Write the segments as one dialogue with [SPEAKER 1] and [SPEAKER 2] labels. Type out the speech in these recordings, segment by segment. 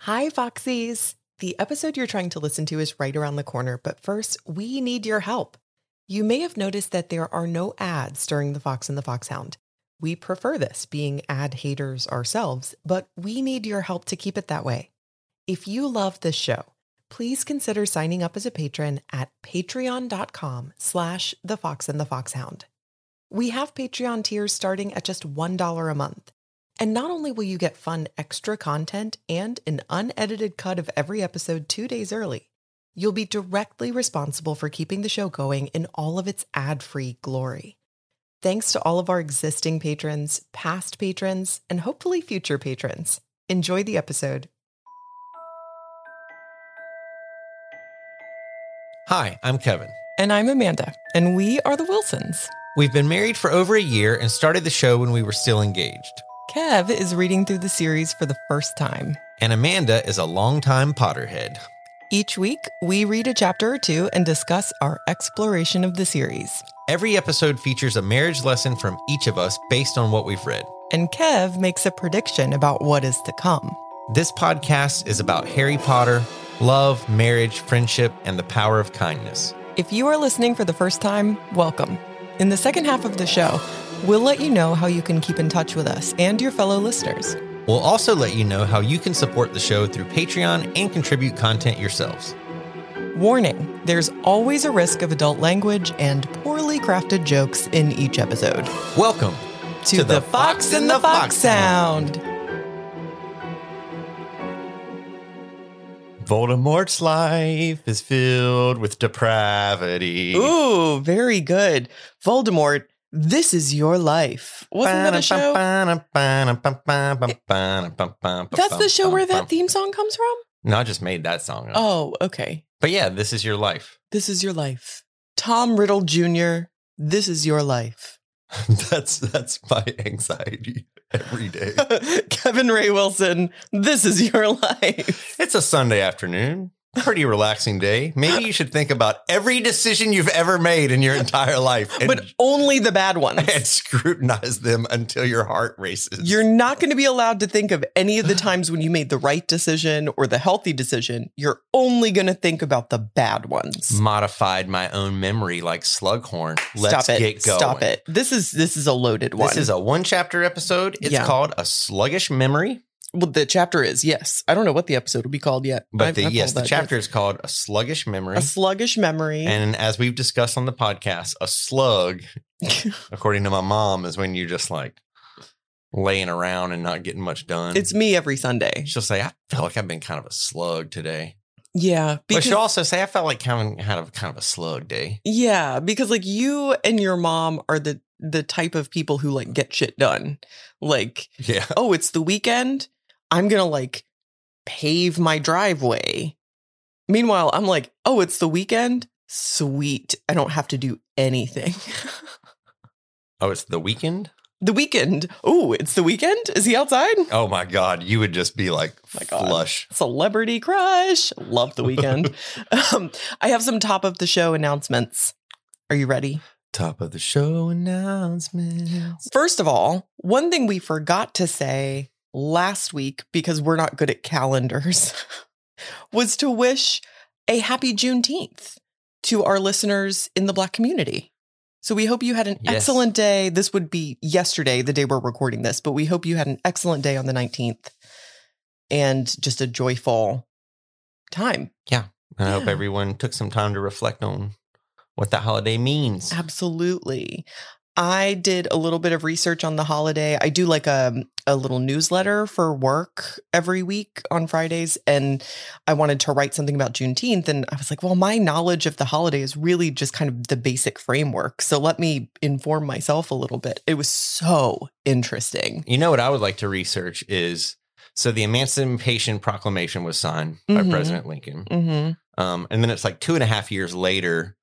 [SPEAKER 1] Hi, Foxies. The episode you're trying to listen to is right around the corner, but first, we need your help. You may have noticed that there are no ads during The Fox and the Foxhound. We prefer this, being ad haters ourselves, but we need your help to keep it that way. If you love this show, please consider signing up as a patron at patreon.com slash the fox and the foxhound. We have Patreon tiers starting at just $1 a month. And not only will you get fun extra content and an unedited cut of every episode two days early, you'll be directly responsible for keeping the show going in all of its ad free glory. Thanks to all of our existing patrons, past patrons, and hopefully future patrons. Enjoy the episode.
[SPEAKER 2] Hi, I'm Kevin.
[SPEAKER 1] And I'm Amanda, and we are the Wilsons.
[SPEAKER 2] We've been married for over a year and started the show when we were still engaged.
[SPEAKER 1] Kev is reading through the series for the first time.
[SPEAKER 2] And Amanda is a longtime Potterhead.
[SPEAKER 1] Each week, we read a chapter or two and discuss our exploration of the series.
[SPEAKER 2] Every episode features a marriage lesson from each of us based on what we've read.
[SPEAKER 1] And Kev makes a prediction about what is to come.
[SPEAKER 2] This podcast is about Harry Potter, love, marriage, friendship, and the power of kindness.
[SPEAKER 1] If you are listening for the first time, welcome. In the second half of the show, we'll let you know how you can keep in touch with us and your fellow listeners.
[SPEAKER 2] We'll also let you know how you can support the show through Patreon and contribute content yourselves.
[SPEAKER 1] Warning there's always a risk of adult language and poorly crafted jokes in each episode.
[SPEAKER 2] Welcome
[SPEAKER 1] to, the, Fox and the Fox Sound.
[SPEAKER 3] Voldemort's life is filled with depravity.
[SPEAKER 1] Ooh, very good. Voldemort, this is your life. Wasn't that a show? That's
[SPEAKER 2] That's
[SPEAKER 1] the show where that theme song comes from?
[SPEAKER 2] No, I just made that song up.
[SPEAKER 1] Oh, okay.
[SPEAKER 2] But yeah, this is your life.
[SPEAKER 1] This is your life. Tom Riddle Jr., this is your life.
[SPEAKER 3] That's that's my anxiety every day.
[SPEAKER 1] Kevin Ray Wilson, this is your life.
[SPEAKER 3] it's a Sunday afternoon. Pretty relaxing day. Maybe you should think about every decision you've ever made in your entire life and,
[SPEAKER 1] But only the bad
[SPEAKER 3] and
[SPEAKER 1] ones.
[SPEAKER 3] scrutinize them until your heart races.
[SPEAKER 1] You're not going to be allowed to think of any of the times when you made the right decision or the healthy decision. You're only going to think about the bad ones.
[SPEAKER 2] Modified my own memory like Slughorn. Let's
[SPEAKER 1] Stop it.
[SPEAKER 2] get going.
[SPEAKER 1] Stop it. This is this is a loaded one.
[SPEAKER 2] This is a one chapter episode. It's
[SPEAKER 1] Yeah.
[SPEAKER 2] called A Sluggish Memory.
[SPEAKER 1] well, the chapter is yes. I don't know what the episode will be called yet.
[SPEAKER 2] But
[SPEAKER 1] I've-
[SPEAKER 2] the,
[SPEAKER 1] I've
[SPEAKER 2] yes,
[SPEAKER 1] called that
[SPEAKER 2] the chapter is called A Sluggish Memory.
[SPEAKER 1] a sluggish memory.
[SPEAKER 2] and as we've discussed on the podcast, a slug, according to my mom, is when you're just like laying around and not getting much done.
[SPEAKER 1] it's me every Sunday.
[SPEAKER 2] she'll say, I feel like I've been kind of a slug today.
[SPEAKER 1] Yeah,
[SPEAKER 2] but she'll also say, I felt like kind of had a kind of a slug day.
[SPEAKER 1] Yeah, because like you and your mom are the the type of people who like get shit done. Like,
[SPEAKER 3] yeah.
[SPEAKER 1] oh, it's the weekend. I'm going to like pave my driveway. Meanwhile, I'm like, oh, it's the weekend. Sweet. I don't have to do anything.
[SPEAKER 2] Oh, it's the weekend?
[SPEAKER 1] the weekend. Oh, it's the weekend? Is he outside?
[SPEAKER 3] Oh my God. You would just be like
[SPEAKER 1] Oh My God.
[SPEAKER 3] flush.
[SPEAKER 1] Celebrity crush. Love the weekend. um, I have some top of the show announcements. Are you ready?
[SPEAKER 3] Top of the show announcements.
[SPEAKER 1] First of all, one thing we forgot to say last week because we're not good at calendars was to wish a happy Juneteenth to our listeners in the Black community. So we hope you had an
[SPEAKER 2] Yes.
[SPEAKER 1] excellent day. This would be yesterday, the day we're recording this, but we hope you had an excellent day on the 19th and just a joyful time.
[SPEAKER 2] And I hope
[SPEAKER 1] Yeah.
[SPEAKER 2] everyone took some time to reflect on what that holiday means.
[SPEAKER 1] Absolutely. I did a little bit of research on the holiday. I do like a a little newsletter for work every week on Fridays, and I wanted to write something about Juneteenth, and I was like, well, my knowledge of the holiday is really just kind of the basic framework. So let me inform myself a little bit. It was so interesting.
[SPEAKER 2] You know what I would like to research is so the Emancipation Proclamation was signed
[SPEAKER 1] Mhm.
[SPEAKER 2] by President Lincoln.
[SPEAKER 1] Mm-hmm.
[SPEAKER 2] Um, and then it's like two and a half years later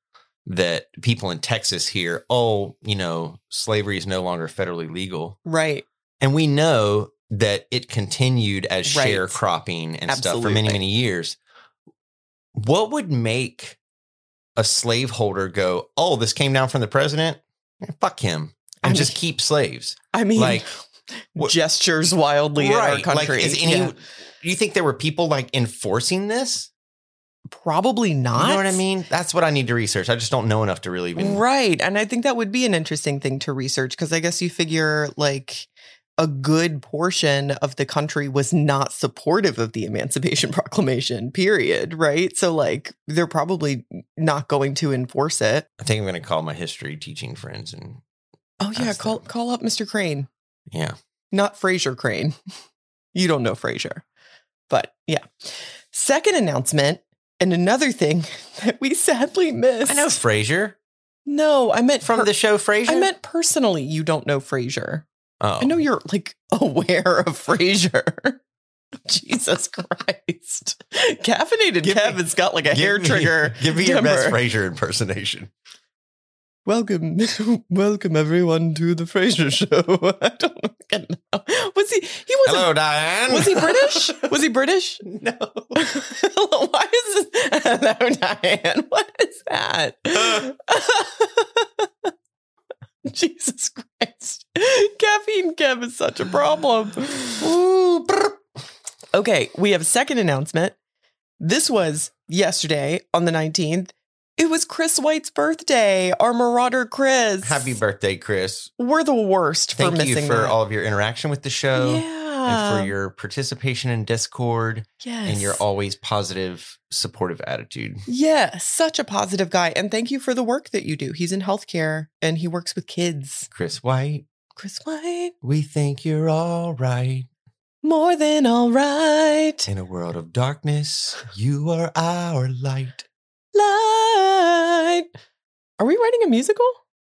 [SPEAKER 2] that people in Texas hear, oh, you know, slavery is no longer federally legal.
[SPEAKER 1] Right.
[SPEAKER 2] And we know that it continued as
[SPEAKER 1] Right.
[SPEAKER 2] sharecropping and stuff for many,
[SPEAKER 1] Absolutely.
[SPEAKER 2] many years. What would make a slaveholder go, oh, this came down from the president? Eh, Fuck him. And
[SPEAKER 1] I
[SPEAKER 2] just
[SPEAKER 1] mean-
[SPEAKER 2] keep slaves.
[SPEAKER 1] I mean,
[SPEAKER 2] Like, What-
[SPEAKER 1] gestures wildly at our country.
[SPEAKER 2] Like, is any?
[SPEAKER 1] Yeah.
[SPEAKER 2] You think there were people like enforcing this?
[SPEAKER 1] Probably not.
[SPEAKER 2] You know what I mean? That's what I need to research. I just don't know enough to really even.
[SPEAKER 1] Right. And I think that would be an interesting thing to research because I guess you figure like a good portion of the country was not supportive of the Emancipation Proclamation, period. Right. So, like, they're probably not going to enforce it.
[SPEAKER 2] I think I'm going to call my history teaching friends and
[SPEAKER 1] Oh, yeah.
[SPEAKER 2] Ask
[SPEAKER 1] Call,
[SPEAKER 2] them.
[SPEAKER 1] call up Mr. Crane,
[SPEAKER 2] yeah.
[SPEAKER 1] not Fraser Crane. you don't know Fraser. But yeah. Second announcement. And another thing that we sadly missed.
[SPEAKER 2] I know Frasier
[SPEAKER 1] No, I meant
[SPEAKER 2] from the show Frasier.
[SPEAKER 1] I meant personally. You don't know Frasier.
[SPEAKER 2] Oh,
[SPEAKER 1] I know you're like aware of Frasier. Jesus Christ. Caffeinated
[SPEAKER 2] Give me-
[SPEAKER 1] Kevin's got like a
[SPEAKER 2] Give
[SPEAKER 1] hair
[SPEAKER 2] me-
[SPEAKER 1] trigger.
[SPEAKER 2] Give me your best
[SPEAKER 1] temper.
[SPEAKER 2] Frasier impersonation.
[SPEAKER 1] Welcome, welcome everyone to the Frasier show. I don't fucking know. Was he, he wasn't,
[SPEAKER 2] Hello, Diane.
[SPEAKER 1] was he British? Was he British?
[SPEAKER 2] no.
[SPEAKER 1] Why is this? Hello, Diane. What is that? Jesus Christ. Caffeine Kev is such a problem.
[SPEAKER 2] Ooh, brr.
[SPEAKER 1] Okay, we have a second announcement. This was yesterday on the 19th. It was Chris White's birthday, our marauder Chris.
[SPEAKER 2] Happy birthday, Chris.
[SPEAKER 1] We're the worst for
[SPEAKER 2] Thank
[SPEAKER 1] missing
[SPEAKER 2] you for
[SPEAKER 1] that.
[SPEAKER 2] all of your interaction with the show
[SPEAKER 1] yeah.
[SPEAKER 2] and for your participation in Discord
[SPEAKER 1] yes.
[SPEAKER 2] and your always positive, supportive attitude.
[SPEAKER 1] Yeah, such a positive guy. And thank you for the work that you do. He's in healthcare and he works with kids.
[SPEAKER 2] Chris White,
[SPEAKER 1] Chris White,
[SPEAKER 2] we think you're all right.
[SPEAKER 1] more than all right.
[SPEAKER 2] In a world of darkness, you are our light.
[SPEAKER 1] Light. Are we writing a musical?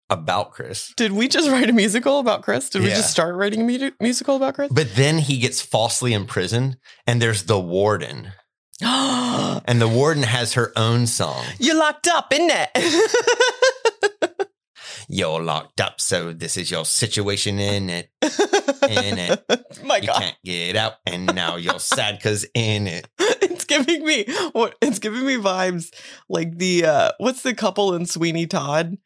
[SPEAKER 2] About Chris.
[SPEAKER 1] Did we just write a musical about Chris? Did we
[SPEAKER 2] Yeah.
[SPEAKER 1] just start writing a mu- musical about Chris?
[SPEAKER 2] But then he gets falsely imprisoned, and there's the warden.
[SPEAKER 1] You're
[SPEAKER 2] And the warden has her own song.
[SPEAKER 1] locked up, isn't it?
[SPEAKER 2] You're locked up, so this is your situation in it. In it.
[SPEAKER 1] My
[SPEAKER 2] You
[SPEAKER 1] God.
[SPEAKER 2] can't get out, and now you're sad because in it.
[SPEAKER 1] it's giving me what it's giving me vibes like the uh what's the couple in Sweeney Todd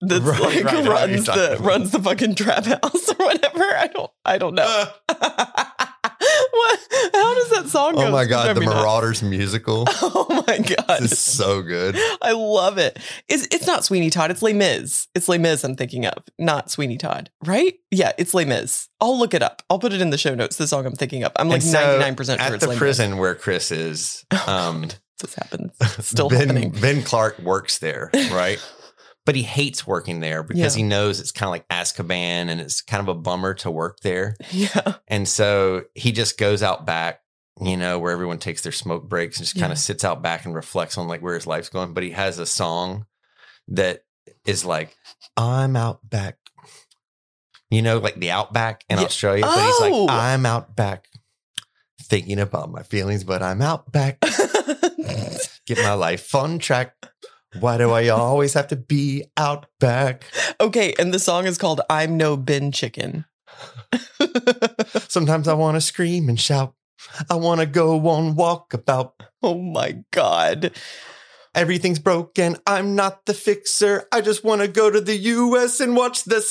[SPEAKER 1] that's
[SPEAKER 2] Right,
[SPEAKER 1] like
[SPEAKER 2] right, I know what you're
[SPEAKER 1] runs
[SPEAKER 2] talking
[SPEAKER 1] the
[SPEAKER 2] about.
[SPEAKER 1] runs the fucking trap house or whatever. I don't I don't know.
[SPEAKER 2] Oh Uh.
[SPEAKER 1] what how does that song go?
[SPEAKER 4] Oh my
[SPEAKER 1] It's
[SPEAKER 4] god, the
[SPEAKER 1] driving me nuts.
[SPEAKER 4] Marauders musical.
[SPEAKER 1] Oh my god.
[SPEAKER 4] This is so good.
[SPEAKER 1] I love it. It's, it's not Sweeney Todd. It's Les Mis. It's Les Mis I'm thinking of, not Sweeney Todd, right? Yeah, it's Les Mis. I'll look it up. I'll put it in the show notes, the song I'm thinking of. I'm like
[SPEAKER 2] And so,
[SPEAKER 1] 99% sure
[SPEAKER 2] At
[SPEAKER 1] it's
[SPEAKER 2] the
[SPEAKER 1] Les Mis.
[SPEAKER 2] prison where Chris is, um,
[SPEAKER 1] This happens. Still
[SPEAKER 2] ben,
[SPEAKER 1] happening.
[SPEAKER 2] Ben Clark works there, right? but he hates working there because he knows it's kind of like Azkaban and it's kind of a bummer to work there.
[SPEAKER 1] Yeah.
[SPEAKER 2] And so he just goes out back, you know, where everyone takes their smoke breaks and just kind
[SPEAKER 1] Yeah.
[SPEAKER 2] of sits out back and reflects on like where his life's going. But he has a song that is like, I'm out back. You know, like the outback in
[SPEAKER 1] Yeah.
[SPEAKER 2] Australia. But he's
[SPEAKER 1] Oh!
[SPEAKER 2] like, I'm out back thinking about my feelings, but I'm out back. Get my life on track. Why do I always have to be out back?
[SPEAKER 1] okay, and the song is called I'm No Bin Chicken.
[SPEAKER 2] Sometimes I want to scream and shout. I want to go on walkabout.
[SPEAKER 1] Oh my God.
[SPEAKER 2] Everything's broken. I'm not the fixer. I just want to go to the U.S. and watch the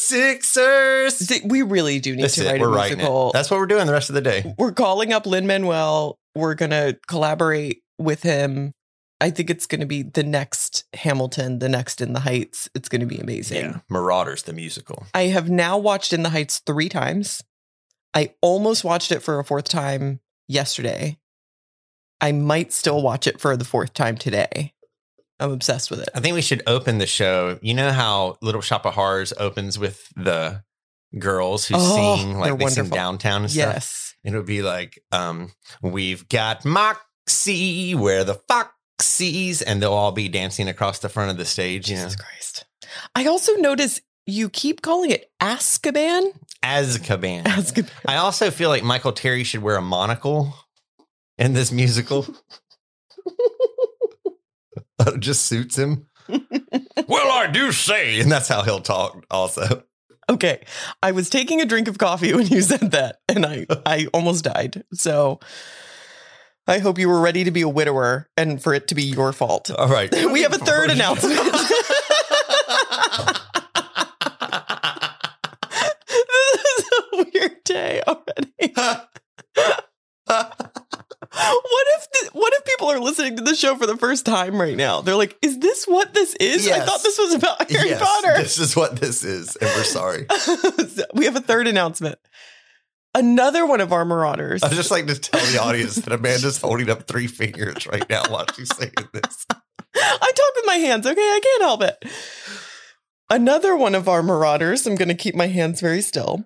[SPEAKER 2] Sixers.
[SPEAKER 1] Th- We really do need
[SPEAKER 2] That's
[SPEAKER 1] to
[SPEAKER 2] it.
[SPEAKER 1] write
[SPEAKER 2] We're
[SPEAKER 1] a
[SPEAKER 2] writing
[SPEAKER 1] musical.
[SPEAKER 2] it. That's what we're doing the rest of the day.
[SPEAKER 1] We're calling up Lin Manuel. We're going to collaborate with him. I think it's going to be the next Hamilton, the next In the Heights. It's going to be amazing.
[SPEAKER 2] Marauders, the musical.
[SPEAKER 1] I have now watched In the Heights three times. I almost watched it for a fourth time yesterday. I might still watch it for the fourth time today. I'm obsessed with it.
[SPEAKER 2] I think we should open the show. You know how Little Shop of Horrors opens with the girls who
[SPEAKER 1] Oh,
[SPEAKER 2] sing
[SPEAKER 1] they're
[SPEAKER 2] like they sing
[SPEAKER 1] wonderful.
[SPEAKER 2] downtown and stuff.
[SPEAKER 1] Yes.
[SPEAKER 2] It would be like, um, we've got Moxie, where the Foxies, and they'll all be dancing across the front of the stage. You know,
[SPEAKER 1] Jesus Christ. I also notice you keep calling it Azkaban.
[SPEAKER 2] Azkaban.
[SPEAKER 1] Azkaban.
[SPEAKER 2] I also feel like Michael Terry should wear a monocle in this musical. it just suits him. well, I do say, and that's how he'll talk. Also,
[SPEAKER 1] Okay. I was taking a drink of coffee when you said that, and I, I almost died. So I hope you were ready to be a widower and for it to be your fault.
[SPEAKER 2] all right.
[SPEAKER 1] We have a third announcement. this is a weird day already. what if the, what if people are listening to the show for the first time right now? They're like, "Is this what this is? I
[SPEAKER 5] Yes.
[SPEAKER 1] thought this was about Harry
[SPEAKER 5] yes,
[SPEAKER 1] Potter."
[SPEAKER 5] this is what this is, and we're sorry.
[SPEAKER 1] we have a third announcement. Another one of our marauders.
[SPEAKER 5] I just like to tell the audience that Amanda's holding up three fingers right now while she's saying this.
[SPEAKER 1] I talk with my hands, okay? I can't help it. Another one of our marauders. I'm going to keep my hands very still.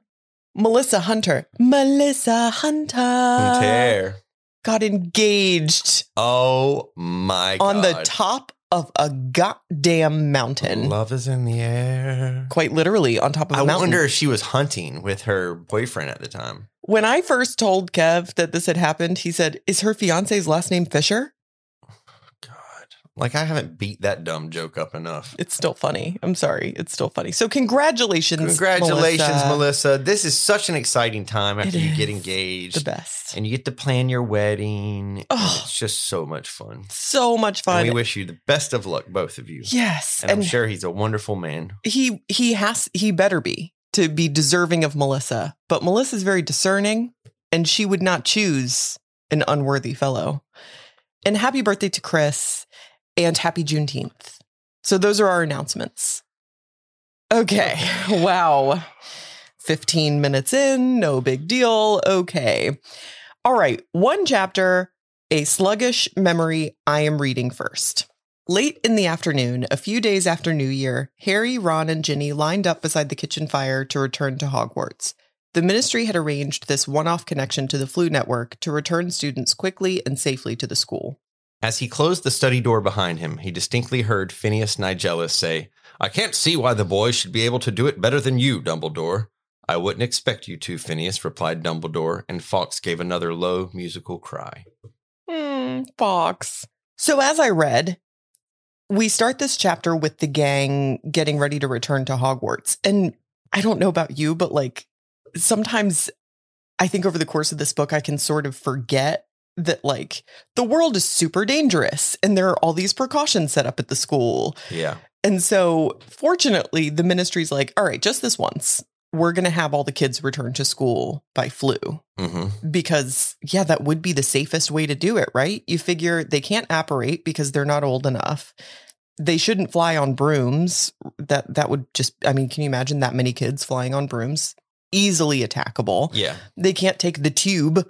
[SPEAKER 1] Melissa Hunter. Melissa Hunter Uh,
[SPEAKER 5] Tear.
[SPEAKER 1] got engaged
[SPEAKER 5] Oh my god.
[SPEAKER 1] on the top of a goddamn mountain.
[SPEAKER 5] Love is in the air.
[SPEAKER 1] Quite literally on top of a
[SPEAKER 2] I
[SPEAKER 1] mountain.
[SPEAKER 2] wonder if she was hunting with her boyfriend at the time.
[SPEAKER 1] When I first told Kev that this had happened, he said, Is her fiance's last name Fisher?
[SPEAKER 2] God. Like, I haven't beat that dumb joke up enough.
[SPEAKER 1] It's still funny. I'm sorry. It's still funny. So, congratulations.
[SPEAKER 2] Congratulations,
[SPEAKER 1] Melissa.
[SPEAKER 2] Melissa. This is such an exciting time after
[SPEAKER 1] It
[SPEAKER 2] you
[SPEAKER 1] is.
[SPEAKER 2] get
[SPEAKER 1] The
[SPEAKER 2] engaged
[SPEAKER 1] best.
[SPEAKER 2] and you get to plan your wedding. and
[SPEAKER 1] Oh.
[SPEAKER 2] It's just so much fun.
[SPEAKER 1] So much fun.
[SPEAKER 2] And we wish you the best of luck, both of you.
[SPEAKER 1] Yes,
[SPEAKER 2] And,
[SPEAKER 1] and,
[SPEAKER 2] I'm sure he's a wonderful man.
[SPEAKER 1] he he has he better be to be deserving of Melissa. But Melissa's very discerning, and she would not choose an unworthy fellow. And happy birthday to Chris, and happy Juneteenth. So those are our announcements. Okay. Wow. 15 minutes in, no big deal. Okay. All right. One chapter, a sluggish memory I am reading first. Late in the afternoon, a few days after New Year, Harry, Ron, and Ginny lined up beside the kitchen fire to return to Hogwarts. The ministry had arranged this one off connection to the flu network to return students quickly and safely to the school.
[SPEAKER 2] As he closed the study door behind him, he distinctly heard Phineas Nigellus say, I can't see why the boys should be able to do it better than you, Dumbledore. I wouldn't expect you to, Phineas, replied Dumbledore, and Fox gave another low musical cry.
[SPEAKER 1] Hmm, Fox. So, as I read, we start this chapter with the gang getting ready to return to Hogwarts. And I don't know about you, but like sometimes I think over the course of this book, I can sort of forget that like the world is super dangerous and there are all these precautions set up at the school.
[SPEAKER 2] Yeah.
[SPEAKER 1] And so, fortunately, the ministry's like, all right, just this once, we're going to have all the kids return to school by flu
[SPEAKER 2] Mm-hmm.
[SPEAKER 1] because yeah that would be the safest way to do it right you figure they can't apparate because they're not old enough they shouldn't fly on brooms that that would just i mean can you imagine that many kids flying on brooms easily attackable
[SPEAKER 2] Yeah.
[SPEAKER 1] they can't take the tube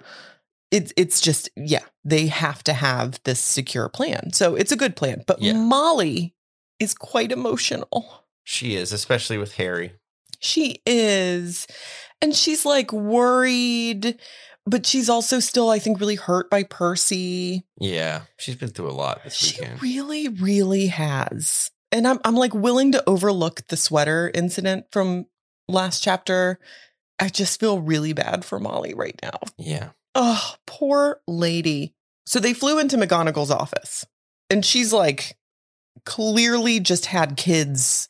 [SPEAKER 1] it's it's just yeah they have to have this secure plan so it's a good plan but
[SPEAKER 2] Yeah.
[SPEAKER 1] molly is quite emotional
[SPEAKER 2] She is, especially with Harry.
[SPEAKER 1] she is. And she's like worried, but she's also still, I think, really hurt by Percy.
[SPEAKER 2] Yeah. She's been through a lot this
[SPEAKER 1] She
[SPEAKER 2] weekend.
[SPEAKER 1] really, really has. And I'm I'm like willing to overlook the sweater incident from last chapter. I just feel really bad for Molly right now.
[SPEAKER 2] yeah.
[SPEAKER 1] Oh, poor lady. So they flew into McGonagall's office, and she's like clearly just had kids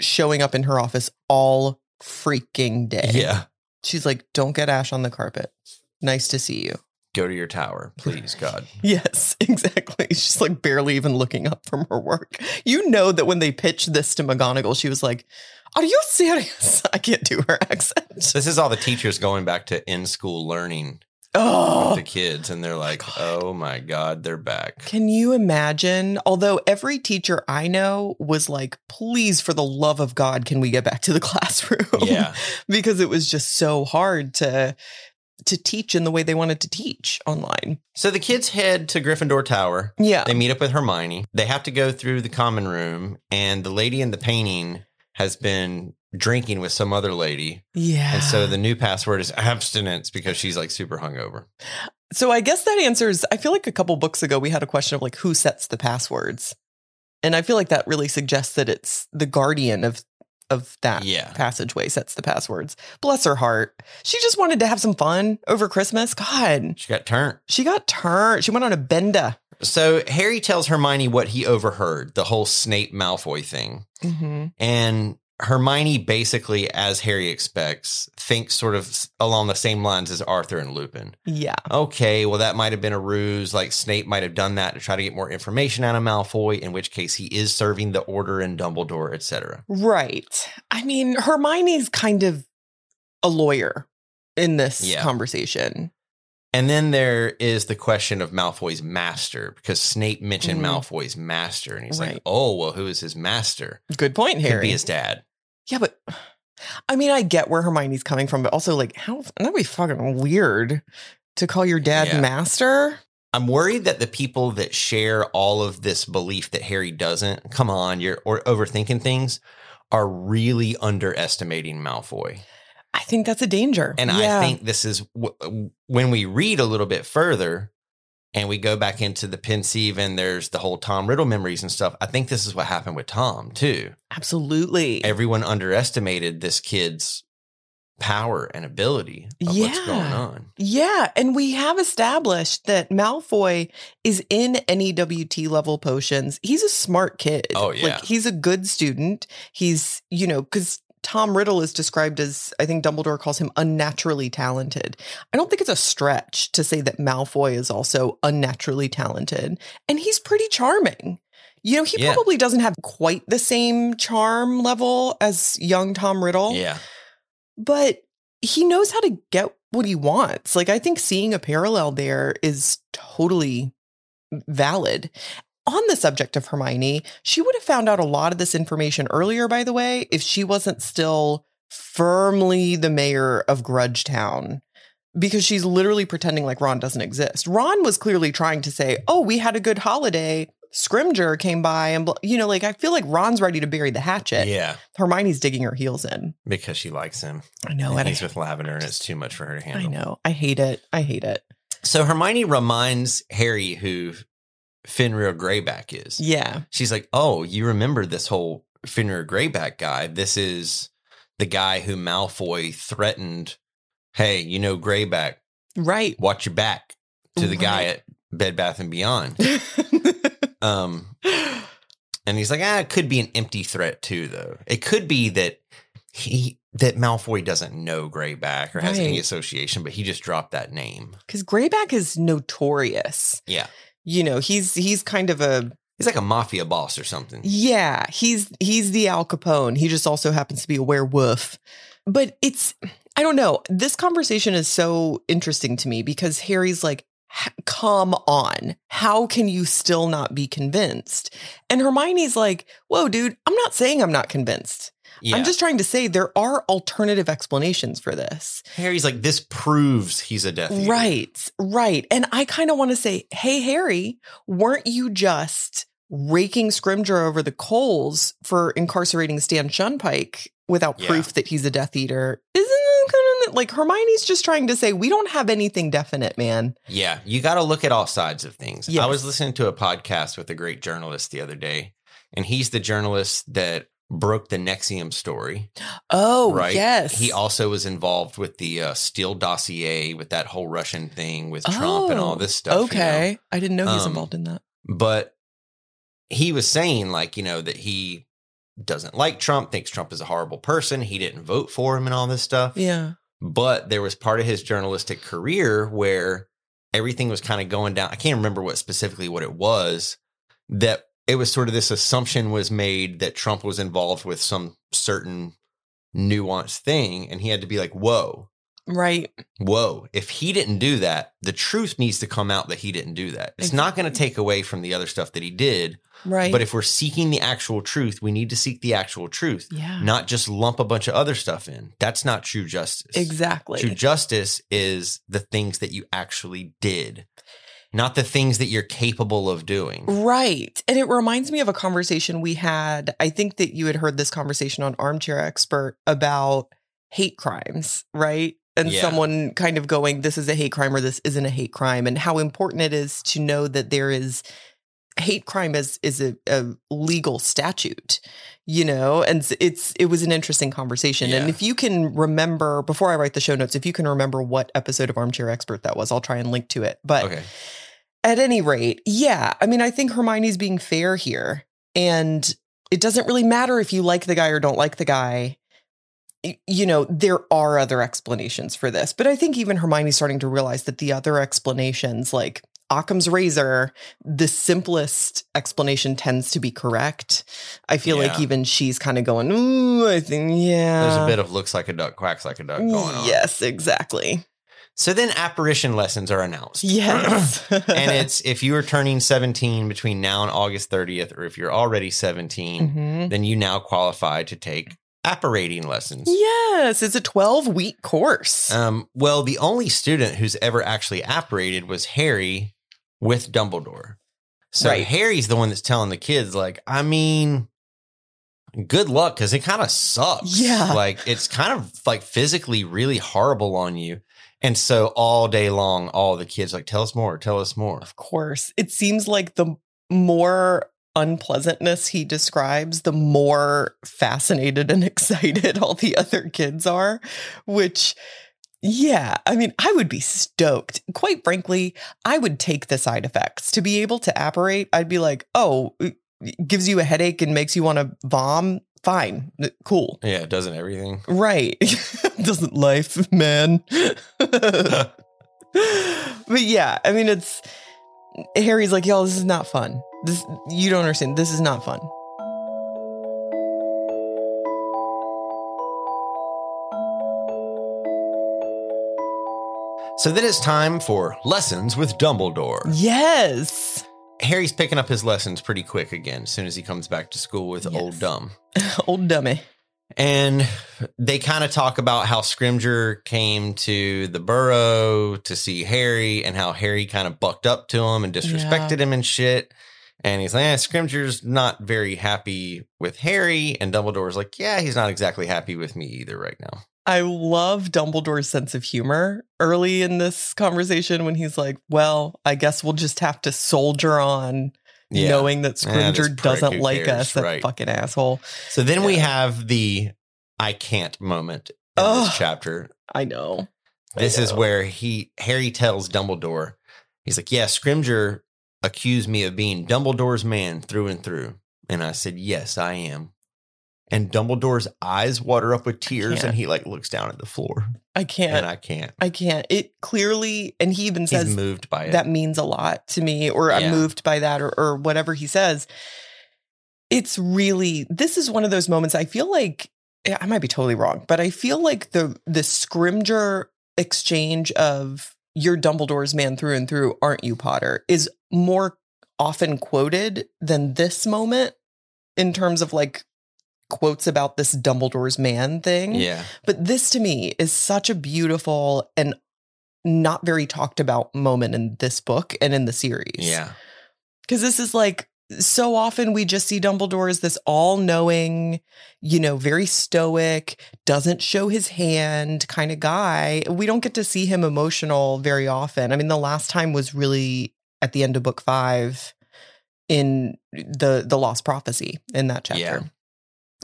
[SPEAKER 1] showing up in her office all freaking day.
[SPEAKER 2] Yeah.
[SPEAKER 1] She's like, don't get ash on the carpet. Nice to see you.
[SPEAKER 2] Go to your tower, please, God.
[SPEAKER 1] Yes, exactly. She's like barely even looking up from her work. You know that when they pitched this to McGonagall, she was like, Are you serious? I can't do her accent.
[SPEAKER 2] This is all the teachers going back to in school learning with
[SPEAKER 1] Oh,
[SPEAKER 2] the kids, and they're like,
[SPEAKER 1] God.
[SPEAKER 2] oh my God, they're back.
[SPEAKER 1] Can you imagine? Although every teacher I know was like, please, for the love of God, can we get back to the classroom?
[SPEAKER 2] Yeah.
[SPEAKER 1] because it was just so hard to to teach in the way they wanted to teach online.
[SPEAKER 2] So the kids head to Gryffindor Tower.
[SPEAKER 1] Yeah.
[SPEAKER 2] They meet up with Hermione. They have to go through the common room, and the lady in the painting has been drinking with some other lady.
[SPEAKER 1] Yeah.
[SPEAKER 2] And so the new password is abstinence because she's like super hungover.
[SPEAKER 1] So I guess that answers I feel like a couple books ago we had a question of like who sets the passwords. And I feel like that really suggests that it's the guardian of of that
[SPEAKER 2] Yeah.
[SPEAKER 1] passageway sets the passwords. Bless her heart. She just wanted to have some fun over Christmas. God.
[SPEAKER 2] She got turned.
[SPEAKER 1] She got turned. She went on a bender.
[SPEAKER 2] So Harry tells Hermione what he overheard, the whole Snape Malfoy thing.
[SPEAKER 1] Mm-hmm.
[SPEAKER 2] And Hermione basically, as Harry expects, thinks sort of s- along the same lines as Arthur and Lupin.
[SPEAKER 1] Yeah.
[SPEAKER 2] Okay, well, that might have been a ruse. Like Snape might have done that to try to get more information out of Malfoy, in which case he is serving the Order and Dumbledore, etc.
[SPEAKER 1] Right. I mean, Hermione's kind of a lawyer. in this
[SPEAKER 2] Yeah.
[SPEAKER 1] conversation.
[SPEAKER 2] And then there is the question of Malfoy's master because Snape mentioned
[SPEAKER 1] Mhm.
[SPEAKER 2] Malfoy's master, and he's
[SPEAKER 1] Right.
[SPEAKER 2] like, "Oh, well, who is his master?
[SPEAKER 1] Good point,
[SPEAKER 2] Could
[SPEAKER 1] Harry.
[SPEAKER 2] be his dad."
[SPEAKER 1] yeah, but I mean, I get where Hermione's coming from, but also like, how that'd be fucking weird to call your dad
[SPEAKER 2] Yeah.
[SPEAKER 1] master.
[SPEAKER 2] I'm worried that the people that share all of this belief that Harry doesn't come on, you're or overthinking things, are really underestimating Malfoy.
[SPEAKER 1] I think that's a danger.
[SPEAKER 2] And
[SPEAKER 1] Yeah.
[SPEAKER 2] I think this is w- when we read a little bit further and we go back into the Pensieve and there's the whole Tom Riddle memories and stuff. I think this is what happened with Tom too.
[SPEAKER 1] absolutely.
[SPEAKER 2] Everyone underestimated this kid's power and ability of what's
[SPEAKER 1] Yeah.
[SPEAKER 2] going on.
[SPEAKER 1] yeah, and we have established that Malfoy is in NEWT level potions. He's a smart kid.
[SPEAKER 2] Oh, yeah.
[SPEAKER 1] like he's a good student. He's you know because Tom Riddle is described as I think Dumbledore calls him unnaturally talented. I don't think it's a stretch to say that Malfoy is also unnaturally talented, and he's pretty charming. You know, he
[SPEAKER 2] Yeah.
[SPEAKER 1] probably doesn't have quite the same charm level as young Tom Riddle.
[SPEAKER 2] Yeah.
[SPEAKER 1] but he knows how to get what he wants. Like I think seeing a parallel there is totally valid. On the subject of Hermione, she would have found out a lot of this information earlier, by the way, if she wasn't still firmly the mayor of Grudgetown. Because she's literally pretending like Ron doesn't exist. Ron was clearly trying to say, Oh, we had a good holiday. Scrimger came by and, bl-" you know, like I feel like Ron's ready to bury the hatchet.
[SPEAKER 2] Yeah.
[SPEAKER 1] Hermione's digging her heels in.
[SPEAKER 2] Because she likes him.
[SPEAKER 1] I know.
[SPEAKER 2] and
[SPEAKER 1] and I
[SPEAKER 2] he's with Lavender and it's too much for her to handle.
[SPEAKER 1] Oh, I know. I hate it. I hate it.
[SPEAKER 2] So Hermione reminds Harry who Fenrir Greyback is.
[SPEAKER 1] Yeah.
[SPEAKER 2] she's like, "Oh, you remember this whole Finner Greyback guy? This is the guy who Malfoy threatened. Hey, you know Greyback,
[SPEAKER 1] Right.
[SPEAKER 2] watch your back to the guy
[SPEAKER 1] Right.
[SPEAKER 2] at Bed Bath and Beyond."
[SPEAKER 1] yeah.
[SPEAKER 2] Um, and he's like, "Ah, it could be an empty threat too, though. It could be that he." That Malfoy doesn't know Greyback or has any
[SPEAKER 1] Right.
[SPEAKER 2] association, but he just dropped that name.
[SPEAKER 1] Cuz Grayback is notorious.
[SPEAKER 2] Yeah.
[SPEAKER 1] You know, he's he's kind of a
[SPEAKER 2] He's like a mafia boss or something.
[SPEAKER 1] yeah, he's he's the Al Capone. He just also happens to be a werewolf. But it's I don't know. This conversation is so interesting to me because Harry's like "H- come on. How can you still not be convinced? And Hermione's like, "Whoa, dude, I'm not saying I'm not convinced.
[SPEAKER 2] Yeah.
[SPEAKER 1] I'm just trying to say there are alternative explanations for this.
[SPEAKER 2] Harry's like, this proves he's a Death Eater.
[SPEAKER 1] Right, right. And I kind of want to say, hey, Harry, weren't you just raking Scrimger over the coals for incarcerating Stan Shunpike without
[SPEAKER 2] Yeah.
[SPEAKER 1] proof that he's a Death Eater? Isn't that kind of like Hermione's just trying to say, we don't have anything definite, man.
[SPEAKER 2] Yeah, you got to look at all sides of things.
[SPEAKER 1] Yes.
[SPEAKER 2] I was listening to a podcast with a great journalist the other day, and he's the journalist that broke the Nexium story.
[SPEAKER 1] Oh,
[SPEAKER 2] Right.
[SPEAKER 1] yes.
[SPEAKER 2] He also was involved with the uh, Steele dossier, with that whole Russian thing with Trump and all
[SPEAKER 1] Oh,
[SPEAKER 2] this stuff. you
[SPEAKER 1] okay. I didn't know he was
[SPEAKER 2] Um,
[SPEAKER 1] involved in that.
[SPEAKER 2] know? But he was saying, like, you know, that he doesn't like Trump, thinks Trump is a horrible person. He didn't vote for him and all this stuff
[SPEAKER 1] Yeah.
[SPEAKER 2] but there was part of his journalistic career where everything was kind of going down. I can't remember what specifically what it was that it was sort of this assumption was made that Trump was involved with some certain nuanced thing and he had to be like, "Whoa,
[SPEAKER 1] Right.
[SPEAKER 2] whoa, if he didn't do that, the truth needs to come out that he didn't do that. It's not going to take away from the other stuff that he did,
[SPEAKER 1] Right.
[SPEAKER 2] but if we're seeking the actual truth, we need to seek the actual truth,
[SPEAKER 1] yeah.
[SPEAKER 2] not just lump a bunch of other stuff in. That's not true justice."
[SPEAKER 1] exactly.
[SPEAKER 2] True justice is the things that you actually did, not the things that you're capable of doing.
[SPEAKER 1] Right. And it reminds me of a conversation we had. I think that you had heard this conversation on Armchair Expert about hate crimes, right? And
[SPEAKER 2] Yeah.
[SPEAKER 1] someone kind of going, this is a hate crime or this isn't a hate crime, and how important it is to know that there is hate crime is is a, a legal statute you know and s- it's it was an interesting conversation and
[SPEAKER 2] Yeah.
[SPEAKER 1] if you can remember before i write the show notes if you can remember what episode of armchair expert that was i'll try and link to it but
[SPEAKER 2] Okay.
[SPEAKER 1] at any rate, yeah. I mean, I think Hermione's being fair here. And it doesn't really matter if you like the guy or don't like the guy. Y- You know, there are other explanations for this. But I think even Hermione's starting to realize that the other explanations, like, Occam's razor, the simplest explanation tends to be correct. I feel like
[SPEAKER 2] Yeah.
[SPEAKER 1] even she's kind of going, ooh, I think, yeah.
[SPEAKER 2] There's a bit of looks like a duck, quacks like a duck going on.
[SPEAKER 1] Yes, exactly.
[SPEAKER 2] So then apparition lessons are announced.
[SPEAKER 1] Yes.
[SPEAKER 2] and it's if you are turning 17 between now and August 30th, or if you're already 17,
[SPEAKER 1] Mhm.
[SPEAKER 2] then you now qualify to take apparating lessons.
[SPEAKER 1] Yes, it's a 12 week course.
[SPEAKER 2] Um, well, the only student who's ever actually apparated was Harry with Dumbledore. So
[SPEAKER 1] Right.
[SPEAKER 2] Harry's the one that's telling the kids, like, I mean, good luck because it kind of sucks.
[SPEAKER 1] Yeah.
[SPEAKER 2] Like, it's kind of like physically really horrible on you. And so all day long, all the kids like, tell us more, tell us more.
[SPEAKER 1] Of course. It seems like the more unpleasantness he describes, the more fascinated and excited all the other kids are, which yeah, I mean, I would be stoked. Quite frankly, I would take the side effects. To be able to apparate, I'd be like, oh, it gives you a headache and makes you want to vom. Fine. Cool.
[SPEAKER 2] Yeah, doesn't everything?
[SPEAKER 1] Right. Doesn't life, man? but yeah, I mean, it's Harry's like, y'all, this is not fun. This you don't understand. This is not fun.
[SPEAKER 2] So then it's time for lessons with Dumbledore.
[SPEAKER 1] Mm. Yes,
[SPEAKER 2] Harry's picking up his lessons pretty quick again as soon as he comes back to school with
[SPEAKER 1] Yes.
[SPEAKER 2] old dumb.
[SPEAKER 1] old dummy.
[SPEAKER 2] And they kind of talk about how Scrimger came to the burrow to see Harry and how Harry kind of bucked up to him and disrespected him and shit. And he's like, eh, Scrimger's not very happy with Harry. And Dumbledore's like, yeah, he's not exactly happy with me either right now.
[SPEAKER 1] I love Dumbledore's sense of humor early in this conversation when he's like, "Well, I guess we'll just have to soldier on."
[SPEAKER 2] Yeah.
[SPEAKER 1] Knowing that
[SPEAKER 2] Yeah, this
[SPEAKER 1] Scrimger
[SPEAKER 2] prick,
[SPEAKER 1] doesn't
[SPEAKER 2] who
[SPEAKER 1] like
[SPEAKER 2] cares,
[SPEAKER 1] us, that
[SPEAKER 2] right.
[SPEAKER 1] fucking asshole.
[SPEAKER 2] So then we
[SPEAKER 1] Yeah.
[SPEAKER 2] have the I can't moment in
[SPEAKER 1] Ugh.
[SPEAKER 2] this chapter.
[SPEAKER 1] I know.
[SPEAKER 2] This
[SPEAKER 1] I
[SPEAKER 2] is
[SPEAKER 1] know.
[SPEAKER 2] where he Harry tells Dumbledore, he's like, "Yeah, Scrimger accused me of being Dumbledore's man through and through," and I said, "Yes, I am." And Dumbledore's eyes water up with tears,
[SPEAKER 1] can't.
[SPEAKER 2] and he like looks down at the floor,
[SPEAKER 1] I can't.
[SPEAKER 2] and
[SPEAKER 1] I,
[SPEAKER 2] I can't.
[SPEAKER 1] can't. It clearly, and he even says
[SPEAKER 2] He's moved by it.
[SPEAKER 1] that means a lot to me or
[SPEAKER 2] Yeah.
[SPEAKER 1] i'm moved by that or, or whatever he says it's really this is one of those moments i feel like yeah, i might be totally wrong but i feel like the the scrimger exchange of you're dumbledore's man through and through aren't you potter is more often quoted than this moment in terms of like quotes about this dumbledore's man thing
[SPEAKER 2] yeah,
[SPEAKER 1] but this to me is such a beautiful and not very talked about moment in this book and in the series.
[SPEAKER 2] yeah,
[SPEAKER 1] Because this is like so often we just see Dumbledore as this all knowing, you know, very stoic, doesn't show his hand kind of guy. We don't get to see him emotional very often. I mean, the last time was really at the end of book five in the the lost prophecy in that chapter
[SPEAKER 2] Yeah.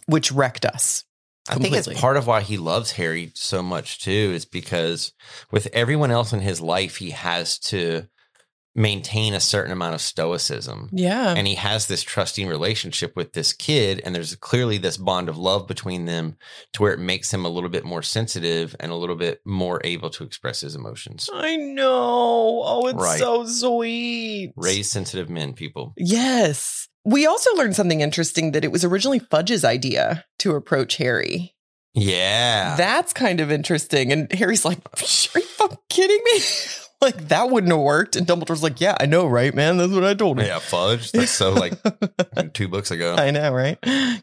[SPEAKER 1] which wrecked us
[SPEAKER 2] I think it's
[SPEAKER 1] completely.
[SPEAKER 2] part of why he loves Harry so much too, is because with everyone else in his life, he has to maintain a certain amount of stoicism.
[SPEAKER 1] yeah
[SPEAKER 2] and he has this trusting relationship with this kid and there's clearly this bond of love between them to where it makes him a little bit more sensitive and a little bit more able to express his emotions
[SPEAKER 1] I know. Oh, it's
[SPEAKER 2] Right.
[SPEAKER 1] so sweet.
[SPEAKER 2] raise sensitive men people
[SPEAKER 1] Yes. We also learned something interesting that it was originally Fudge's idea to approach Harry.
[SPEAKER 2] yeah
[SPEAKER 1] That's kind of interesting. And Harry's like, Are you fucking kidding me? like, that wouldn't have worked. And Dumbledore's like, Yeah, I know, right, man? That's what I told him.
[SPEAKER 2] yeah fudge that's so like two books ago
[SPEAKER 1] I know, right?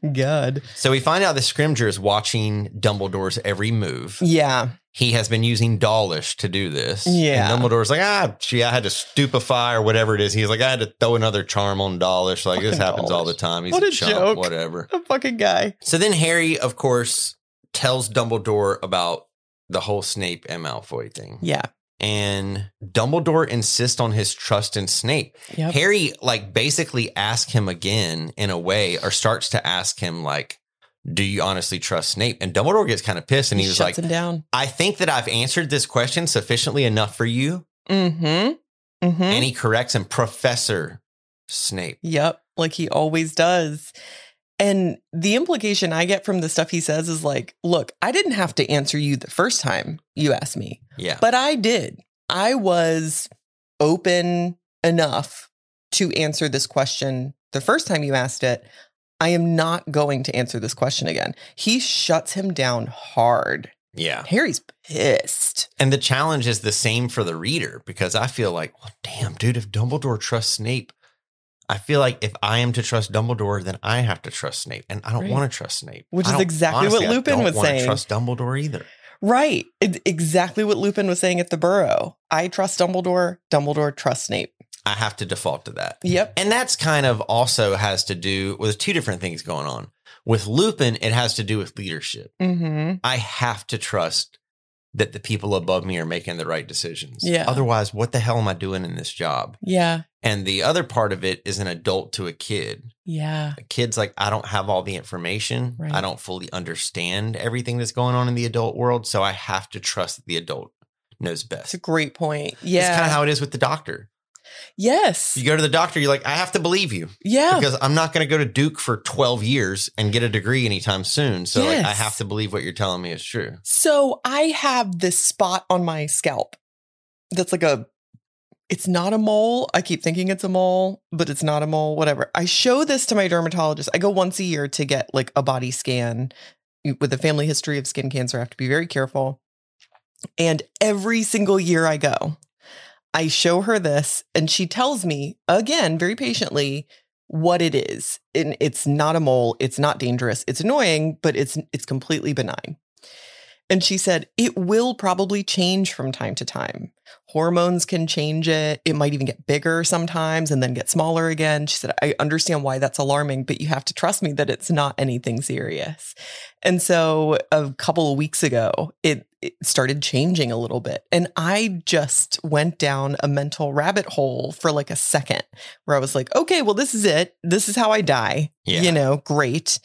[SPEAKER 1] God.
[SPEAKER 2] so we find out that scrimger is watching dumbledore's every move
[SPEAKER 1] Yeah.
[SPEAKER 2] he has been using Dawlish to do this.
[SPEAKER 1] Yeah.
[SPEAKER 2] And Dumbledore's like, ah, gee, I had to stupefy or whatever it is. He's like, I had to throw another charm on Dawlish. Like, this
[SPEAKER 1] Fucking
[SPEAKER 2] happens all
[SPEAKER 1] Dawlish.
[SPEAKER 2] the time. He's
[SPEAKER 1] What
[SPEAKER 2] a,
[SPEAKER 1] a
[SPEAKER 2] chump,
[SPEAKER 1] joke.
[SPEAKER 2] whatever.
[SPEAKER 1] A fucking guy.
[SPEAKER 2] So then Harry, of course, tells Dumbledore about the whole Snape and Malfoy thing.
[SPEAKER 1] Yeah.
[SPEAKER 2] And Dumbledore insists on his trust in Snape.
[SPEAKER 1] Yep.
[SPEAKER 2] Harry, like, basically asks him again in a way, or starts to ask him, like, do you honestly trust Snape? And Dumbledore gets kind of pissed and he, was like,
[SPEAKER 1] shuts him down.
[SPEAKER 2] I think that I've answered this question sufficiently enough for you.
[SPEAKER 1] Mm-hmm. Mm-hmm.
[SPEAKER 2] And he corrects him, Professor Snape.
[SPEAKER 1] Yep, like he always does. And the implication I get from the stuff he says is like, look, I didn't have to answer you the first time you asked me,
[SPEAKER 2] Yeah.
[SPEAKER 1] but I did. I was open enough to answer this question the first time you asked it. I am not going to answer this question again. He shuts him down hard.
[SPEAKER 2] Yeah.
[SPEAKER 1] Harry's pissed.
[SPEAKER 2] And the challenge is the same for the reader because I feel like, well, damn, dude, if Dumbledore trusts Snape, I feel like if I am to trust Dumbledore, then I have to trust Snape, and I don't
[SPEAKER 1] Right.
[SPEAKER 2] want to trust Snape.
[SPEAKER 1] Which
[SPEAKER 2] I
[SPEAKER 1] is
[SPEAKER 2] don't-
[SPEAKER 1] exactly what
[SPEAKER 2] honestly, I
[SPEAKER 1] Lupin
[SPEAKER 2] don't
[SPEAKER 1] was
[SPEAKER 2] wanna
[SPEAKER 1] saying.
[SPEAKER 2] Trust Dumbledore either.
[SPEAKER 1] Right. It's exactly what Lupin was saying at the Burrow. I trust Dumbledore. Dumbledore trusts Snape.
[SPEAKER 2] I have to default to that.
[SPEAKER 1] Yep.
[SPEAKER 2] And that's kind of also has to do with two different things going on. With Lupin, it has to do with leadership.
[SPEAKER 1] Mm-hmm.
[SPEAKER 2] I have to trust that the people above me are making the right decisions.
[SPEAKER 1] Yeah.
[SPEAKER 2] Otherwise, what the hell am I doing in this job?
[SPEAKER 1] Yeah.
[SPEAKER 2] And the other part of it is an adult to a kid.
[SPEAKER 1] Yeah.
[SPEAKER 2] A kid's like, I don't have all the information.
[SPEAKER 1] Right.
[SPEAKER 2] I don't fully understand everything that's going on in the adult world. So I have to trust that the adult knows
[SPEAKER 1] That's
[SPEAKER 2] best.
[SPEAKER 1] a great point. Yeah.
[SPEAKER 2] It's kind of how it is with the doctor.
[SPEAKER 1] yes.
[SPEAKER 2] You go to the doctor, you're like, I have to believe you
[SPEAKER 1] Yeah.
[SPEAKER 2] because I'm not going to go to Duke for 12 years and get a degree anytime soon. So like, I
[SPEAKER 1] Yes.
[SPEAKER 2] have to believe what you're telling me is true.
[SPEAKER 1] So I have this spot on my scalp that's like a, it's not a mole. I keep thinking it's a mole, but it's not a mole, whatever. I show this to my dermatologist. I go once a year to get like a body scan with a family history of skin cancer. I have to be very careful. And every single year I go, I show her this and she tells me again, very patiently, what it is. And it's not a mole. It's not dangerous. It's annoying, but it's it's completely benign. And she said, it will probably change from time to time. Hormones can change it. It might even get bigger sometimes and then get smaller again. She said, I understand why that's alarming, but you have to trust me that it's not anything serious. And so a couple of weeks ago, it, it started changing a little bit. And I just went down a mental rabbit hole for like a second where I was like, okay, well, this is it. This is how I die.
[SPEAKER 2] Yeah.
[SPEAKER 1] You know, great.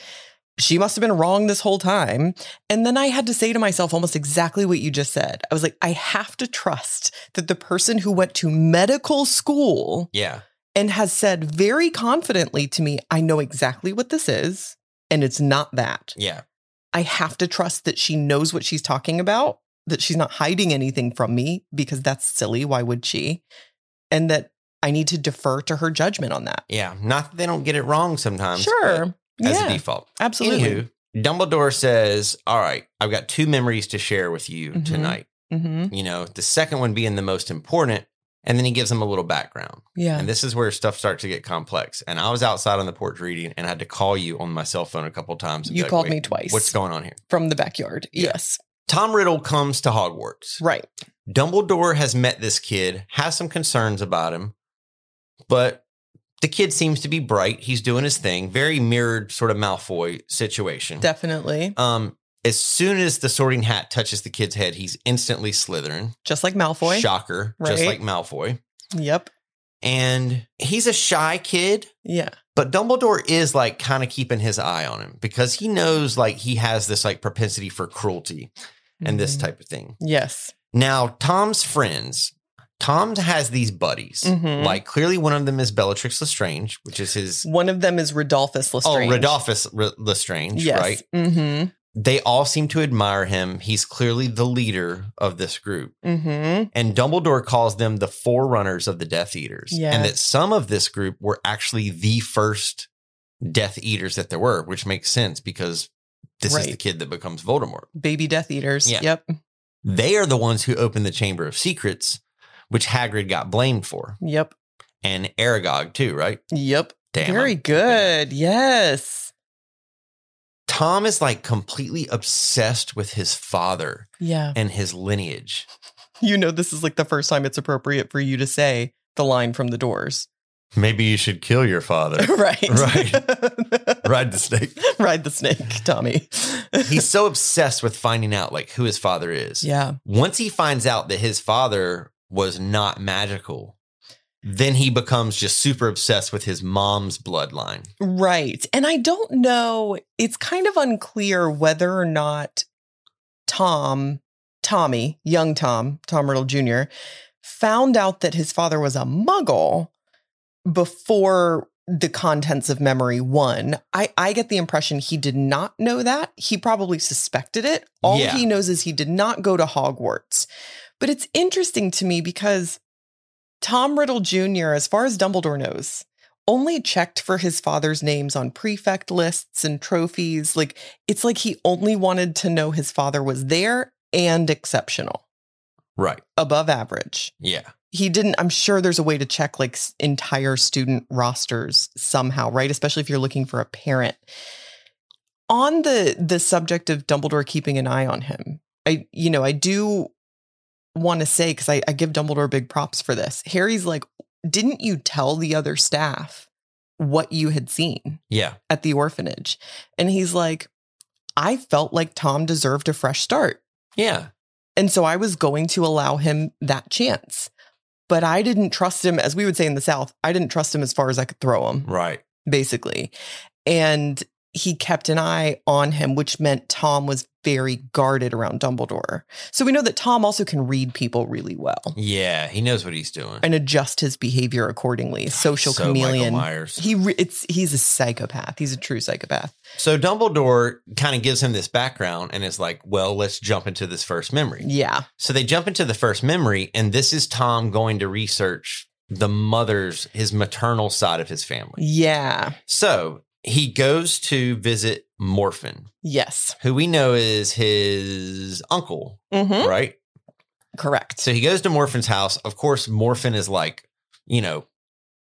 [SPEAKER 1] She must have been wrong this whole time. And then I had to say to myself almost exactly what you just said. I was like, I have to trust that the person who went to medical school
[SPEAKER 2] Yeah.
[SPEAKER 1] and has said very confidently to me, I know exactly what this is, and it's not that.
[SPEAKER 2] Yeah.
[SPEAKER 1] I have to trust that she knows what she's talking about, that she's not hiding anything from me because that's silly. Why would she? And that I need to defer to her judgment on that.
[SPEAKER 2] Yeah. Not that they don't get it wrong sometimes. but
[SPEAKER 1] Sure.
[SPEAKER 2] As
[SPEAKER 1] Yeah.
[SPEAKER 2] a default.
[SPEAKER 1] absolutely.
[SPEAKER 2] Anywho, Dumbledore says, All right, I've got two memories to share with you
[SPEAKER 1] Mhm.
[SPEAKER 2] tonight.
[SPEAKER 1] hmm
[SPEAKER 2] You know, the second one being the most important. And then he gives him a little background.
[SPEAKER 1] Yeah.
[SPEAKER 2] And this is where stuff starts to get complex. And I was outside on the porch reading and had to call you on my cell phone a couple times. and be
[SPEAKER 1] you
[SPEAKER 2] like,
[SPEAKER 1] called
[SPEAKER 2] "Wait,
[SPEAKER 1] me twice
[SPEAKER 2] What's going on here?
[SPEAKER 1] from the backyard.
[SPEAKER 2] Yeah. Mm-hmm.
[SPEAKER 1] Yes.
[SPEAKER 2] Tom Riddle comes to Hogwarts.
[SPEAKER 1] Right.
[SPEAKER 2] Dumbledore has met this kid, has some concerns about him, but the kid seems to be bright. He's doing his thing. Very mirrored sort of Malfoy situation.
[SPEAKER 1] Definitely.
[SPEAKER 2] Um, as soon as the Sorting Hat touches the kid's head, he's instantly Slytherin.
[SPEAKER 1] Just like Malfoy.
[SPEAKER 2] Shocker, just
[SPEAKER 1] Right.
[SPEAKER 2] like Malfoy.
[SPEAKER 1] Yep.
[SPEAKER 2] And he's a shy kid,
[SPEAKER 1] Yeah.
[SPEAKER 2] but Dumbledore is like kind of keeping his eye on him because he knows like he has this like propensity for cruelty and this
[SPEAKER 1] Mhm.
[SPEAKER 2] type of thing.
[SPEAKER 1] Yes.
[SPEAKER 2] Now, Tom's friends, Tom has these buddies.
[SPEAKER 1] Mhm.
[SPEAKER 2] Like, clearly, one of them is Bellatrix Lestrange, which is his.
[SPEAKER 1] One of them is Rodolphus Lestrange.
[SPEAKER 2] Oh, Rodolphus R- Lestrange,
[SPEAKER 1] Yes.
[SPEAKER 2] right?
[SPEAKER 1] Mm-hmm.
[SPEAKER 2] They all seem to admire him. He's clearly the leader of this group.
[SPEAKER 1] Mm-hmm.
[SPEAKER 2] And Dumbledore calls them the forerunners of the Death Eaters.
[SPEAKER 1] Yeah.
[SPEAKER 2] And that some of this group were actually the first Death Eaters that there were, which makes sense because this is
[SPEAKER 1] Right.
[SPEAKER 2] the kid that becomes Voldemort.
[SPEAKER 1] Baby Death Eaters.
[SPEAKER 2] Yeah.
[SPEAKER 1] Yep.
[SPEAKER 2] They are the ones who opened the Chamber of Secrets, which Hagrid got blamed for.
[SPEAKER 1] Yep.
[SPEAKER 2] and Aragog too, right?
[SPEAKER 1] Yep.
[SPEAKER 2] Damn.
[SPEAKER 1] Very
[SPEAKER 2] I'm-
[SPEAKER 1] good. Yes.
[SPEAKER 2] Tom is like completely obsessed with his father
[SPEAKER 1] Yeah.
[SPEAKER 2] and his lineage.
[SPEAKER 1] You know, this is like the first time it's appropriate for you to say the line from the doors.
[SPEAKER 2] Maybe you should kill your father.
[SPEAKER 1] right.
[SPEAKER 2] Right. Ride the snake.
[SPEAKER 1] Ride the snake, Tommy.
[SPEAKER 2] He's so obsessed with finding out like who his father is.
[SPEAKER 1] yeah.
[SPEAKER 2] Once he finds out that his father was not magical, then he becomes just super obsessed with his mom's bloodline.
[SPEAKER 1] Right. And I don't know, it's kind of unclear whether or not Tom, Tommy, young Tom, Tom Riddle Jr., found out that his father was a muggle before the contents of memory one. I, I get the impression he did not know that. He probably suspected it. All
[SPEAKER 2] Yeah.
[SPEAKER 1] he knows is he did not go to Hogwarts. But it's interesting to me because Tom Riddle Jr., as far as Dumbledore knows, only checked for his father's names on prefect lists and trophies. Like, it's like he only wanted to know his father was there and exceptional,
[SPEAKER 2] Right.
[SPEAKER 1] above average.
[SPEAKER 2] Yeah.
[SPEAKER 1] He didn't, I'm sure there's a way to check like s- entire student rosters somehow, right? Especially if you're looking for a parent. On the the subject of Dumbledore keeping an eye on him, I you know, I do want to say because I, I give Dumbledore big props for this. Harry's like, didn't you tell the other staff what you had seen
[SPEAKER 2] Yeah.
[SPEAKER 1] at the orphanage? And he's like, I felt like Tom deserved a fresh start.
[SPEAKER 2] Yeah.
[SPEAKER 1] And so I was going to allow him that chance. But I didn't trust him, as we would say in the South, I didn't trust him as far as I could throw him
[SPEAKER 2] Right.
[SPEAKER 1] basically. And he kept an eye on him, which meant Tom was very guarded around Dumbledore. So we know that Tom also can read people really well
[SPEAKER 2] Yeah. He knows what he's doing.
[SPEAKER 1] and adjust his behavior accordingly. Social
[SPEAKER 2] So Michael
[SPEAKER 1] chameleon.
[SPEAKER 2] Myers.
[SPEAKER 1] He re- it's he's a psychopath. He's a true psychopath.
[SPEAKER 2] so Dumbledore kind of gives him this background and is like, well, let's jump into this first memory.
[SPEAKER 1] Yeah.
[SPEAKER 2] So they jump into the first memory, and this is Tom going to research the mother's, his maternal side of his family.
[SPEAKER 1] Yeah.
[SPEAKER 2] So he goes to visit Morphin,
[SPEAKER 1] Yes.
[SPEAKER 2] who we know is his uncle,
[SPEAKER 1] Mhm.
[SPEAKER 2] right?
[SPEAKER 1] Correct.
[SPEAKER 2] So he goes to Morphin's house. Of course, Morphin is like, you know,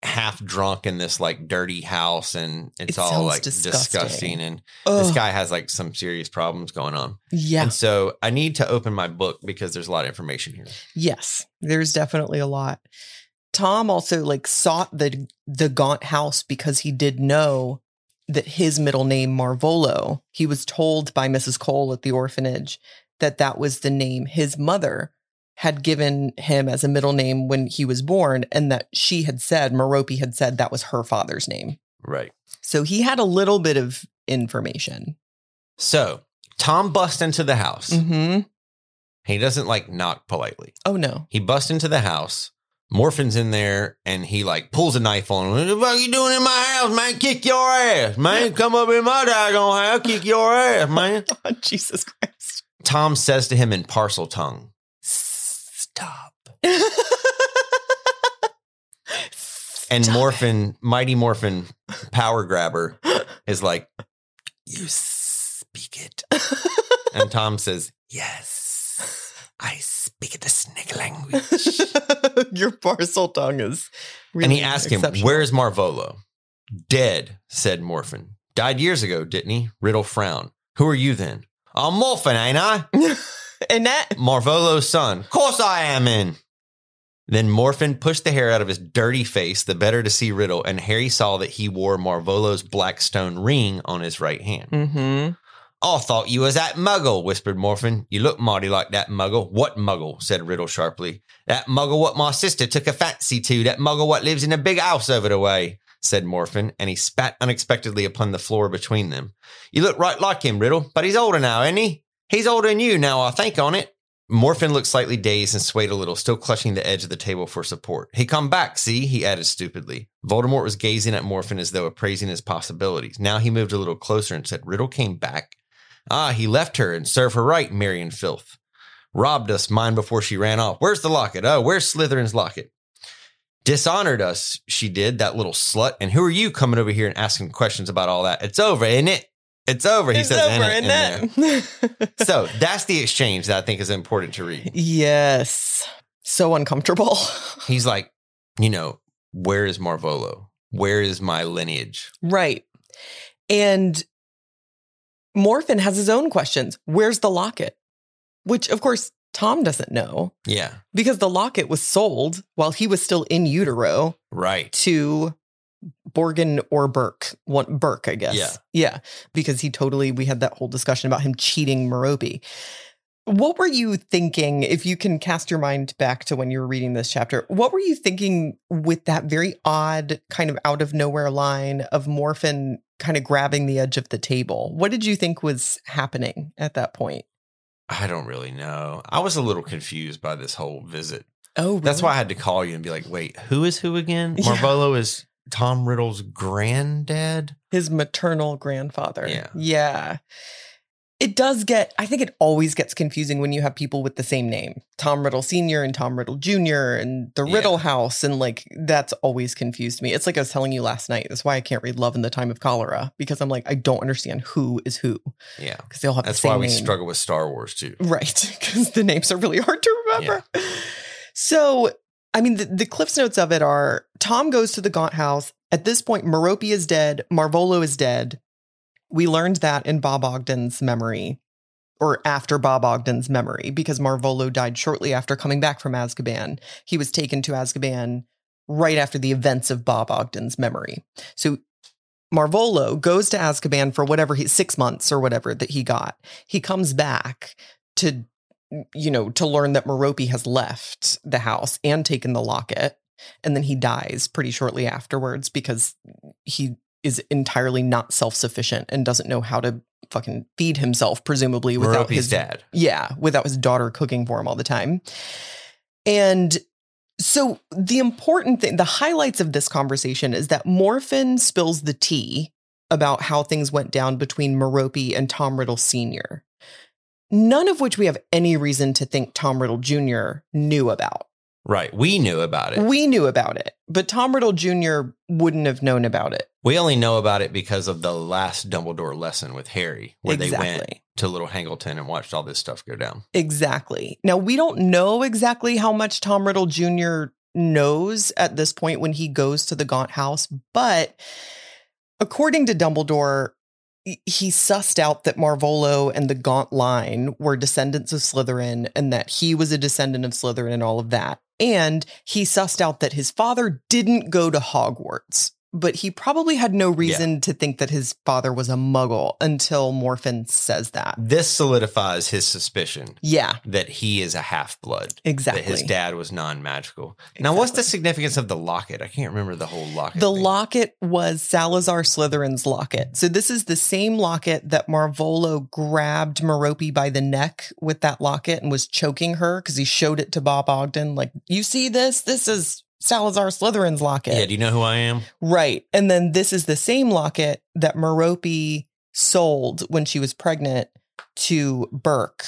[SPEAKER 2] half drunk in this like dirty house, and
[SPEAKER 1] It
[SPEAKER 2] it's all
[SPEAKER 1] sounds
[SPEAKER 2] like
[SPEAKER 1] disgusting.
[SPEAKER 2] disgusting. And this
[SPEAKER 1] Ugh.
[SPEAKER 2] guy has like some serious problems going on.
[SPEAKER 1] yeah.
[SPEAKER 2] And so I need to open my book because there's a lot of information here.
[SPEAKER 1] Yes, there's definitely a lot. Tom also like sought the the Gaunt house because he did know that his middle name Marvolo. He was told by Mrs. Cole at the orphanage that that was the name his mother had given him as a middle name when he was born, and that she had said Merope had said that was her father's name.
[SPEAKER 2] Right.
[SPEAKER 1] So he had a little bit of information.
[SPEAKER 2] So Tom busts into the house.
[SPEAKER 1] Mm-hmm.
[SPEAKER 2] He doesn't like knock politely.
[SPEAKER 1] Oh no.
[SPEAKER 2] He busts into the house. Morphin's in there and he like pulls a knife on him. What the fuck you doing in my house, man? Kick your ass, man. Come up in my doggone house. Kick your ass, man.
[SPEAKER 1] Jesus Christ.
[SPEAKER 2] Tom says to him in parcel tongue, Stop. And Morphin, Mighty Morphin, power grabber, is like, You speak it. and Tom says, Yes, I speak the snake language.
[SPEAKER 1] Your parcel tongue is really
[SPEAKER 2] and he asked him,
[SPEAKER 1] exceptional.
[SPEAKER 2] Where's Marvolo? Dead, said Morphin. Died years ago, didn't he? Riddle frowned. Who are you then? I'm Morphin, ain't I?
[SPEAKER 1] Annette.
[SPEAKER 2] Marvolo's son. Course I am in. Then Morphin pushed the hair out of his dirty face, the better to see Riddle, and Harry saw that he wore Marvolo's black stone ring on his right hand.
[SPEAKER 1] Mm-hmm.
[SPEAKER 2] I thought you was that muggle, whispered Morphin. You look mighty like that muggle. What muggle? said Riddle sharply. That muggle what my sister took a fancy to, that muggle what lives in a big house over the way, said Morphin, and he spat unexpectedly upon the floor between them. You look right like him, Riddle, but he's older now, ain't he? He's older than you now, I think, on it. Morphin looked slightly dazed and swayed a little, still clutching the edge of the table for support. He come back, see? He added stupidly. Voldemort was gazing at Morphin as though appraising his possibilities. Now he moved a little closer and said, Riddle came back Ah, he left her and serve her right, Marion Filth. Robbed us mine before she ran off. Where's the locket? Oh, where's Slytherin's locket? Dishonored us, she did, that little slut. And who are you coming over here and asking questions about all that? It's over, ain't it? It's over, he
[SPEAKER 1] It's
[SPEAKER 2] says. "Ain't
[SPEAKER 1] over,
[SPEAKER 2] it?" in there.
[SPEAKER 1] Annette.
[SPEAKER 2] So that's the exchange that I think is important to read.
[SPEAKER 1] yes. So uncomfortable.
[SPEAKER 2] He's like, you know, where is Marvolo? Where is my lineage?
[SPEAKER 1] right. And Morphin has his own questions. Where's the locket? Which, of course, Tom doesn't know
[SPEAKER 2] Yeah,
[SPEAKER 1] because the locket was sold while he was still in utero
[SPEAKER 2] right.
[SPEAKER 1] to Borgen or Burke. One Burke, I guess.
[SPEAKER 2] Yeah.
[SPEAKER 1] Yeah. Because he totally we had that whole discussion about him cheating Merope. What were you thinking if you can cast your mind back to when you were reading this chapter? What were you thinking with that very odd kind of out of nowhere line of Morphin kind of grabbing the edge of the table? What did you think was happening at that point?
[SPEAKER 2] I don't really know. I was a little confused by this whole visit.
[SPEAKER 1] Oh,
[SPEAKER 2] That's why I had to call you and be like, wait, who is who again?
[SPEAKER 1] Yeah.
[SPEAKER 2] Marvolo is Tom Riddle's granddad?
[SPEAKER 1] his maternal grandfather.
[SPEAKER 2] Yeah.
[SPEAKER 1] Yeah. It does get, I think it always gets confusing when you have people with the same name Tom Riddle Sr. and Tom Riddle Jr. and the
[SPEAKER 2] Yeah.
[SPEAKER 1] Riddle House. And like, that's always confused me. It's like I was telling you last night. That's why I can't read Love in the Time of Cholera because I'm like, I don't understand who is who
[SPEAKER 2] Yeah.
[SPEAKER 1] because they all have
[SPEAKER 2] That's
[SPEAKER 1] the Uh, same
[SPEAKER 2] why we
[SPEAKER 1] name.
[SPEAKER 2] struggle with Star Wars too.
[SPEAKER 1] Right, because the names are really hard to remember. So, I mean, the, the Cliffs notes of it are Tom goes to the Gaunt house. At this point, Merope is dead. Marvolo is dead. We learned that in Bob Ogden's memory, or after Bob Ogden's memory, because Marvolo died shortly after coming back from Azkaban. He was taken to Azkaban right after the events of Bob Ogden's memory. So, Marvolo goes to Azkaban for whatever he six months or whatever that he got. He comes back to you know to learn that Merope has left the house and taken the locket and then he dies pretty shortly afterwards because he is entirely not self-sufficient and doesn't know how to fucking feed himself presumably without
[SPEAKER 2] Merope's
[SPEAKER 1] his
[SPEAKER 2] dad.
[SPEAKER 1] yeah, without his daughter cooking for him all the time. And so the important thing, the highlights of this conversation is that Morphin spills the tea about how things went down between Merope and Tom Riddle Sr. None of which we have any reason to think Tom Riddle Jr. knew about.
[SPEAKER 2] Right. We knew about it.
[SPEAKER 1] We knew about it, but Tom Riddle Jr. wouldn't have known about it.
[SPEAKER 2] We only know about it because of the last Dumbledore lesson with Harry, where
[SPEAKER 1] exactly.
[SPEAKER 2] they went to Little Hangleton and watched all this stuff go down.
[SPEAKER 1] Exactly. Now, we don't know exactly how much Tom Riddle Jr. knows at this point when he goes to the Gaunt house, but according to Dumbledore, he- he sussed out that Marvolo and the Gaunt line were descendants of Slytherin and that he was a descendant of Slytherin and all of that. And he sussed out that his father didn't go to Hogwarts, but he probably had no reason to think that his father was a muggle until Morphin says that.
[SPEAKER 2] This solidifies his suspicion
[SPEAKER 1] Yeah,
[SPEAKER 2] that he is a half blood.
[SPEAKER 1] exactly.
[SPEAKER 2] That his dad was non magical. Now, what's the significance of the locket? I can't remember the whole locket.
[SPEAKER 1] The
[SPEAKER 2] thing.
[SPEAKER 1] locket was Salazar Slytherin's locket. So this is the same locket that Marvolo grabbed Merope by the neck with that locket and was choking her because he showed it to Bob Ogden. Like, you see this? This is Salazar Slytherin's locket.
[SPEAKER 2] Yeah, do you know who I am?
[SPEAKER 1] Right. And then this is the same locket that Merope sold when she was pregnant to Burke.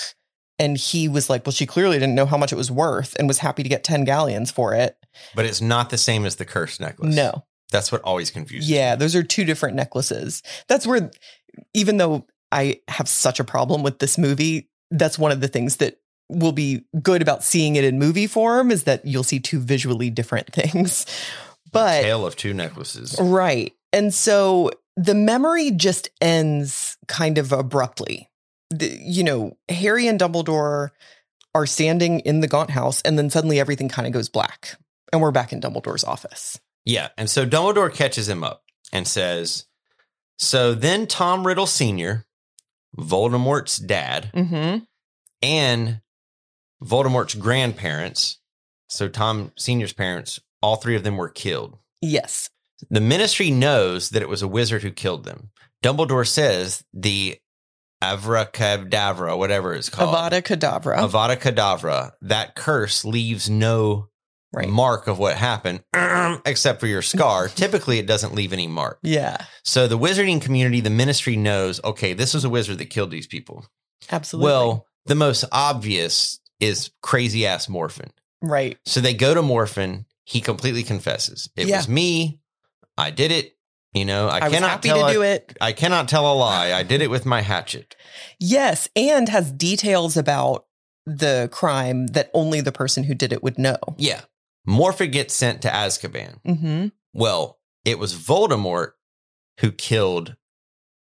[SPEAKER 1] And he was like, well, she clearly didn't know how much it was worth and was happy to get 10 galleons for it.
[SPEAKER 2] But it's not the same as the cursed necklace.
[SPEAKER 1] No.
[SPEAKER 2] That's what always confuses
[SPEAKER 1] Yeah,
[SPEAKER 2] me.
[SPEAKER 1] those are two different necklaces. That's where, even though I have such a problem with this movie, that's one of the things that will be good about seeing it in movie form is that you'll see two visually different things. But
[SPEAKER 2] Tale of two necklaces.
[SPEAKER 1] Right. And so the memory just ends kind of abruptly. The- you know, Harry and Dumbledore are standing in the Gaunt house, and then suddenly everything kind of goes black. And we're back in Dumbledore's office.
[SPEAKER 2] Yeah. And so Dumbledore catches him up and says, So then Tom Riddle Sr., Voldemort's dad,
[SPEAKER 1] Mm-hmm.
[SPEAKER 2] and Voldemort's grandparents, so Tom Sr.'s parents, all three of them were killed.
[SPEAKER 1] Yes.
[SPEAKER 2] The ministry knows that it was a wizard who killed them. Dumbledore says the Avracadabra, whatever it's called,
[SPEAKER 1] Avada oh. Kedavra.
[SPEAKER 2] Avada Kedavra, that curse leaves no
[SPEAKER 1] right.
[SPEAKER 2] mark of what happened, except for your scar. Typically, it doesn't leave any mark.
[SPEAKER 1] yeah.
[SPEAKER 2] So the wizarding community, the ministry knows, okay, this was a wizard that killed these people.
[SPEAKER 1] Absolutely.
[SPEAKER 2] Well, the most obvious is crazy ass Morphin.
[SPEAKER 1] right.
[SPEAKER 2] So they go to Morphin. He completely confesses. It
[SPEAKER 1] Yeah.
[SPEAKER 2] was me. I did it. You know, I,
[SPEAKER 1] I, was
[SPEAKER 2] cannot
[SPEAKER 1] happy
[SPEAKER 2] tell
[SPEAKER 1] to
[SPEAKER 2] a-
[SPEAKER 1] do it.
[SPEAKER 2] I cannot tell a lie. I did it with my hatchet.
[SPEAKER 1] Yes. And has details about the crime that only the person who did it would know.
[SPEAKER 2] Yeah. Morphin gets sent to Azkaban.
[SPEAKER 1] Mm-hmm.
[SPEAKER 2] Well, it was Voldemort who killed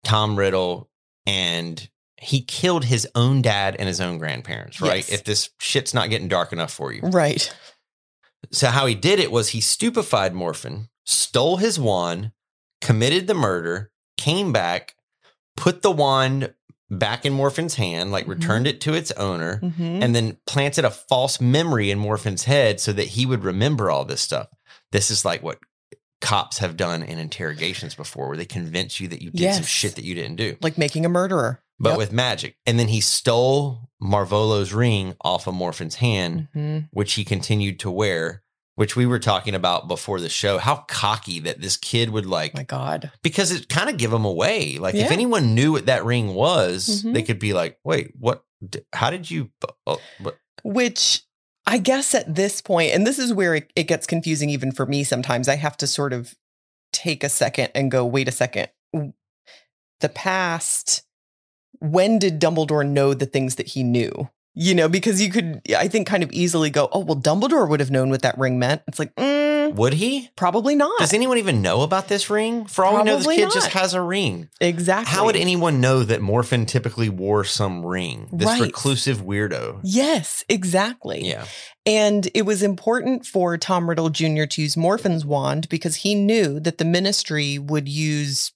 [SPEAKER 2] Tom Riddle and he killed his own dad and his own grandparents, right?
[SPEAKER 1] Yes.
[SPEAKER 2] If this shit's not getting dark enough for you.
[SPEAKER 1] Right.
[SPEAKER 2] So, how he did it was he stupefied Morphin, stole his wand, committed the murder, came back, put the wand back in Morphin's hand, like
[SPEAKER 1] Mhm.
[SPEAKER 2] returned it to its owner,
[SPEAKER 1] Mm-hmm.
[SPEAKER 2] and then planted a false memory in Morphin's head so that he would remember all this stuff. This is like what cops have done in interrogations before, where they convince you that you did some
[SPEAKER 1] Yes.
[SPEAKER 2] shit that you didn't do,
[SPEAKER 1] like making a murderer.
[SPEAKER 2] but
[SPEAKER 1] Yep.
[SPEAKER 2] with magic. And then he stole Marvolo's ring off of Morphin's hand,
[SPEAKER 1] Mhm.
[SPEAKER 2] which he continued to wear. which we were talking about before the show, how cocky that this kid would like
[SPEAKER 1] my God.
[SPEAKER 2] because it kind of give them away. Like
[SPEAKER 1] Yeah.
[SPEAKER 2] if anyone knew what that ring was,
[SPEAKER 1] Mhm.
[SPEAKER 2] they could be like, "Wait, what? d- How did you?" Oh, but
[SPEAKER 1] Which I guess at this point, and this is where it, it gets confusing even for me sometimes, I have to sort of take a second and go, wait a second. The past, when did Dumbledore know the things that he knew? You know, because you could, I think, kind of easily go, oh, well, Dumbledore would have known what that ring meant. It's like, mm,
[SPEAKER 2] would he?
[SPEAKER 1] probably not.
[SPEAKER 2] Does anyone even know about this ring? For all we know, this
[SPEAKER 1] Probably
[SPEAKER 2] kid
[SPEAKER 1] not.
[SPEAKER 2] just has a ring.
[SPEAKER 1] exactly.
[SPEAKER 2] How would anyone know that Morphin typically wore some ring? This
[SPEAKER 1] Right.
[SPEAKER 2] reclusive weirdo.
[SPEAKER 1] Yes, exactly.
[SPEAKER 2] Yeah.
[SPEAKER 1] And it was important for Tom Riddle Jr. to use Morphin's wand because he knew that the ministry would use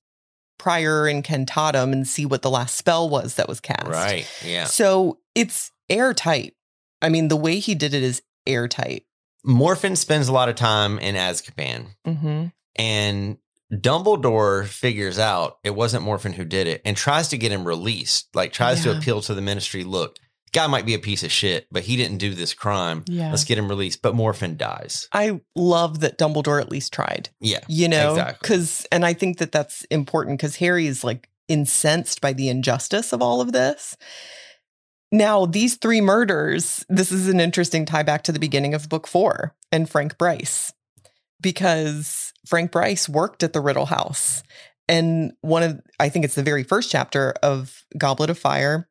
[SPEAKER 1] prior incantatum and see what the last spell was that was cast.
[SPEAKER 2] Right. Yeah.
[SPEAKER 1] So it's airtight. I mean, the way he did it is airtight.
[SPEAKER 2] Morphin spends a lot of time in Azkaban,
[SPEAKER 1] Mm-hmm.
[SPEAKER 2] and Dumbledore figures out it wasn't Morphin who did it and tries to get him released, like tries
[SPEAKER 1] Yeah.
[SPEAKER 2] to appeal to the ministry. Look, guy might be a piece of shit, but he didn't do this crime.
[SPEAKER 1] Yeah.
[SPEAKER 2] Let's get him released. But Morphin dies.
[SPEAKER 1] I love that Dumbledore at least tried,
[SPEAKER 2] Yeah.
[SPEAKER 1] you know?
[SPEAKER 2] Exactly.
[SPEAKER 1] Because, and I think that that's important because Harry is like incensed by the injustice of all of this. Now, these three murders, this is an interesting tie back to the beginning of book four and Frank Bryce, because Frank Bryce worked at the Riddle House. And one of, I think it's the very first chapter of Goblet of Fire,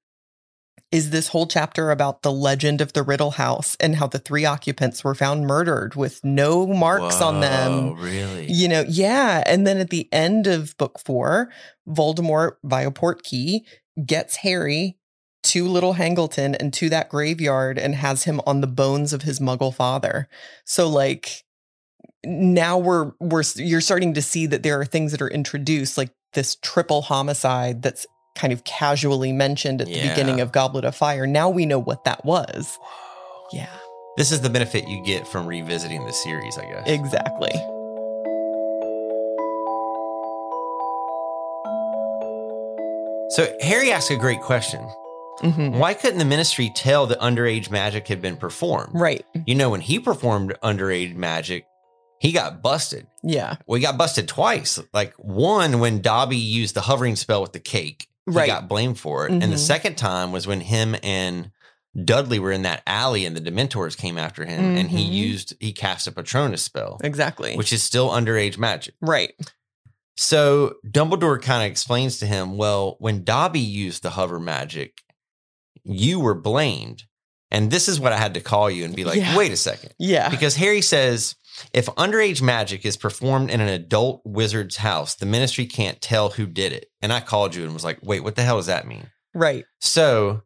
[SPEAKER 1] is this whole chapter about the legend of the Riddle House and how the three occupants were found murdered with no marks on them.
[SPEAKER 2] Whoa, Really?
[SPEAKER 1] You know, yeah. And then at the end of book four, Voldemort via Portkey gets Harry to Little Hangleton and to that graveyard and has him on the bones of his Muggle father. So like now we're we're you're starting to see that there are things that are introduced like this triple homicide that's kind of casually mentioned at the
[SPEAKER 2] Yeah.
[SPEAKER 1] beginning of Goblet of Fire. Now we know what that was. Yeah,
[SPEAKER 2] This is the benefit you get from revisiting the series, I guess.
[SPEAKER 1] exactly.
[SPEAKER 2] So Harry asks a great question.
[SPEAKER 1] Mhm.
[SPEAKER 2] Why couldn't the ministry tell that underage magic had been performed?
[SPEAKER 1] Right.
[SPEAKER 2] You know, when he performed underage magic, he got busted.
[SPEAKER 1] Yeah.
[SPEAKER 2] We got busted twice. Like one when Dobby used the hovering spell with the cake. He
[SPEAKER 1] Right.
[SPEAKER 2] got blamed for it. And the
[SPEAKER 1] Mhm.
[SPEAKER 2] second time was when him and Dudley were in that alley and the Dementors came after him and he
[SPEAKER 1] Mhm.
[SPEAKER 2] used he cast a Patronus spell,
[SPEAKER 1] Exactly.
[SPEAKER 2] which is still underage magic.
[SPEAKER 1] right.
[SPEAKER 2] So Dumbledore kind of explains to him, well, when Dobby used the hover magic, you were blamed. And this is what I had to call you and be like,
[SPEAKER 1] Yeah.
[SPEAKER 2] wait a second.
[SPEAKER 1] Yeah.
[SPEAKER 2] Because Harry says, if underage magic is performed in an adult wizard's house, the ministry can't tell who did it. And I called you and was like, wait, what the hell does that mean?
[SPEAKER 1] Right.
[SPEAKER 2] So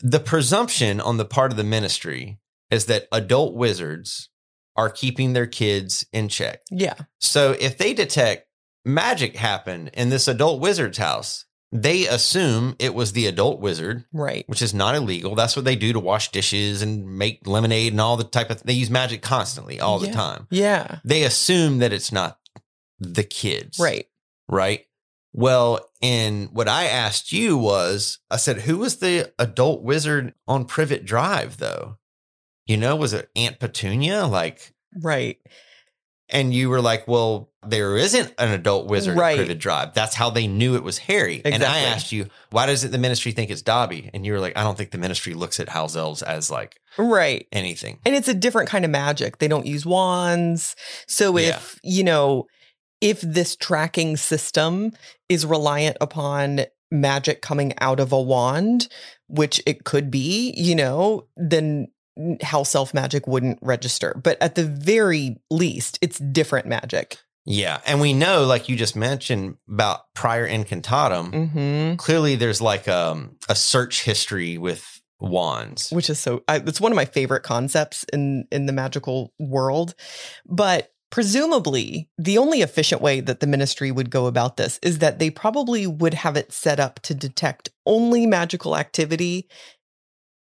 [SPEAKER 2] the presumption on the part of the ministry is that adult wizards are keeping their kids in check.
[SPEAKER 1] Yeah.
[SPEAKER 2] So if they detect magic happened in this adult wizard's house, they assume it was the adult wizard,
[SPEAKER 1] Right.
[SPEAKER 2] which is not illegal. That's what they do to wash dishes and make lemonade and all the type of they use magic constantly all
[SPEAKER 1] Yeah.
[SPEAKER 2] the time.
[SPEAKER 1] Yeah.
[SPEAKER 2] They assume that it's not the kids.
[SPEAKER 1] Right.
[SPEAKER 2] Right? Well, and what I asked you was I said, who was the adult wizard on Privet Drive though? You know, was it Aunt Petunia? Like
[SPEAKER 1] Right.
[SPEAKER 2] and you were like, "Well, there isn't an adult wizard
[SPEAKER 1] Right.
[SPEAKER 2] at Privet Drive. That's how they knew it was Harry." And I
[SPEAKER 1] Exactly.
[SPEAKER 2] asked you, "Why doesn't the Ministry think it's Dobby?" And you were like, "I don't think the Ministry looks at house elves as like
[SPEAKER 1] Right.
[SPEAKER 2] anything."
[SPEAKER 1] And it's a different kind of magic. They don't use wands. So
[SPEAKER 2] Yeah.
[SPEAKER 1] if, you know, if this tracking system is reliant upon magic coming out of a wand, which it could be, you know, then how self magic wouldn't register. But at the very least, it's different magic.
[SPEAKER 2] Yeah, and we know, like you just mentioned about prior incantatum.
[SPEAKER 1] hmm
[SPEAKER 2] Clearly, there's like um, a search history with wands.
[SPEAKER 1] which is so I, it's one of my favorite concepts in in the magical world but presumably the only efficient way that the ministry would go about this is that they probably would have it set up to detect only magical activity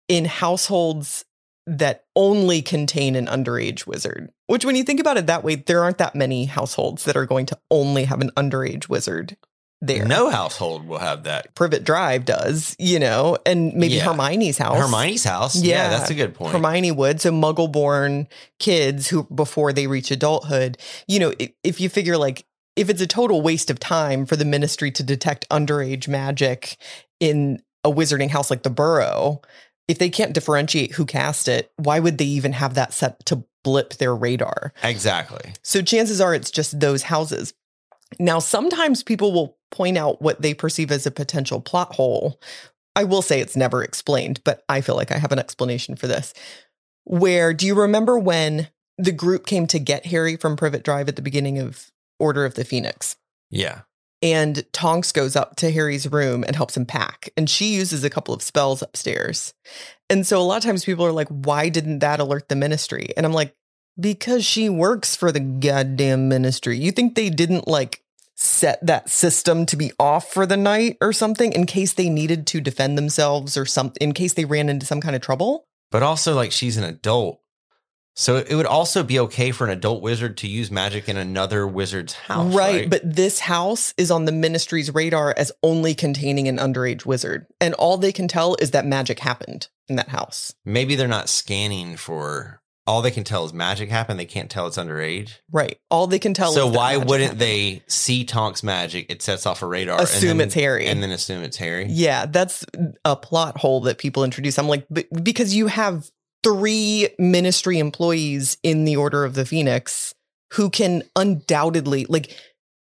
[SPEAKER 1] in households that only contain an underage wizard which when you think about it that way there aren't that many households that are going to only have an underage wizard there.
[SPEAKER 2] No household will have that.
[SPEAKER 1] Privet Drive does, you know, and maybe
[SPEAKER 2] Yeah.
[SPEAKER 1] Hermione's house.
[SPEAKER 2] Hermione's house.
[SPEAKER 1] Yeah.
[SPEAKER 2] Yeah, that's a good point.
[SPEAKER 1] Hermione would. So muggle born kids who, before they reach adulthood, you know, i- if you figure like, if it's a total waste of time for the ministry to detect underage magic in a wizarding house like the Burrow, if they can't differentiate who cast it, why would they even have that set to blip their radar?
[SPEAKER 2] exactly.
[SPEAKER 1] So chances are it's just those houses. Now, sometimes people will point out what they perceive as a potential plot hole. I will say it's never explained, but I feel like I have an explanation for this. Where do you remember when the group came to get Harry from Privet Drive at the beginning of Order of the Phoenix?
[SPEAKER 2] Yeah.
[SPEAKER 1] And Tonks goes up to Harry's room and helps him pack. And she uses a couple of spells upstairs. And so a lot of times people are like, why didn't that alert the ministry? And I'm like, because she works for the goddamn ministry. You think they didn't like set that system to be off for the night or something in case they needed to defend themselves or something, in case they ran into some kind of trouble?
[SPEAKER 2] But also, like, she's an adult. So it would also be okay for an adult wizard to use magic in another wizard's house. Right.
[SPEAKER 1] But this house is on the ministry's radar as only containing an underage wizard. And all they can tell is that magic happened in that house.
[SPEAKER 2] maybe they're not scanning for all they can tell is magic happened. They can't tell it's underage.
[SPEAKER 1] Right. All they can tell
[SPEAKER 2] so
[SPEAKER 1] is that
[SPEAKER 2] why
[SPEAKER 1] magic
[SPEAKER 2] wouldn't
[SPEAKER 1] happened.
[SPEAKER 2] they see Tonk's magic? It sets off a radar.
[SPEAKER 1] assume
[SPEAKER 2] and then,
[SPEAKER 1] it's Harry?
[SPEAKER 2] And then assume it's Harry.
[SPEAKER 1] Yeah, that's a plot hole that people introduce. I'm like, but because you have three ministry employees in the Order of the Phoenix who can undoubtedly, like,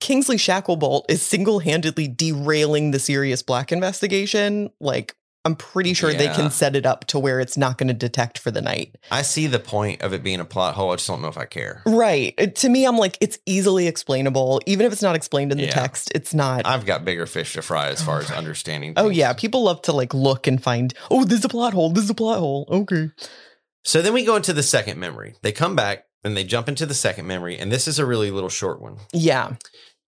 [SPEAKER 1] Kingsley Shacklebolt is single handedly derailing the serious black investigation. Like, I'm pretty sure they
[SPEAKER 2] Yeah.
[SPEAKER 1] can set it up to where it's not going to detect for the night.
[SPEAKER 2] I see the point of it being a plot hole. I just don't know if I care.
[SPEAKER 1] Right. Uh, To me, I'm like, it's easily explainable. Even if it's not explained in the
[SPEAKER 2] Yeah.
[SPEAKER 1] text, it's not.
[SPEAKER 2] I've got bigger fish to fry as far as understanding.
[SPEAKER 1] Oh
[SPEAKER 2] things.
[SPEAKER 1] yeah, people love to like look and find. Oh, this is a plot hole. This is a plot hole. Okay.
[SPEAKER 2] So then we go into the second memory. They come back and they jump into the second memory, and this is a really little short one.
[SPEAKER 1] Yeah.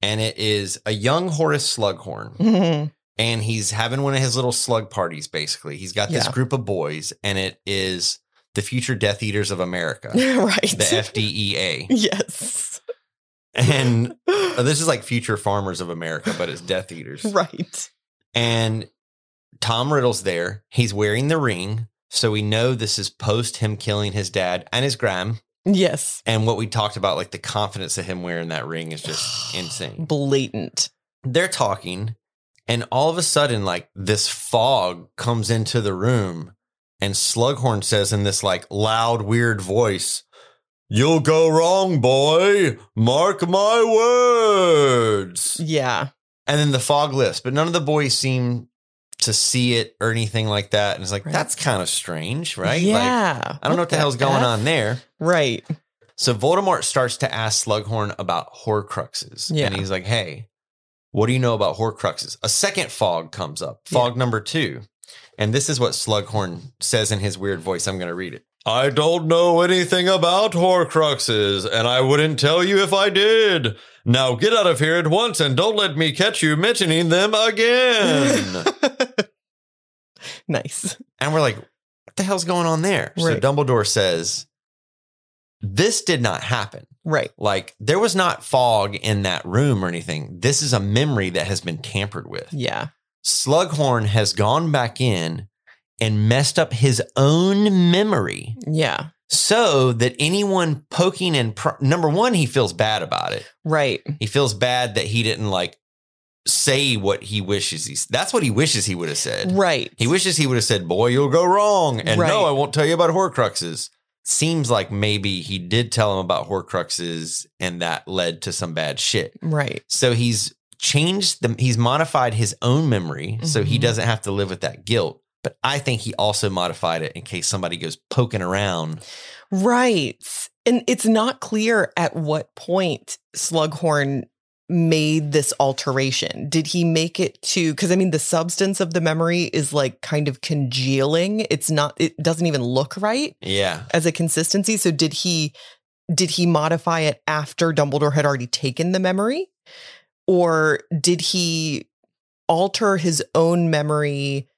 [SPEAKER 2] And it is a young Horace Slughorn,
[SPEAKER 1] Mhm.
[SPEAKER 2] and he's having one of his little slug parties. Basically, he's got this
[SPEAKER 1] Yeah.
[SPEAKER 2] group of boys, and it is the future Death Eaters of America, the
[SPEAKER 1] right.
[SPEAKER 2] FDEA,
[SPEAKER 1] yes.
[SPEAKER 2] and uh, this is like future Farmers of America, but it's Death Eaters.
[SPEAKER 1] right.
[SPEAKER 2] And Tom Riddle's there. He's wearing the ring, so we know this is post him killing his dad and his gram.
[SPEAKER 1] Yes.
[SPEAKER 2] and what we talked about, like the confidence of him wearing that ring is just insane.
[SPEAKER 1] Blatant.
[SPEAKER 2] They're talking, and all of a sudden, like this fog comes into the room, and Slughorn says in this like loud, weird voice, You'll go wrong, boy. Mark my words.
[SPEAKER 1] Yeah.
[SPEAKER 2] And then the fog lifts, but none of the boys seem to see it or anything like that. And it's like,
[SPEAKER 1] Right.
[SPEAKER 2] that's kind of strange, right? Like,
[SPEAKER 1] Yeah.
[SPEAKER 2] I don't know what the hell's going
[SPEAKER 1] F?
[SPEAKER 2] on there.
[SPEAKER 1] Right.
[SPEAKER 2] So Voldemort starts to ask Slughorn about Horcruxes.
[SPEAKER 1] Yeah.
[SPEAKER 2] And he's like, hey, what do you know about Horcruxes? A second fog comes up,
[SPEAKER 1] Yeah.
[SPEAKER 2] fog number two. And this is what Slughorn says in his weird voice. I'm going to read it. I don't know anything about Horcruxes, and I wouldn't tell you if I did. Now get out of here at once and don't let me catch you mentioning them again.
[SPEAKER 1] nice.
[SPEAKER 2] And we're like, what the hell's going on there? So
[SPEAKER 1] Right.
[SPEAKER 2] Dumbledore says, this did not happen.
[SPEAKER 1] Right.
[SPEAKER 2] Like there was not fog in that room or anything. This is a memory that has been tampered with.
[SPEAKER 1] Yeah.
[SPEAKER 2] Slughorn has gone back in and messed up his own memory
[SPEAKER 1] Yeah.
[SPEAKER 2] so that anyone poking and pr- number one, he feels bad about it.
[SPEAKER 1] Right.
[SPEAKER 2] He feels bad that he didn't like say what he wishes he. That's what he wishes he would have said.
[SPEAKER 1] Right.
[SPEAKER 2] He wishes he would have said, "Boy, you'll go wrong," and
[SPEAKER 1] Right.
[SPEAKER 2] no, I won't tell you about Horcruxes. Seems like maybe he did tell him about Horcruxes, and that led to some bad shit.
[SPEAKER 1] Right.
[SPEAKER 2] So he's changed the he's modified his own memory so he
[SPEAKER 1] Mhm.
[SPEAKER 2] doesn't have to live with that guilt. But I think he also modified it in case somebody goes poking around.
[SPEAKER 1] Right. And it's not clear at what point Slughorn made this alteration. Did he make it to cuz I mean the substance of the memory is like kind of congealing. It's not it doesn't even look right
[SPEAKER 2] Yeah.
[SPEAKER 1] as a consistency. So did he did he modify it after Dumbledore had already taken the memory? Or did he alter his own memory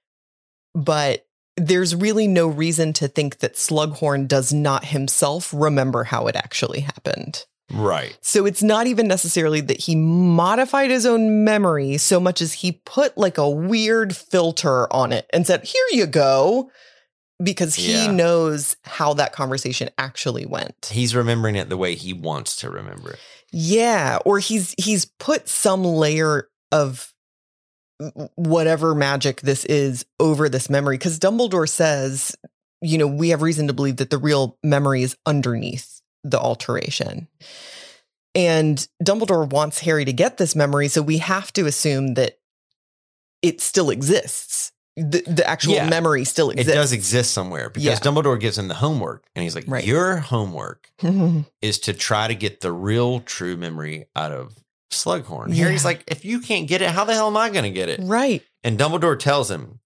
[SPEAKER 1] but there's really no reason to think that Slughorn does not himself remember how it actually happened.
[SPEAKER 2] Right.
[SPEAKER 1] So it's not even necessarily that he modified his own memory so much as he put like a weird filter on it and said, Here you go. Because he
[SPEAKER 2] Yeah.
[SPEAKER 1] knows how that conversation actually went.
[SPEAKER 2] He's remembering it the way he wants to remember it.
[SPEAKER 1] Yeah. Or he's he's put some layer of whatever magic this is over this memory. Because Dumbledore says, you know, we have reason to believe that the real memory is underneath the alteration. And Dumbledore wants Harry to get this memory, so we have to assume that it still exists. The, the actual
[SPEAKER 2] Yeah.
[SPEAKER 1] memory still
[SPEAKER 2] It
[SPEAKER 1] exists.
[SPEAKER 2] does exist somewhere because
[SPEAKER 1] Yeah.
[SPEAKER 2] Dumbledore gives him the homework and he's like,
[SPEAKER 1] Right.
[SPEAKER 2] Your homework
[SPEAKER 1] exist.
[SPEAKER 2] is to try to get the real true memory out of Slughorn.
[SPEAKER 1] Yeah.
[SPEAKER 2] Harry's like, If you can't get it, how the hell am I going to get it?
[SPEAKER 1] right.
[SPEAKER 2] And Dumbledore tells him,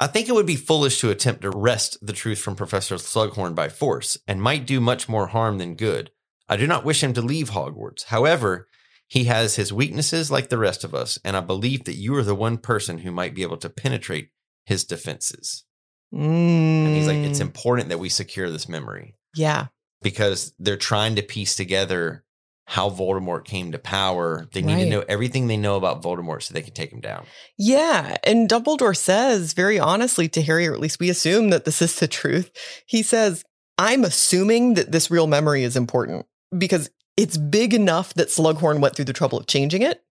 [SPEAKER 2] I think it would be foolish to attempt to wrest the truth from Professor Slughorn by force and might do much more harm than good. I do not wish him to leave Hogwarts. However, he has his weaknesses like the rest of us, and I believe that you are the one person who might be able to penetrate his defenses. And he's like, it's
[SPEAKER 1] Mm.
[SPEAKER 2] important that we secure this memory
[SPEAKER 1] yeah,
[SPEAKER 2] because they're trying to piece together how Voldemort came to power. They need
[SPEAKER 1] Right.
[SPEAKER 2] to know everything they know about Voldemort so they can take him down.
[SPEAKER 1] Yeah. And Dumbledore says very honestly to Harry, or at least we assume that this is the truth. He says, I'm assuming that this real memory is important because it's big enough that Slughorn went through the trouble of changing it.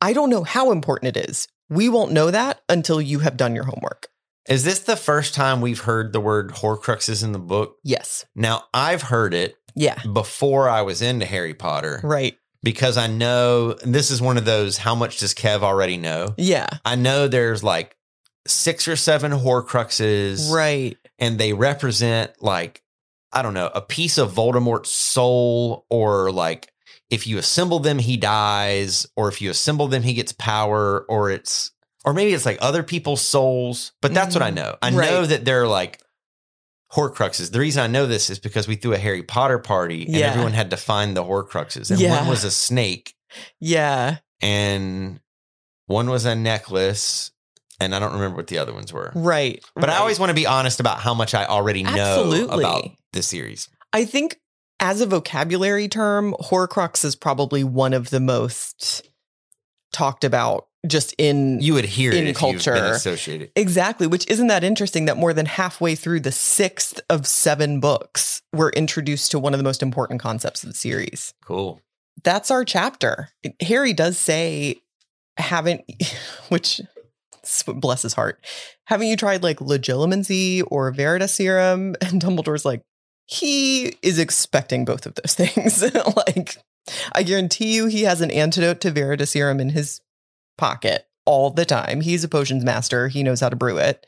[SPEAKER 1] I don't know how important it is. We won't know that until you have done your homework.
[SPEAKER 2] Is this the first time we've heard the word Horcruxes in the book?
[SPEAKER 1] Yes.
[SPEAKER 2] Now, I've heard it
[SPEAKER 1] Yeah.
[SPEAKER 2] before I was into Harry Potter
[SPEAKER 1] Right.
[SPEAKER 2] because I know and this is one of those how much does Kev already know?
[SPEAKER 1] Yeah.
[SPEAKER 2] I know there's like six or seven Horcruxes
[SPEAKER 1] Right.
[SPEAKER 2] and they represent like I don't know, a piece of Voldemort's soul or like if you assemble them he dies or if you assemble them he gets power or it's or maybe it's like other people's souls, but that's what I
[SPEAKER 1] Mhm.
[SPEAKER 2] know. I
[SPEAKER 1] Right.
[SPEAKER 2] know that they're like Horcruxes. The reason I know this is because we threw a Harry Potter party and
[SPEAKER 1] Yeah.
[SPEAKER 2] everyone had to find the Horcruxes. And
[SPEAKER 1] Yeah.
[SPEAKER 2] one was a snake
[SPEAKER 1] Yeah.
[SPEAKER 2] and one was a necklace and I don't remember what the other ones were.
[SPEAKER 1] Right.
[SPEAKER 2] But I
[SPEAKER 1] Right.
[SPEAKER 2] always want to be honest about how much I already know
[SPEAKER 1] Absolutely.
[SPEAKER 2] about the series.
[SPEAKER 1] I think as a vocabulary term, Horcrux is probably one of the most talked about just in
[SPEAKER 2] You would hear
[SPEAKER 1] In
[SPEAKER 2] it if you've
[SPEAKER 1] culture.
[SPEAKER 2] been associated.
[SPEAKER 1] exactly, which isn't that interesting that more than halfway through the sixth of seven books, we're introduced to one of the most important concepts of the series.
[SPEAKER 2] Cool.
[SPEAKER 1] That's our chapter. Harry does say, haven't, which bless his heart, haven't you tried like legilimency or Veritas serum? And Dumbledore's like, he is expecting both of those things. like, I guarantee you he has an antidote to Veridiserum in his pocket all the time. He's a potions master. He knows how to brew it.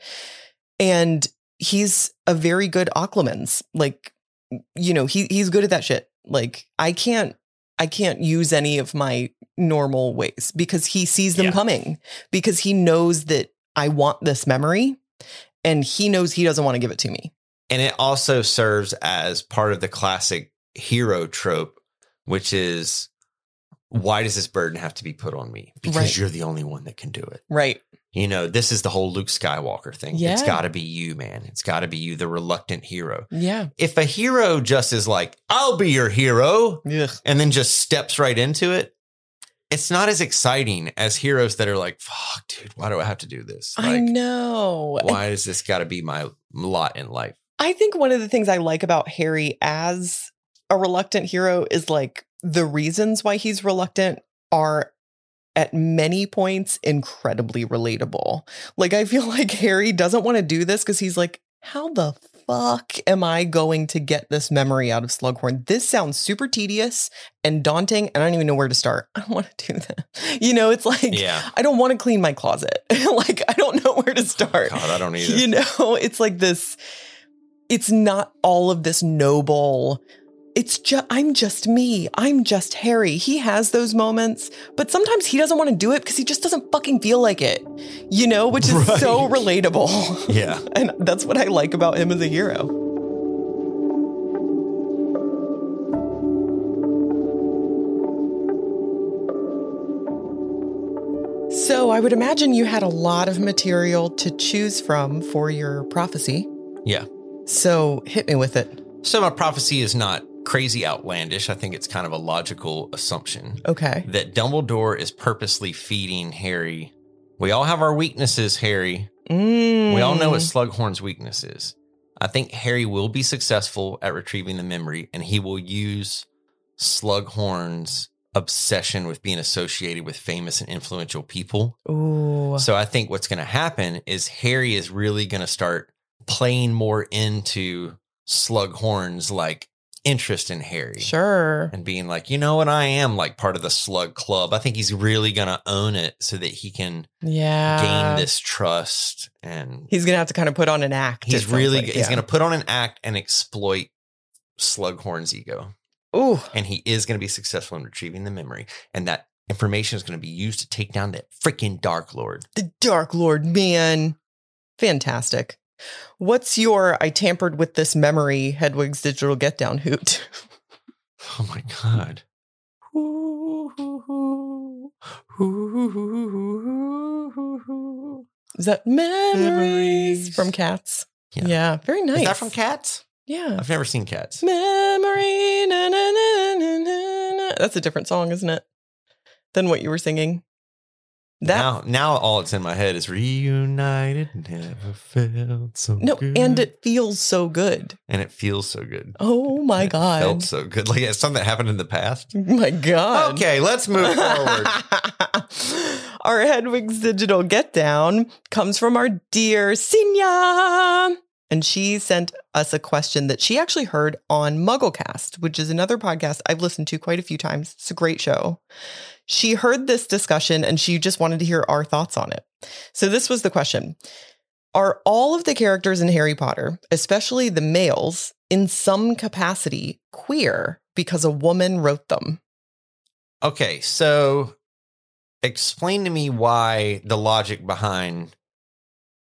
[SPEAKER 1] And he's a very good Occlumens. Like, you know, he he's good at that shit. Like, I can't I can't use any of my normal ways because he sees them
[SPEAKER 2] Yeah.
[SPEAKER 1] coming because he knows that I want this memory and he knows he doesn't want to give it to me.
[SPEAKER 2] And it also serves as part of the classic hero trope, which is why does this burden have to be put on me? Because
[SPEAKER 1] Right.
[SPEAKER 2] you're the only one that can do it.
[SPEAKER 1] Right.
[SPEAKER 2] You know, this is the whole Luke Skywalker thing. It's
[SPEAKER 1] Yeah.
[SPEAKER 2] got to be you, man. It's got to be you, the reluctant hero.
[SPEAKER 1] Yeah.
[SPEAKER 2] If a hero just is like, I'll be your hero,
[SPEAKER 1] Ugh.
[SPEAKER 2] and then just steps right into it. It's not as exciting as heroes that are like, "Fuck, dude, why do I have to do this?
[SPEAKER 1] I
[SPEAKER 2] Like,
[SPEAKER 1] know.
[SPEAKER 2] why does this got to be my lot in life?"
[SPEAKER 1] I think one of the things I like about Harry as a reluctant hero is like the reasons why he's reluctant are at many points incredibly relatable. Like I feel like Harry doesn't want to do this cuz he's like how the fuck am I going to get this memory out of Slughorn? This sounds super tedious and daunting and I don't even know where to start. I don't want to do that. You know, it's like
[SPEAKER 2] Yeah,
[SPEAKER 1] I don't want to clean my closet. like I don't know where to start.
[SPEAKER 2] God, I don't either.
[SPEAKER 1] You know, it's like this, it's not all of this noble. It's just, I'm just me. I'm just Harry. He has those moments, but sometimes he doesn't want to do it because he just doesn't fucking feel like it, you know, which is so
[SPEAKER 2] Right.
[SPEAKER 1] relatable.
[SPEAKER 2] yeah,
[SPEAKER 1] and that's what I like about him as a hero. So I would imagine you had a lot of material to choose from for your prophecy.
[SPEAKER 2] yeah.
[SPEAKER 1] So hit me with it.
[SPEAKER 2] So my prophecy is not crazy outlandish. I think it's kind of a logical assumption
[SPEAKER 1] Okay.
[SPEAKER 2] that Dumbledore is purposely feeding Harry. We all have our weaknesses, Harry. We all know what
[SPEAKER 1] Mm.
[SPEAKER 2] Slughorn's weakness is. I think Harry will be successful at retrieving the memory, and he will use Slughorn's obsession with being associated with famous and influential people.
[SPEAKER 1] Mm. Ooh.
[SPEAKER 2] So I think what's going to happen is Harry is really going to start playing more into Slughorn's like interest in Harry
[SPEAKER 1] sure.
[SPEAKER 2] and being like, you know what, I am like part of the Slug Club. I think he's really going to own it so that he can
[SPEAKER 1] Yeah.
[SPEAKER 2] gain this trust and
[SPEAKER 1] He's gonna have to kind of put on an act. it
[SPEAKER 2] he's
[SPEAKER 1] sounds
[SPEAKER 2] really
[SPEAKER 1] like.
[SPEAKER 2] he's going to put on an act and exploit Slughorn's ego,
[SPEAKER 1] Yeah. Ooh.
[SPEAKER 2] and he is going to be successful in retrieving the memory, and that information is going to be used to take down that freaking Dark Lord.
[SPEAKER 1] The Dark Lord, man. Fantastic. What's your I tampered with this memory Hedwig's digital get down hoot?
[SPEAKER 2] Oh my god.
[SPEAKER 1] Is that memories,
[SPEAKER 2] Memories.
[SPEAKER 1] from cats?
[SPEAKER 2] Yeah.
[SPEAKER 1] Yeah. Very nice.
[SPEAKER 2] Is that from Cats?
[SPEAKER 1] Yeah.
[SPEAKER 2] I've never seen Cats.
[SPEAKER 1] Memory. na, na, na, na, na, na. That's a different song, isn't it? Than what you were singing. That
[SPEAKER 2] now, now all it's in my head is reunited, never felt so
[SPEAKER 1] no,
[SPEAKER 2] good.
[SPEAKER 1] and it feels so good.
[SPEAKER 2] and it feels so good.
[SPEAKER 1] Oh my
[SPEAKER 2] It felt
[SPEAKER 1] god.
[SPEAKER 2] so good. Like it's something that happened in the past.
[SPEAKER 1] My god.
[SPEAKER 2] Okay, let's move forward.
[SPEAKER 1] our Hedwig's digital get down comes from our dear Sinya. And she sent us a question that she actually heard on Mugglecast, which is another podcast I've listened to quite a few times. It's a great show. She heard this discussion and she just wanted to hear our thoughts on it. So, this was the question Are all of the characters in Harry Potter, especially the males, in some capacity queer because a woman wrote them?
[SPEAKER 2] Okay, so explain to me why the logic behind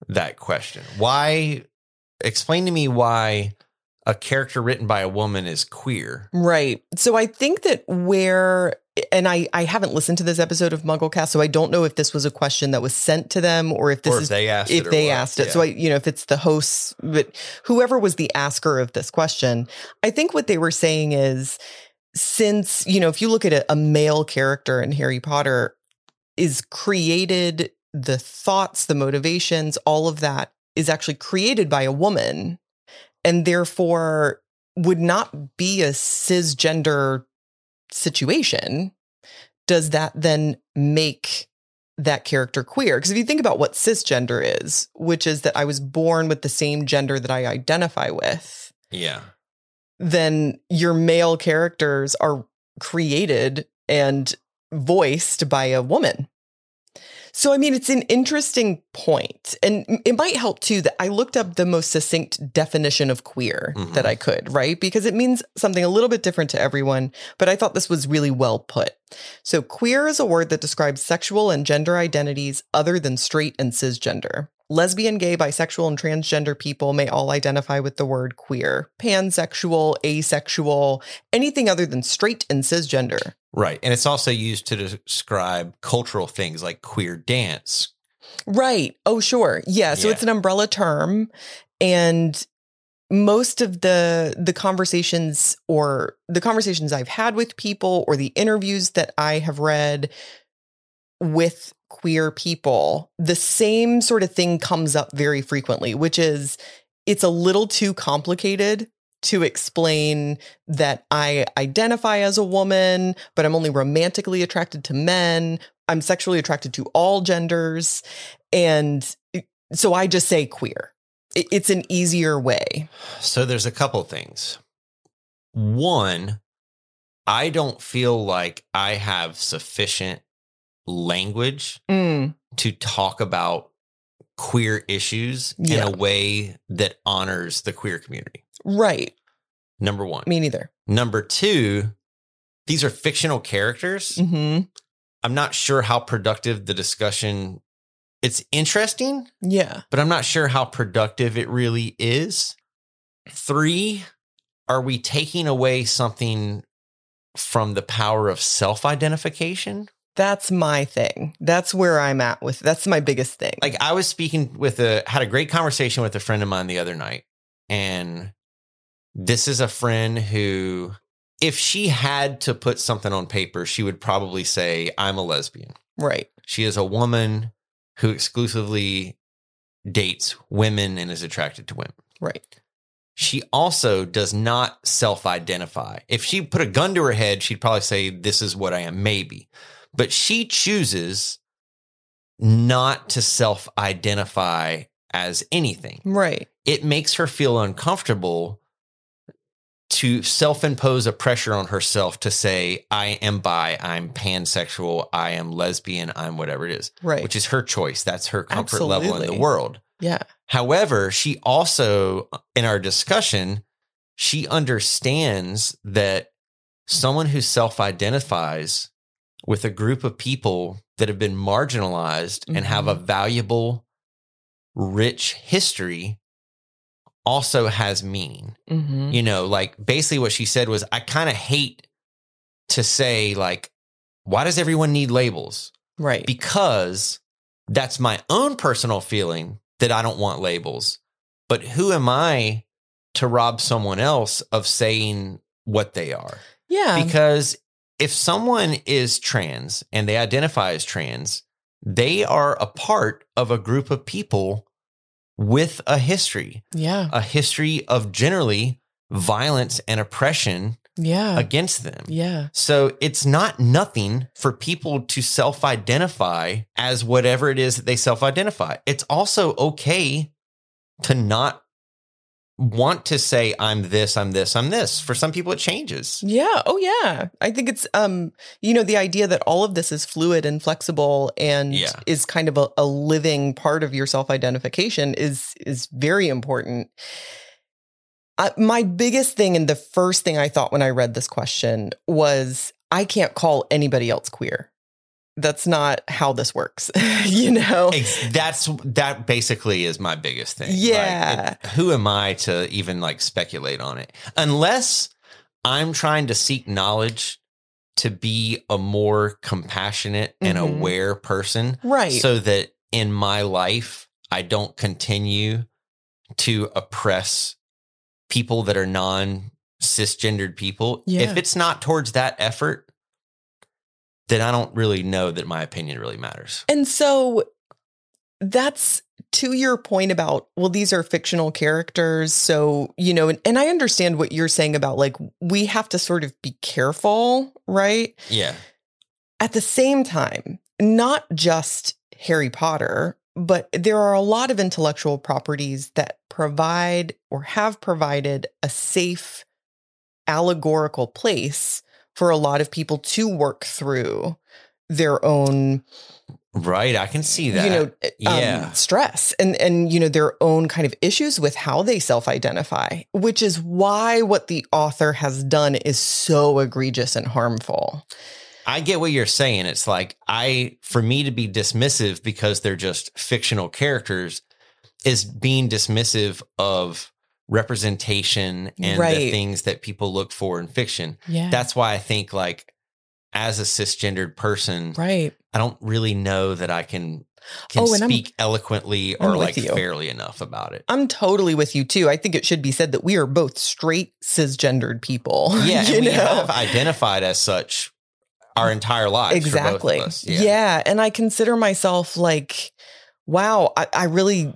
[SPEAKER 2] that question. Why explain to me why a character written by a woman is queer.
[SPEAKER 1] Right. So I think that where and I I haven't listened to this episode of Mugglecast, so I don't know if this was a question that was sent to them or if this
[SPEAKER 2] or if
[SPEAKER 1] is
[SPEAKER 2] they asked it
[SPEAKER 1] if
[SPEAKER 2] or
[SPEAKER 1] they
[SPEAKER 2] what.
[SPEAKER 1] asked it.
[SPEAKER 2] Yeah.
[SPEAKER 1] So I you know if it's the hosts, but whoever was the asker of this question, I think what they were saying is since you know if you look at a, a male character in Harry Potter is created the thoughts, the motivations, all of that is actually created by a woman and therefore would not be a cisgender situation, does that then make that character queer? Because if you think about what cisgender is, which is that I was born with the same gender that I identify with,
[SPEAKER 2] yeah.
[SPEAKER 1] then your male characters are created and voiced by a woman. So, I mean, it's an interesting point, And it might help too that I looked up the most succinct definition of queer
[SPEAKER 2] Mhm.
[SPEAKER 1] that I could, right? Because it means something a little bit different to everyone, but I thought this was really well put. So, queer is a word that describes sexual and gender identities other than straight and cisgender. Lesbian, gay, bisexual, and transgender people may all identify with the word queer, pansexual, asexual, anything other than straight and cisgender.
[SPEAKER 2] Right. And it's also used to describe cultural things like queer dance.
[SPEAKER 1] Right. Oh, sure. Yeah. So
[SPEAKER 2] Yeah.
[SPEAKER 1] it's an umbrella term. And most of the the conversations or the conversations I've had with people or the interviews that I have read with queer people, the same sort of thing comes up very frequently, which is it's a little too complicated to explain that I identify as a woman, but I'm only romantically attracted to men. I'm sexually attracted to all genders. And eh, so I just say queer. It- It's an easier way.
[SPEAKER 2] So there's a couple things. One, I don't feel like I have sufficient language to talk about queer issues
[SPEAKER 1] Yeah.
[SPEAKER 2] in a way that honors the queer community.
[SPEAKER 1] Right.
[SPEAKER 2] Number one.
[SPEAKER 1] Me neither.
[SPEAKER 2] Number two, these are fictional characters.
[SPEAKER 1] hmm
[SPEAKER 2] I'm not sure how productive the discussion. It's interesting,
[SPEAKER 1] Yeah.
[SPEAKER 2] but I'm not sure how productive it really is. Three, are we taking away something from the power of self-identification?
[SPEAKER 1] That's my thing. That's where I'm at with. That's my biggest thing.
[SPEAKER 2] like I was speaking with a had a great conversation with a friend of mine the other night, and this is a friend who if she had to put something on paper, she would probably say, I'm a lesbian.
[SPEAKER 1] Right.
[SPEAKER 2] She is a woman who exclusively dates women and is attracted to women.
[SPEAKER 1] Right.
[SPEAKER 2] She also does not self identify. If she put a gun to her head, she'd probably say, This is what I am, maybe. But she chooses not to self identify as anything
[SPEAKER 1] Right.
[SPEAKER 2] it makes her feel uncomfortable to self impose a pressure on herself to say, I am bi, I'm pansexual, I am lesbian, I'm whatever it is,
[SPEAKER 1] Right.
[SPEAKER 2] which is her choice. That's her comfort level in
[SPEAKER 1] Absolutely.
[SPEAKER 2] the world.
[SPEAKER 1] yeah.
[SPEAKER 2] However, she also, in our discussion, she understands that someone who self identifies with a group of people that have been marginalized and have
[SPEAKER 1] Mm-hmm.
[SPEAKER 2] a valuable, rich history also has meaning.
[SPEAKER 1] Mm-hmm.
[SPEAKER 2] You know, like basically what she said was, I kind of hate to say, like, why does everyone need labels?
[SPEAKER 1] Right.
[SPEAKER 2] because that's my own personal feeling that I don't want labels. But who am I to rob someone else of saying what they are?
[SPEAKER 1] yeah.
[SPEAKER 2] Because if someone is trans and they identify as trans, they are a part of a group of people with a history,
[SPEAKER 1] yeah.
[SPEAKER 2] a history of generally violence and oppression
[SPEAKER 1] Yeah.
[SPEAKER 2] against them.
[SPEAKER 1] yeah.
[SPEAKER 2] So it's not nothing for people to self identify as whatever it is that they self identify. It's also okay to not want to say, I'm this, I'm this, I'm this. For some people, it changes.
[SPEAKER 1] Yeah. Oh yeah. I think it's um you know the idea that all of this is fluid and flexible and
[SPEAKER 2] Yeah.
[SPEAKER 1] is kind of a, a living part of your self-identification is is very important. I, my biggest thing and the first thing I thought when I read this question was I can't call anybody else queer. That's not how this works. you know.
[SPEAKER 2] Ex- That's that basically is my biggest thing. Like,
[SPEAKER 1] Yeah.
[SPEAKER 2] it- who am I to even like speculate on it? Unless I'm trying to seek knowledge to be a more compassionate and
[SPEAKER 1] Mhm.
[SPEAKER 2] aware person.
[SPEAKER 1] Right.
[SPEAKER 2] so that in my life I don't continue to oppress people that are non cisgendered people.
[SPEAKER 1] Yeah.
[SPEAKER 2] If it's not towards that effort, then I don't really know that my opinion really matters.
[SPEAKER 1] And so that's to your point about, well, these are fictional characters. So, you know, and, and I understand what you're saying about like, we have to sort of be careful, right?
[SPEAKER 2] Yeah.
[SPEAKER 1] At the same time, not just Harry Potter, but there are a lot of intellectual properties that provide or have provided a safe allegorical place for a lot of people to work through their own
[SPEAKER 2] Right. I can see that.
[SPEAKER 1] you know um,
[SPEAKER 2] uh, yeah.
[SPEAKER 1] stress and and you know their own kind of issues with how they self-identify which is why what the author has done is so egregious and harmful
[SPEAKER 2] I get what you're saying. It's like I for me to be dismissive because they're just fictional characters is being dismissive of representation and the
[SPEAKER 1] Right.
[SPEAKER 2] things that people look for in fiction.
[SPEAKER 1] yeah
[SPEAKER 2] that's why I think like as a cisgendered person,
[SPEAKER 1] right
[SPEAKER 2] I don't really know that I can can
[SPEAKER 1] Oh, and I'm-
[SPEAKER 2] speak eloquently
[SPEAKER 1] I'm
[SPEAKER 2] or
[SPEAKER 1] with
[SPEAKER 2] like
[SPEAKER 1] you.
[SPEAKER 2] fairly enough about it.
[SPEAKER 1] i'm totally with you too i think it should be said that we are both straight cisgendered people
[SPEAKER 2] Yeah,
[SPEAKER 1] you
[SPEAKER 2] and we
[SPEAKER 1] know?
[SPEAKER 2] have identified as such our entire lives. for both of
[SPEAKER 1] exactly
[SPEAKER 2] us.
[SPEAKER 1] yeah. and i consider myself like wow i, I really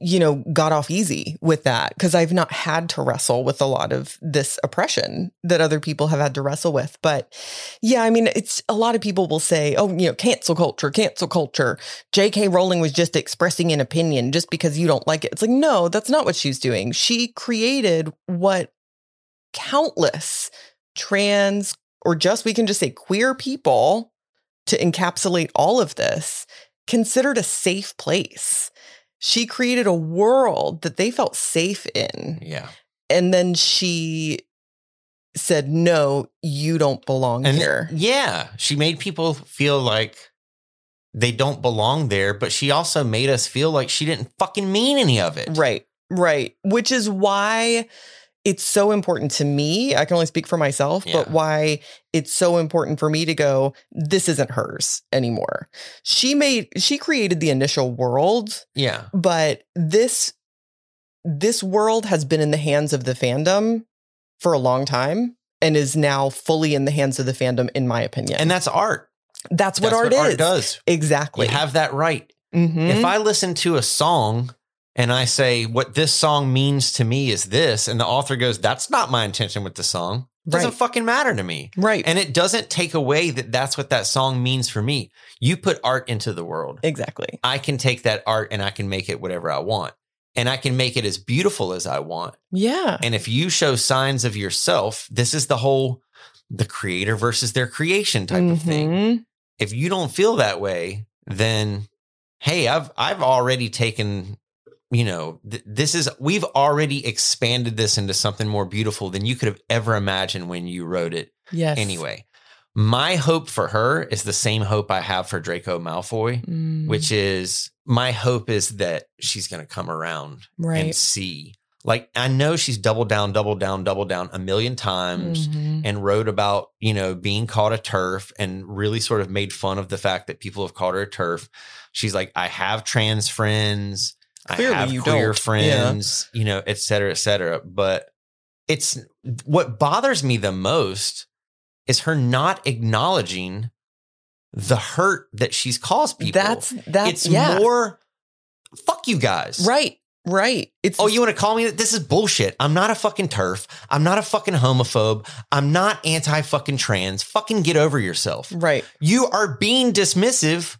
[SPEAKER 1] you know got off easy with that because i've not had to wrestle with a lot of this oppression that other people have had to wrestle with but yeah i mean it's a lot of people will say oh you know cancel culture cancel culture jk rowling was just expressing an opinion just because you don't like it it's like no that's not what she's doing she created what countless trans or just we can just say queer people to encapsulate all of this considered a safe place. She created a world that they felt safe in.
[SPEAKER 2] Yeah.
[SPEAKER 1] And then she said, No, you don't belong
[SPEAKER 2] And
[SPEAKER 1] here.
[SPEAKER 2] yeah, she made people feel like they don't belong there, but she also made us feel like she didn't fucking mean any of it.
[SPEAKER 1] Right, right. Which is why it's so important to me. I can only speak for myself, but
[SPEAKER 2] Yeah.
[SPEAKER 1] why it's so important for me to go, this isn't hers anymore. She made, she created the initial world
[SPEAKER 2] Yeah.
[SPEAKER 1] but this this world has been in the hands of the fandom for a long time and is now fully in the hands of the fandom, in my opinion.
[SPEAKER 2] And that's art.
[SPEAKER 1] that's what,
[SPEAKER 2] that's
[SPEAKER 1] art,
[SPEAKER 2] what art
[SPEAKER 1] is.
[SPEAKER 2] does.
[SPEAKER 1] Exactly.
[SPEAKER 2] You have that right.
[SPEAKER 1] Mhm.
[SPEAKER 2] If I listen to a song and I say what this song means to me is this, and the author goes, "That's not my intention with the song," it doesn't
[SPEAKER 1] Right.
[SPEAKER 2] fucking matter to me.
[SPEAKER 1] right.
[SPEAKER 2] And it doesn't take away that that's what that song means for me. You put art into the world.
[SPEAKER 1] exactly.
[SPEAKER 2] I can take that art and I can make it whatever I want. And I can make it as beautiful as I want.
[SPEAKER 1] Yeah.
[SPEAKER 2] And if you show signs of yourself, this is the whole the creator versus their creation type of thing.
[SPEAKER 1] Mhm.
[SPEAKER 2] If you don't feel that way, then hey, I've I've already taken you know, th- this is we've already expanded this into something more beautiful than you could have ever imagined when you wrote it
[SPEAKER 1] Yes.
[SPEAKER 2] anyway. My hope for her is the same hope I have for Draco Malfoy,
[SPEAKER 1] Mm,
[SPEAKER 2] which is my hope is that she's going to come around and
[SPEAKER 1] right.
[SPEAKER 2] see. Like I know she's doubled down, doubled down, doubled down a million times
[SPEAKER 1] Mhm.
[SPEAKER 2] and wrote about, you know, being called a turf and really sort of made fun of the fact that people have called her a turf. She's like, I have trans friends,
[SPEAKER 1] Clearly
[SPEAKER 2] I have
[SPEAKER 1] you
[SPEAKER 2] queer
[SPEAKER 1] don't.
[SPEAKER 2] friends, you know, et cetera, et cetera. But it's what bothers me the most is her not acknowledging the hurt that she's caused people.
[SPEAKER 1] That's that's
[SPEAKER 2] it's
[SPEAKER 1] yeah.
[SPEAKER 2] more fuck you guys.
[SPEAKER 1] right. Right. It's
[SPEAKER 2] Oh, you want to call me? that? This is bullshit. I'm not a fucking turf. I'm not a fucking homophobe. I'm not anti fucking trans. Fucking get over yourself.
[SPEAKER 1] right.
[SPEAKER 2] You are being dismissive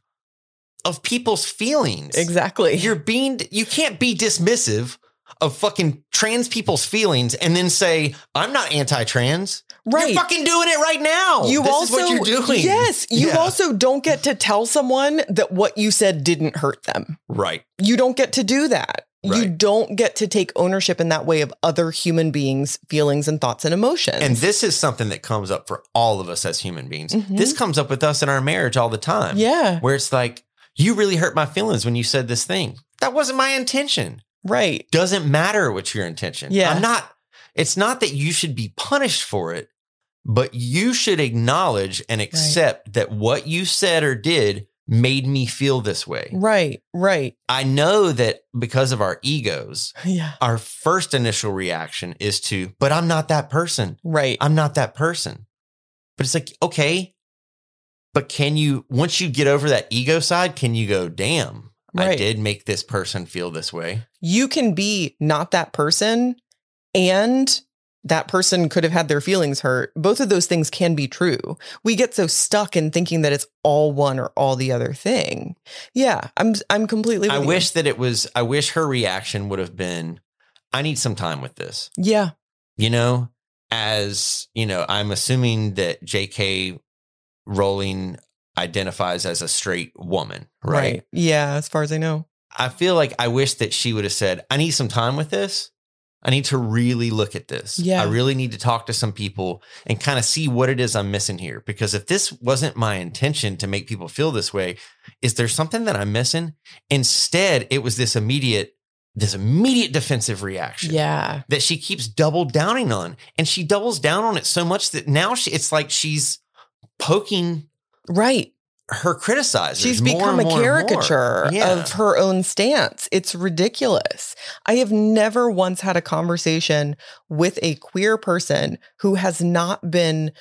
[SPEAKER 2] of people's feelings.
[SPEAKER 1] Exactly.
[SPEAKER 2] You're being, you can't be dismissive of fucking trans people's feelings and then say, I'm not anti trans.
[SPEAKER 1] right.
[SPEAKER 2] You're fucking doing it right now.
[SPEAKER 1] you
[SPEAKER 2] this
[SPEAKER 1] also
[SPEAKER 2] is what you're doing.
[SPEAKER 1] yes you
[SPEAKER 2] Yeah.
[SPEAKER 1] also don't get to tell someone that what you said didn't hurt them
[SPEAKER 2] Right.
[SPEAKER 1] you don't get to do that you
[SPEAKER 2] Right.
[SPEAKER 1] don't get to take ownership in that way of other human beings feelings and thoughts and emotions
[SPEAKER 2] And this is something that comes up for all of us as human beings.
[SPEAKER 1] Mhm.
[SPEAKER 2] This comes up with us in our marriage all the time.
[SPEAKER 1] yeah
[SPEAKER 2] where it's like, you really hurt my feelings when you said this thing. That wasn't my intention.
[SPEAKER 1] right
[SPEAKER 2] Doesn't matter what your intention.
[SPEAKER 1] Yeah.
[SPEAKER 2] I'm not, it's not that you should be punished for it, but you should acknowledge and accept that what you said or did made me feel this way.
[SPEAKER 1] right right
[SPEAKER 2] I know that because of our egos,
[SPEAKER 1] yeah
[SPEAKER 2] our first initial reaction is to, but I'm not that person.
[SPEAKER 1] right
[SPEAKER 2] I'm not that person. But it's like, okay, but can you, once you get over that ego side, can you go, damn, I
[SPEAKER 1] Right.
[SPEAKER 2] did make this person feel this way?
[SPEAKER 1] you can be not that person and that person could have had their feelings hurt. Both of those things can be true. We get so stuck in thinking that it's all one or all the other thing. Yeah, I'm I'm completely.
[SPEAKER 2] I
[SPEAKER 1] with you.
[SPEAKER 2] wish that it was, I wish her reaction would have been, I need some time with this,
[SPEAKER 1] Yeah.
[SPEAKER 2] you know? As, you know, I'm assuming that JK Rowling identifies as a straight woman, right?
[SPEAKER 1] Yeah. As far as I know.
[SPEAKER 2] I feel like I wish that she would have said, I need some time with this. I need to really look at this.
[SPEAKER 1] Yeah.
[SPEAKER 2] I really need to talk to some people and kind of see what it is I'm missing here. Because if this wasn't my intention to make people feel this way, is there something that I'm missing? Instead, it was this immediate, this immediate defensive reaction
[SPEAKER 1] Yeah.
[SPEAKER 2] that she keeps double downing on. And she doubles down on it so much that now she it's like she's poking
[SPEAKER 1] Right.
[SPEAKER 2] her criticizers.
[SPEAKER 1] She's
[SPEAKER 2] more
[SPEAKER 1] become
[SPEAKER 2] and
[SPEAKER 1] a
[SPEAKER 2] more and more.
[SPEAKER 1] caricature
[SPEAKER 2] Yeah.
[SPEAKER 1] of her own stance. It's ridiculous. I have never once had a conversation with a queer person who has not been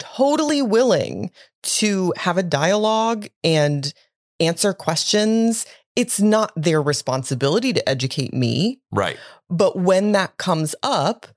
[SPEAKER 1] totally willing to have a dialogue and answer questions. It's not their responsibility to educate me.
[SPEAKER 2] Right.
[SPEAKER 1] But when that comes up,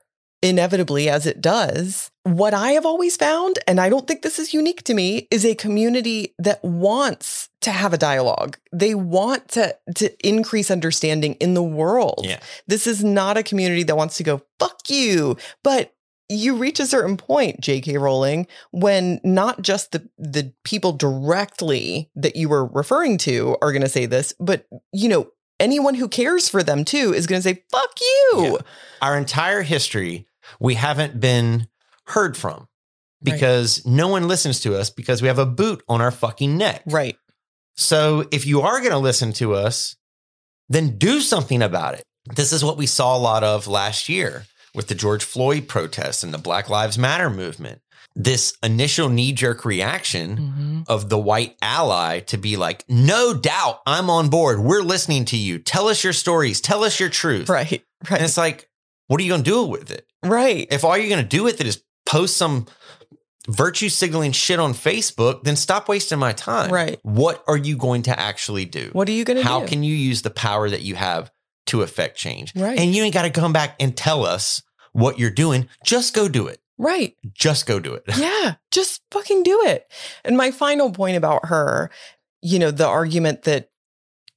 [SPEAKER 1] inevitably as it does, what I have always found, and I don't think this is unique to me, is a community that wants to have a dialogue. They want to to increase understanding in the world.
[SPEAKER 2] Yeah.
[SPEAKER 1] This is not a community that wants to go fuck you, but you reach a certain point, J.K. Rowling, when not just the the people directly that you were referring to are going to say this, but you know anyone who cares for them too is going to say fuck you.
[SPEAKER 2] our entire history, we haven't been heard from
[SPEAKER 1] Right.
[SPEAKER 2] because no one listens to us because we have a boot on our fucking neck.
[SPEAKER 1] Right.
[SPEAKER 2] So if you are going to listen to us, then do something about it. This is what we saw a lot of last year with the George Floyd protests and the Black Lives Matter movement. This initial knee jerk reaction
[SPEAKER 1] Mm.
[SPEAKER 2] of the white ally to be like, no doubt, I'm on board. We're listening to you. Tell us your stories. Tell us your truth.
[SPEAKER 1] Right.
[SPEAKER 2] And
[SPEAKER 1] Right.
[SPEAKER 2] it's like, what are you going to do with it?
[SPEAKER 1] Right.
[SPEAKER 2] if all you're going to do with it is post some virtue signaling shit on Facebook, then stop wasting my time.
[SPEAKER 1] Right.
[SPEAKER 2] What are you going to actually do?
[SPEAKER 1] What are you going to do?
[SPEAKER 2] How can you use the power that you have to affect change?
[SPEAKER 1] Right.
[SPEAKER 2] And you ain't got to come back and tell us what you're doing. Just go do it.
[SPEAKER 1] right.
[SPEAKER 2] Just go do it.
[SPEAKER 1] yeah, just fucking do it. And my final point about her, you know, the argument that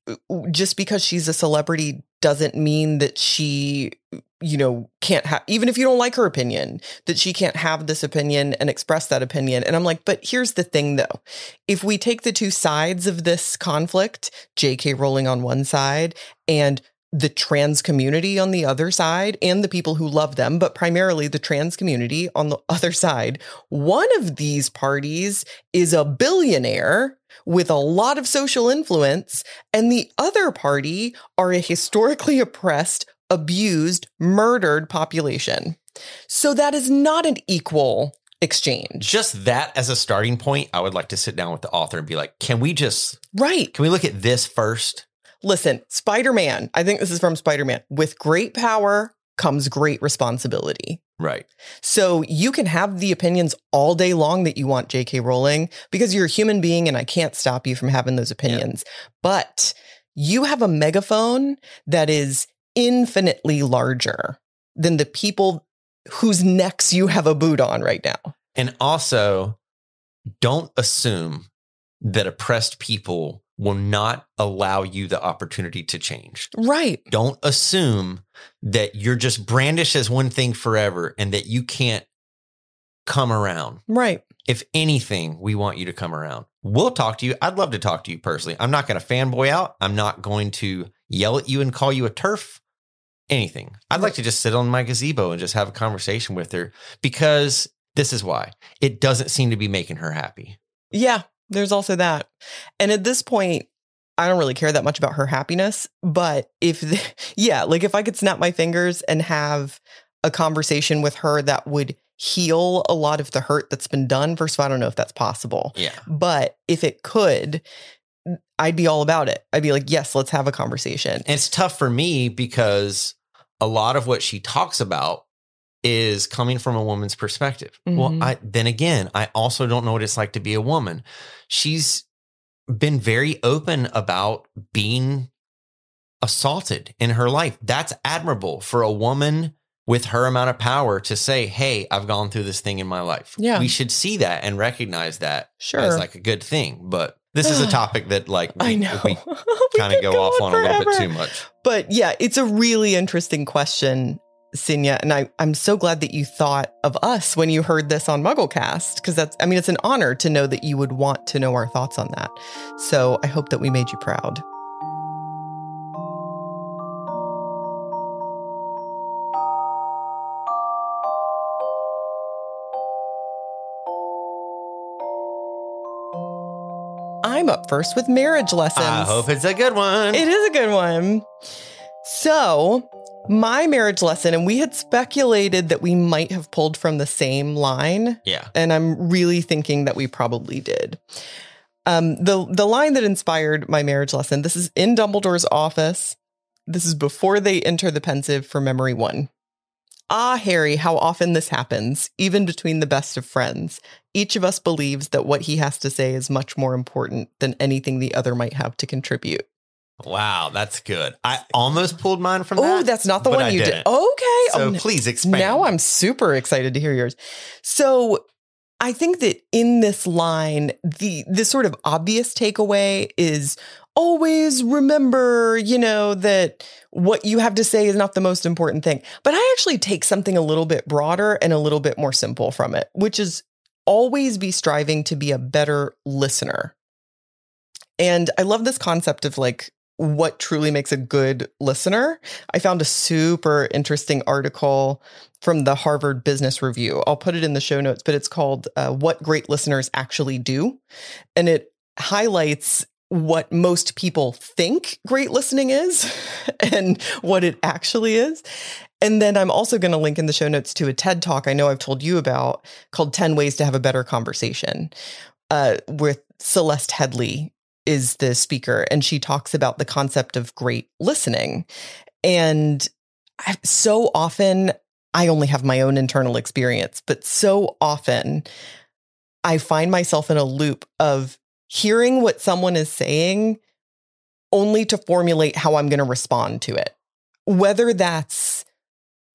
[SPEAKER 1] uh, just because she's a celebrity doesn't mean that she, you know, can't have, even if you don't like her opinion, that she can't have this opinion and express that opinion. And I'm like, but here's the thing though. If we take the two sides of this conflict, JK Rowling on one side and the trans community on the other side and the people who love them, but primarily the trans community on the other side. One of these parties is a billionaire with a lot of social influence, and the other party are a historically oppressed, abused, murdered population. So that is not an equal exchange.
[SPEAKER 2] Just that as a starting point, I would like to sit down with the author and be like, can we just,
[SPEAKER 1] Right.
[SPEAKER 2] can we look at this first?
[SPEAKER 1] Listen, Spider Man, I think this is from Spider Man. With great power comes great responsibility.
[SPEAKER 2] Right.
[SPEAKER 1] So you can have the opinions all day long that you want, JK Rowling, because you're a human being and I can't stop you from having those opinions. But you have a megaphone that is infinitely larger than the people whose necks you have a boot on right now.
[SPEAKER 2] And also, don't assume that oppressed people will not allow you the opportunity to change.
[SPEAKER 1] Right.
[SPEAKER 2] Don't assume that you're just brandished as one thing forever and that you can't come around.
[SPEAKER 1] Right.
[SPEAKER 2] If anything, we want you to come around. We'll talk to you. I'd love to talk to you personally. I'm not going to fanboy out. I'm not going to yell at you and call you a turf. Anything. I'd like to just sit on my gazebo and just have a conversation with her because this is why it doesn't seem to be making her happy.
[SPEAKER 1] Yeah, there's also that. And at this point, I don't really care that much about her happiness, but if the, yeah, like if I could snap my fingers and have a conversation with her that would heal a lot of the hurt that's been done, first of all, I don't know if that's possible.
[SPEAKER 2] Yeah.
[SPEAKER 1] But if it could, I'd be all about it. I'd be like, "Yes, let's have a conversation."
[SPEAKER 2] And it's tough for me because a lot of what she talks about is coming from a woman's perspective.
[SPEAKER 1] Mhm.
[SPEAKER 2] Well, I then again, I also don't know what it's like to be a woman. She's been very open about being assaulted in her life. That's admirable for a woman with her amount of power to say, "Hey, I've gone through this thing in my life."
[SPEAKER 1] Yeah.
[SPEAKER 2] We should see that and recognize that
[SPEAKER 1] Sure.
[SPEAKER 2] as like a good thing. But this is a topic that like we,
[SPEAKER 1] I know.
[SPEAKER 2] we kind of
[SPEAKER 1] could
[SPEAKER 2] go
[SPEAKER 1] go
[SPEAKER 2] off on a little bit
[SPEAKER 1] forever.
[SPEAKER 2] too much.
[SPEAKER 1] But yeah, it's a really interesting question, Sinya. And I, I'm so glad that you thought of us when you heard this on MuggleCast, because that's, I mean, it's an honor to know that you would want to know our thoughts on that. So I hope that we made you proud. I'm up first with marriage lessons.
[SPEAKER 2] I hope it's a good one.
[SPEAKER 1] It is a good one. So, my marriage lesson, and we had speculated that we might have pulled from the same line,
[SPEAKER 2] yeah.
[SPEAKER 1] and I'm really thinking that we probably did. Um, the the line that inspired my marriage lesson. This is in Dumbledore's office. This is before they enter the pensive for memory one. Ah, Harry, how often this happens, even between the best of friends. Each of us believes that what he has to say is much more important than anything the other might have to contribute.
[SPEAKER 2] Wow, that's good. I almost pulled mine from that.
[SPEAKER 1] Oh, that's not the
[SPEAKER 2] but
[SPEAKER 1] one
[SPEAKER 2] I
[SPEAKER 1] you did. Okay.
[SPEAKER 2] didn't.
[SPEAKER 1] oh,
[SPEAKER 2] So
[SPEAKER 1] no.
[SPEAKER 2] please expand.
[SPEAKER 1] Now I'm super excited to hear yours. So I think that in this line, the the sort of obvious takeaway is always remember, you know, that what you have to say is not the most important thing. But I actually take something a little bit broader and a little bit more simple from it, which is always be striving to be a better listener. And I love this concept of like what truly makes a good listener. I found a super interesting article from the Harvard Business Review. I'll put it in the show notes, but it's called uh, What Great Listeners Actually Do. And it highlights what most people think great listening is and what it actually is. And then I'm also going to link in the show notes to a TED talk I know I've told you about called 10 Ways to Have a Better Conversation uh, with Celeste Headley is the speaker and she talks about the concept of great listening and I- so often I only have my own internal experience, but so often I find myself in a loop of hearing what someone is saying only to formulate how I'm going to respond to it. Whether that's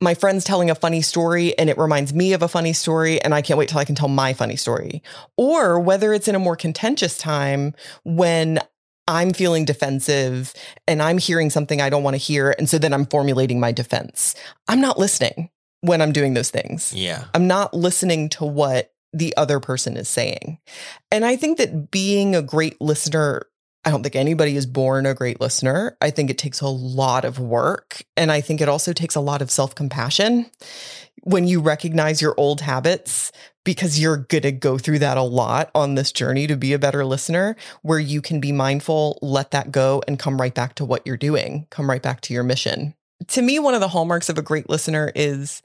[SPEAKER 1] my friend's telling a funny story and it reminds me of a funny story, and I can't wait till I can tell my funny story, or whether it's in a more contentious time when I'm feeling defensive and I'm hearing something I don't want to hear. And so then I'm formulating my defense. I'm not listening when I'm doing those things.
[SPEAKER 2] Yeah.
[SPEAKER 1] I'm not listening to what the other person is saying. And I think that being a great listener, I don't think anybody is born a great listener. I think it takes a lot of work. And I think it also takes a lot of self compassion when you recognize your old habits, because you're going to go through that a lot on this journey to be a better listener, where you can be mindful, let that go, and come right back to what you're doing, come right back to your mission. To me, one of the hallmarks of a great listener is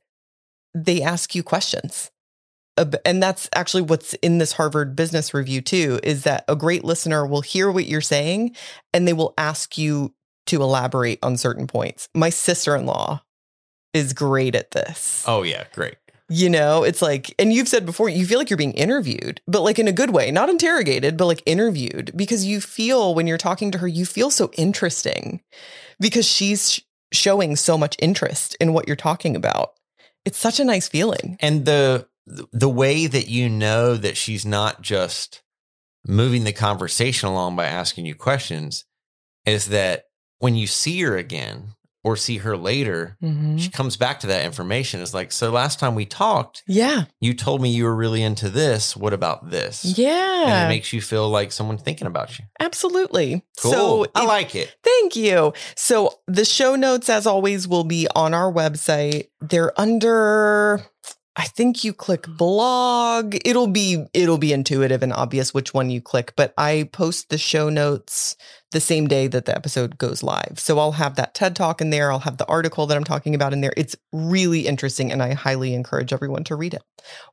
[SPEAKER 1] they ask you questions ab- and that's actually what's in this Harvard Business Review too is that a great listener will hear what you're saying and they will ask you to elaborate on certain points. My sister-in-law is great at this.
[SPEAKER 2] Oh yeah. Great.
[SPEAKER 1] You know, it's like and you've said before you feel like you're being interviewed, but like in a good way, not interrogated, but like interviewed because you feel when you're talking to her you feel so interesting because she's sh- showing so much interest in what you're talking about. It's such a nice feeling.
[SPEAKER 2] And the the way that you know that she's not just moving the conversation along by asking you questions is that when you see her again or see her later,
[SPEAKER 1] Mm-hmm.
[SPEAKER 2] she comes back to that information. It's like, so last time we talked,
[SPEAKER 1] Yeah.
[SPEAKER 2] you told me you were really into this. What about this? And
[SPEAKER 1] Yeah,
[SPEAKER 2] it makes you feel like someone's thinking about you.
[SPEAKER 1] absolutely.
[SPEAKER 2] Cool.
[SPEAKER 1] So,
[SPEAKER 2] I
[SPEAKER 1] it-
[SPEAKER 2] like it.
[SPEAKER 1] thank you. So, the show notes, as always, will be on our website. They're under. I think you click
[SPEAKER 2] Mm-hmm.
[SPEAKER 1] blog. It'll be it'll be intuitive and obvious which one you click, but I post the show notes the same day that the episode goes live. So I'll have that TED Talk in there, I'll have the article that I'm talking about in there. It's really interesting and I highly encourage everyone to read it.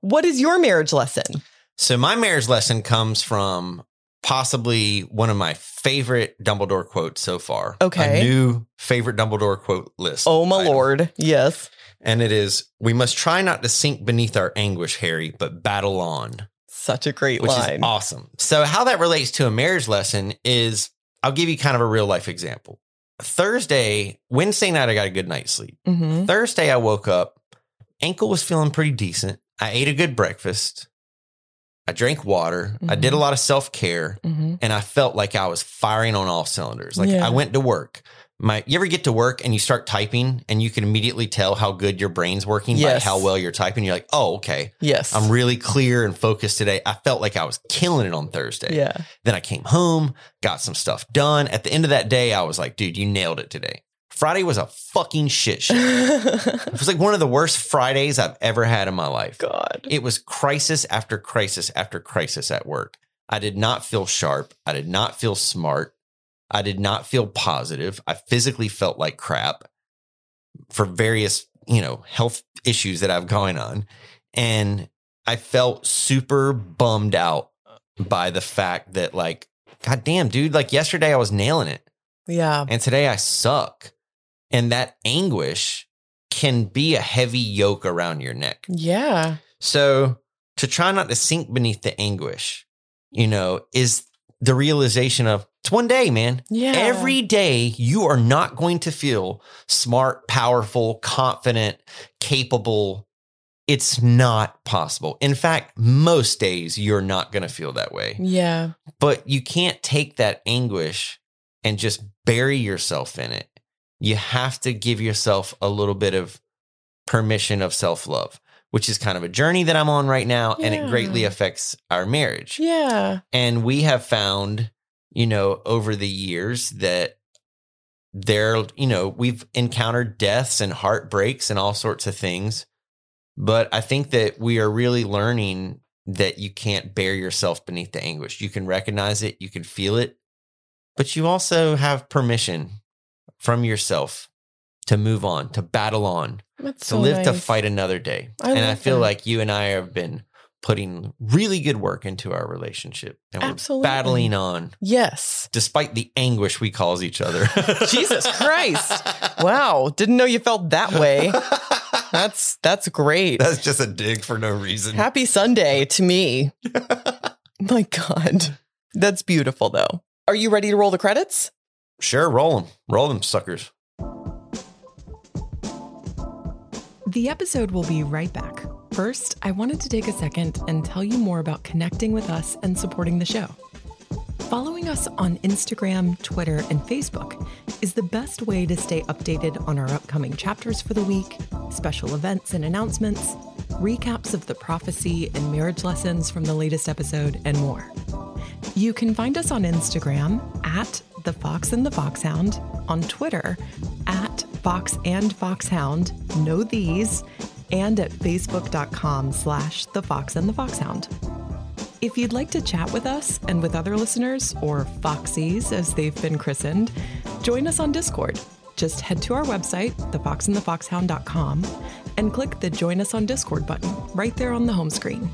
[SPEAKER 1] What is your marriage lesson?
[SPEAKER 2] So my marriage lesson comes from possibly one of my favorite Dumbledore quotes so far.
[SPEAKER 1] Okay.
[SPEAKER 2] A new favorite Dumbledore quote list.
[SPEAKER 1] Oh my
[SPEAKER 2] item.
[SPEAKER 1] lord. Yes.
[SPEAKER 2] And it is we must try not to sink beneath our anguish, Harry, but battle on.
[SPEAKER 1] Such a great
[SPEAKER 2] Which
[SPEAKER 1] line.
[SPEAKER 2] is awesome. So how that relates to a marriage lesson is I'll give you kind of a real life example. Thursday, Wednesday night, I got a good night's sleep.
[SPEAKER 1] Mm-hmm.
[SPEAKER 2] Thursday, I woke up, ankle was feeling pretty decent. I ate a good breakfast. I drank water. I did a lot of self care.
[SPEAKER 1] Mm-hmm.
[SPEAKER 2] and I felt like I was firing on all cylinders. Like
[SPEAKER 1] Yeah.
[SPEAKER 2] I went to work. My you ever get to work and you start typing and you can immediately tell how good your brain's working
[SPEAKER 1] Yes.
[SPEAKER 2] by how well you're typing. You're like, oh, okay.
[SPEAKER 1] Yes.
[SPEAKER 2] I'm really clear and focused today. I felt like I was killing it on Thursday.
[SPEAKER 1] yeah.
[SPEAKER 2] Then I came home, got some stuff done. At the end of that day, I was like, dude, you nailed it today. Friday was a fucking shit show. it was like one of the worst Fridays I've ever had in my life.
[SPEAKER 1] God.
[SPEAKER 2] It was crisis after crisis after crisis at work. I did not feel sharp. I did not feel smart. I did not feel positive. I physically felt like crap for various, you know, health issues that I've going on. And I felt super bummed out by the fact that like god damn dude, like yesterday I was nailing it
[SPEAKER 1] Yeah.
[SPEAKER 2] and today I suck. And that anguish can be a heavy yoke around your neck.
[SPEAKER 1] Yeah.
[SPEAKER 2] So to try not to sink beneath the anguish, you know, is the realization of it's one day, man.
[SPEAKER 1] Yeah.
[SPEAKER 2] Every day you are not going to feel smart, powerful, confident, capable. It's not possible. In fact, most days you're not going to feel that way.
[SPEAKER 1] Yeah.
[SPEAKER 2] But you can't take that anguish and just bury yourself in it. You have to give yourself a little bit of permission of self love, which is kind of a journey that I'm on right now. And
[SPEAKER 1] Yeah.
[SPEAKER 2] it greatly affects our marriage.
[SPEAKER 1] Yeah.
[SPEAKER 2] And we have found, you know, over the years that there, you know, we've encountered deaths and heartbreaks and all sorts of things. But I think that we are really learning that you can't bury yourself beneath the anguish. You can recognize it, you can feel it, but you also have permission from yourself to move on, to battle on,
[SPEAKER 1] That's
[SPEAKER 2] to live to fight another day.
[SPEAKER 1] I
[SPEAKER 2] and I
[SPEAKER 1] love
[SPEAKER 2] feel
[SPEAKER 1] that.
[SPEAKER 2] like you and I have been putting really good work into our relationship and we're
[SPEAKER 1] Absolutely.
[SPEAKER 2] battling on
[SPEAKER 1] Yes.
[SPEAKER 2] despite the anguish we cause each other.
[SPEAKER 1] Jesus Christ. Wow. Didn't know you felt that way. That's that's great.
[SPEAKER 2] That's just a dig for no reason.
[SPEAKER 1] Happy Sunday to me. My God. That's beautiful though. Are you ready to roll the credits?
[SPEAKER 2] Sure, roll them. Roll them, suckers.
[SPEAKER 1] The episode will be right back. First, I wanted to take a second and tell you more about connecting with us and supporting the show. Following us on Instagram, Twitter, and Facebook is the best way to stay updated on our upcoming chapters for the week, special events and announcements, recaps of the prophecy and marriage lessons from the latest episode, and more. You can find us on Instagram at The Fox and the Foxhound, on Twitter at Fox and Foxhound, know these, and at facebook.com slash The Fox and the Foxhound. If you'd like to chat with us and with other listeners, or Foxies as they've been christened, join us on Discord. Just head to our website, thefoxandthefoxhound.com, and click the Join Us on Discord button right there on the home screen.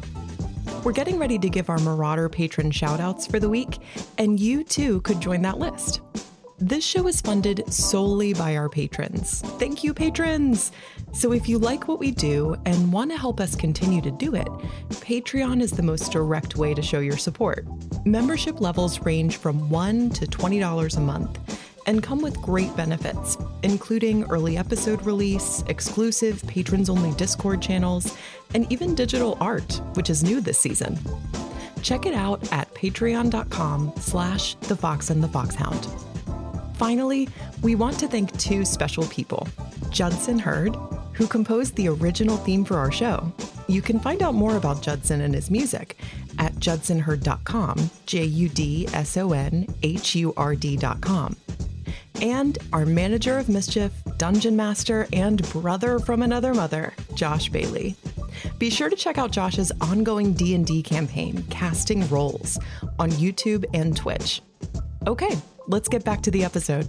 [SPEAKER 1] We're getting ready to give our Marauder patron shoutouts for the week, and you too could join that list. This show is funded solely by our patrons. Thank you, patrons! So if you like what we do and want to help us continue to do it, Patreon is the most direct way to show your support. Membership levels range from $1 to $20 a month and come with great benefits, including early episode release, exclusive patrons only Discord channels, and even digital art, which is new this season. Check it out at patreon.com slash the fox and the foxhound. Finally, we want to thank two special people Judson Hurd, who composed the original theme for our show. You can find out more about Judson and his music at judsonhurd.com, J U D S O N H U R D.com. And our manager of mischief, dungeon master, and brother from another mother, Josh Bailey. Be sure to check out Josh's ongoing D&D campaign, Casting Roles, on YouTube and Twitch. Okay, let's get back to the episode.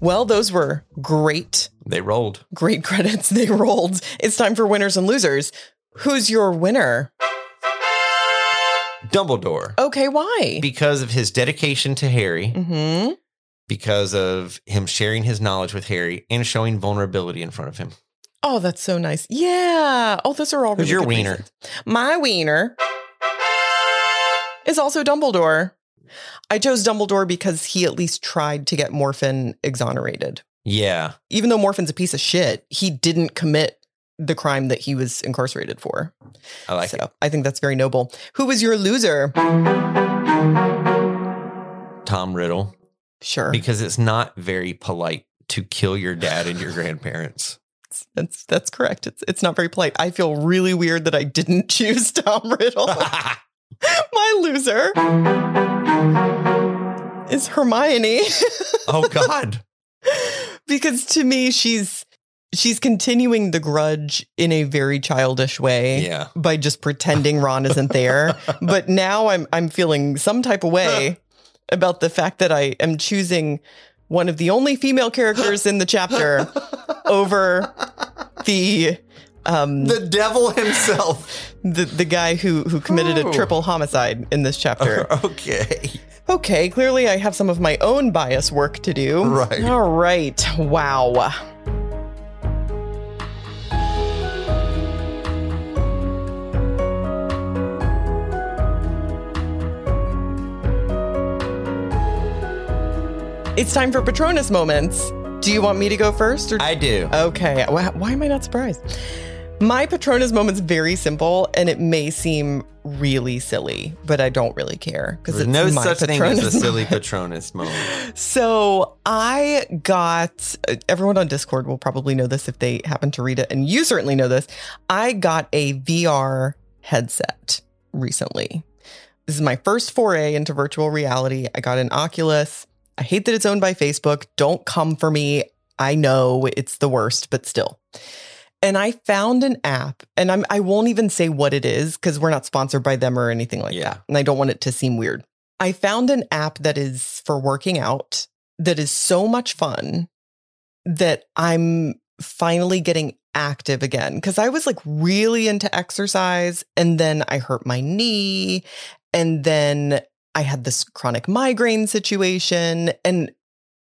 [SPEAKER 1] Well, those were great,
[SPEAKER 2] They rolled.
[SPEAKER 1] great credits. They rolled. It's time for winners and losers. Who's your winner?
[SPEAKER 2] Dumbledore,
[SPEAKER 1] Okay, why?
[SPEAKER 2] because of his dedication to Harry,
[SPEAKER 1] mm-hmm.
[SPEAKER 2] because of him sharing his knowledge with Harry and showing vulnerability in front of him.
[SPEAKER 1] Oh, that's so nice. Yeah. Oh, those are all
[SPEAKER 2] Who's
[SPEAKER 1] really
[SPEAKER 2] your
[SPEAKER 1] good
[SPEAKER 2] wiener?
[SPEAKER 1] reasons. My wiener is also Dumbledore. I chose Dumbledore because he at least tried to get Morphin exonerated.
[SPEAKER 2] Yeah.
[SPEAKER 1] even though Morphin's a piece of shit, he didn't commit the crime that he was incarcerated for.
[SPEAKER 2] I like
[SPEAKER 1] so
[SPEAKER 2] it.
[SPEAKER 1] I think that's very noble. Who was your loser?
[SPEAKER 2] Tom Riddle,
[SPEAKER 1] Sure.
[SPEAKER 2] because it's not very polite to kill your dad and your grandparents.
[SPEAKER 1] That's that's correct. It's it's not very polite. I feel really weird that I didn't choose Tom Riddle.
[SPEAKER 2] Oh,
[SPEAKER 1] My loser is Hermione.
[SPEAKER 2] oh, God.
[SPEAKER 1] because to me she's she's continuing the grudge in a very childish way.
[SPEAKER 2] Yeah.
[SPEAKER 1] by just pretending Ron isn't there. but now I'm I'm feeling some type of way about the fact that I am choosing one of the only female characters in the chapter over the um the
[SPEAKER 5] The devil himself.
[SPEAKER 1] the, guy who who committed a
[SPEAKER 2] Ooh.
[SPEAKER 1] triple homicide in this chapter.
[SPEAKER 2] okay.
[SPEAKER 1] okay, clearly I have some of my own bias work to do.
[SPEAKER 5] Right.
[SPEAKER 1] All right. Wow. It's time for Patronus moments. Do you want me to go first, or
[SPEAKER 2] I do.
[SPEAKER 1] Okay. Why, why am I not surprised? My Patronus moment's very simple, and it may seem really silly, but I don't really care because
[SPEAKER 2] There's
[SPEAKER 1] it's
[SPEAKER 2] no
[SPEAKER 1] my
[SPEAKER 2] such thing as a
[SPEAKER 1] Patronus
[SPEAKER 2] silly Patronus moment.
[SPEAKER 1] so I got everyone on Discord will probably know this if they happen to read it, and you certainly know this. I got a VR headset recently. This is my first foray into virtual reality. I got an Oculus. I hate that it's owned by Facebook. Don't come for me. I know it's the worst, but still. And I found an app, and I'm, I won't even say what it is because we're not sponsored by them or anything like
[SPEAKER 2] Yeah.
[SPEAKER 1] that. And I don't want it to seem weird. I found an app that is for working out that is so much fun that I'm finally getting active again because I was like really into exercise and then I hurt my knee and then I had this chronic migraine situation and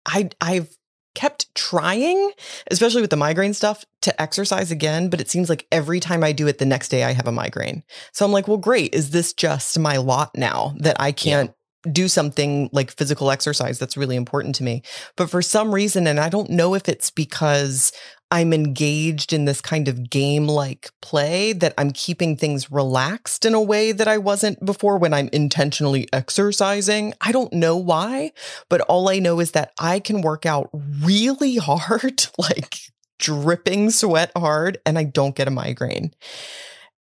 [SPEAKER 1] I I've kept trying especially with the migraine stuff to exercise again but it seems like every time I do it the next day I have a migraine. So I'm like, well great, is this just my lot now that I can't do something like physical exercise that's really important to me. But for some reason, and I don't know if it's because I'm engaged in this kind of game like play that I'm keeping things relaxed in a way that I wasn't before when I'm intentionally exercising. I don't know why, but all I know is that I can work out really hard, like dripping sweat hard, and I don't get a migraine.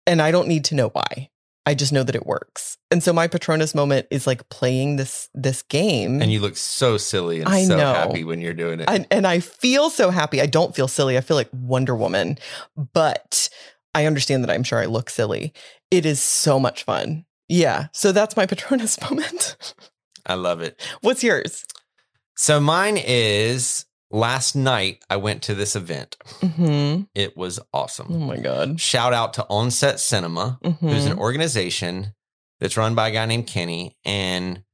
[SPEAKER 1] And I don't need to know why. I just know that it works. And so my Patronus moment is like playing this this game.
[SPEAKER 2] And you look so silly and
[SPEAKER 1] I
[SPEAKER 2] so
[SPEAKER 1] know.
[SPEAKER 2] happy when you're doing it.
[SPEAKER 1] and, and I feel so happy. I don't feel silly. I feel like Wonder Woman, but I understand that I'm sure I look silly. It is so much fun. Yeah. So that's my Patronus moment.
[SPEAKER 2] I love it.
[SPEAKER 1] What's yours?
[SPEAKER 2] So mine is last night I went to this event.
[SPEAKER 1] Mm-hmm.
[SPEAKER 2] It was awesome.
[SPEAKER 1] Oh my God.
[SPEAKER 2] Shout out to Onset Cinema,
[SPEAKER 1] Mm-hmm.
[SPEAKER 2] who's an organization that's run by a guy named Kenny. And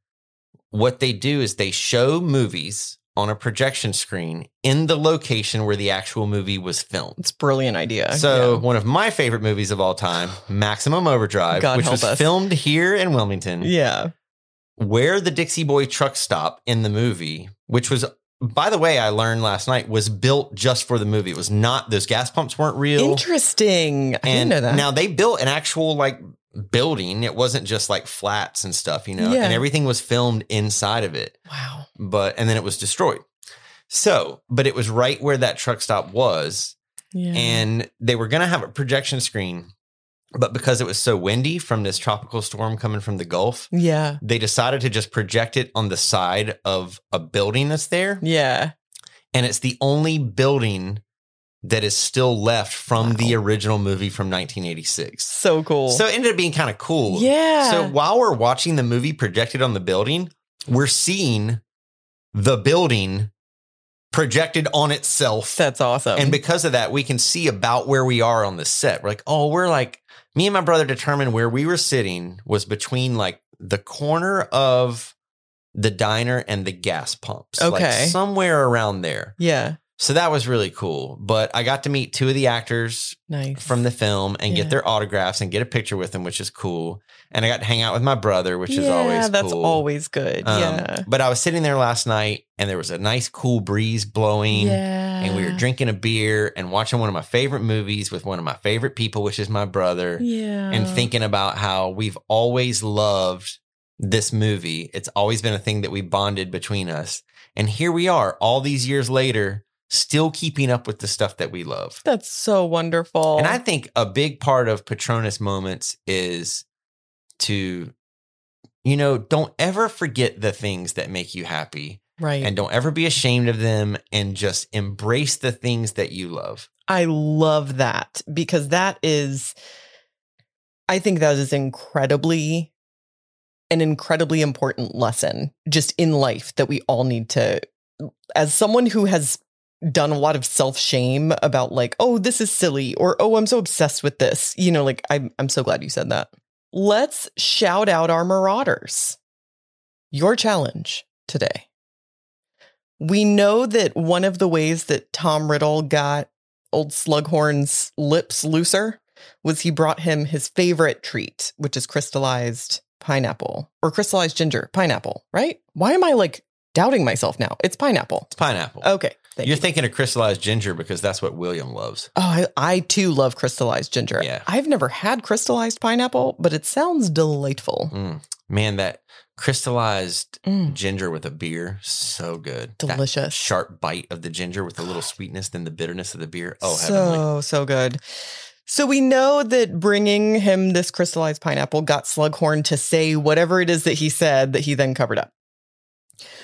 [SPEAKER 2] what they do is they show movies on a projection screen in the location where the actual movie was filmed.
[SPEAKER 1] it's a brilliant idea.
[SPEAKER 2] So, one of my favorite movies of all time, Maximum Overdrive,
[SPEAKER 1] God
[SPEAKER 2] which
[SPEAKER 1] help
[SPEAKER 2] was
[SPEAKER 1] us.
[SPEAKER 2] filmed here in Wilmington,
[SPEAKER 1] yeah. yeah.
[SPEAKER 2] where the Dixie Boy truck stop in the movie, which was, by the way, I learned last night, was built just for the movie. It was not, those gas pumps weren't real.
[SPEAKER 1] Interesting. I didn't
[SPEAKER 2] And
[SPEAKER 1] know that.
[SPEAKER 2] now they built an actual like building. It wasn't just like flats and stuff, you know,
[SPEAKER 1] Yeah.
[SPEAKER 2] and everything was filmed inside of it.
[SPEAKER 1] wow.
[SPEAKER 2] But, and then it was destroyed. So, but it was right where that truck stop was.
[SPEAKER 1] Yeah.
[SPEAKER 2] And they were going to have a projection screen. But because it was so windy from this tropical storm coming from the Gulf,
[SPEAKER 1] yeah.
[SPEAKER 2] they decided to just project it on the side of a building that's there.
[SPEAKER 1] Yeah.
[SPEAKER 2] And it's the only building that is still left from the original movie from 1986.
[SPEAKER 1] So cool.
[SPEAKER 2] So it ended up being kind of cool.
[SPEAKER 1] yeah.
[SPEAKER 2] So while we're watching the movie projected on the building, we're seeing the building projected on itself.
[SPEAKER 1] that's awesome.
[SPEAKER 2] and because of that, we can see about where we are on the set. We're like, oh, we're like, me and my brother determined where we were sitting was between like the corner of the diner and the gas pumps. Like
[SPEAKER 1] Okay.
[SPEAKER 2] somewhere around there.
[SPEAKER 1] yeah.
[SPEAKER 2] So that was really cool. But I got to meet two of the actors
[SPEAKER 1] Nice.
[SPEAKER 2] from the film and
[SPEAKER 1] Yeah.
[SPEAKER 2] get their autographs and get a picture with them, which is cool. And I got to hang out with my brother, which is always
[SPEAKER 1] that's
[SPEAKER 2] cool.
[SPEAKER 1] always good.
[SPEAKER 2] Um,
[SPEAKER 1] yeah.
[SPEAKER 2] But I was sitting there last night and there was a nice cool breeze blowing.
[SPEAKER 1] yeah.
[SPEAKER 2] And we were drinking a beer and watching one of my favorite movies with one of my favorite people, which is my brother,
[SPEAKER 1] Yeah.
[SPEAKER 2] and thinking about how we've always loved this movie. It's always been a thing that we bonded between us. And here we are, all these years later, still keeping up with the stuff that we love.
[SPEAKER 1] that's so wonderful.
[SPEAKER 2] And I think a big part of Patronus moments is to, you know, don't ever forget the things that make you happy
[SPEAKER 1] right.
[SPEAKER 2] and don't ever be ashamed of them and just embrace the things that you love.
[SPEAKER 1] I love that because that is, I think that is incredibly, an incredibly important lesson just in life that we all need to, as someone who has done a lot of self shame about like, oh, this is silly or oh, I'm so obsessed with this. You know, like I'm, I'm so glad you said that. Let's shout out our marauders. Your challenge today. We know that one of the ways that Tom Riddle got old Slughorn's lips looser was he brought him his favorite treat, which is crystallized pineapple or crystallized ginger, pineapple, right? Why am I like doubting myself now? It's pineapple.
[SPEAKER 2] It's pineapple.
[SPEAKER 1] Okay. Oh, Thank
[SPEAKER 2] You're
[SPEAKER 1] you.
[SPEAKER 2] thinking of crystallized ginger because that's what William loves.
[SPEAKER 1] oh, I, I too love crystallized ginger.
[SPEAKER 2] Yeah.
[SPEAKER 1] I've never had crystallized pineapple, but it sounds delightful.
[SPEAKER 2] Mm. Man, that crystallized
[SPEAKER 1] Oh. Mm,
[SPEAKER 2] ginger with a beer, so good. That
[SPEAKER 1] delicious.
[SPEAKER 2] sharp bite of the ginger with a little sweetness, then the bitterness of the beer. Oh, heavenly.
[SPEAKER 1] so so good. So we know that bringing him this crystallized pineapple got Slughorn to say whatever it is that he said that he then covered up.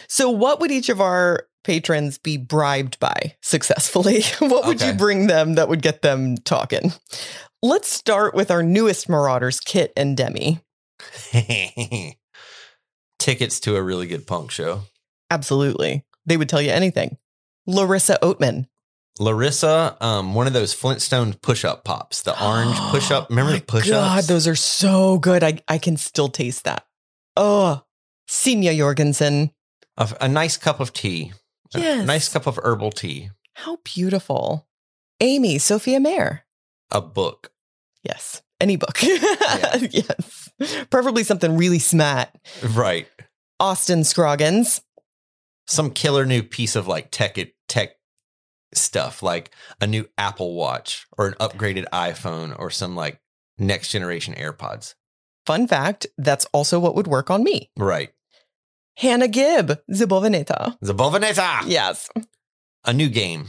[SPEAKER 1] So what would each of our patrons be bribed by successfully? what would you
[SPEAKER 2] Okay.
[SPEAKER 1] bring them that would get them talking? Let's start with our newest marauders, Kit and Demi.
[SPEAKER 2] Tickets to a really good punk show.
[SPEAKER 1] Absolutely. They would tell you anything. Larissa Oatman.
[SPEAKER 2] Larissa, um, one of those Flintstone push-up pops, the orange push-up. Remember
[SPEAKER 1] Oh My
[SPEAKER 2] the push-ups?
[SPEAKER 1] God, those are so good. I, I can still taste that. Oh, Senior Jorgensen.
[SPEAKER 2] a, a nice cup of tea. A
[SPEAKER 1] Yes.
[SPEAKER 2] nice cup of herbal tea.
[SPEAKER 1] How beautiful. Amy, Sophia Mayer.
[SPEAKER 2] A book.
[SPEAKER 1] Yes. Any book. yes. Preferably something really smart.
[SPEAKER 2] Right.
[SPEAKER 1] Austin Scroggins.
[SPEAKER 2] Some killer new piece of like tech tech stuff, like a new Apple Watch or an upgraded iPhone or some like next generation AirPods.
[SPEAKER 1] Fun fact that's also what would work on me.
[SPEAKER 2] Right.
[SPEAKER 1] Hannah Gibb, Zibovaneta.
[SPEAKER 2] Zabovaneta.
[SPEAKER 1] Yes.
[SPEAKER 2] A new game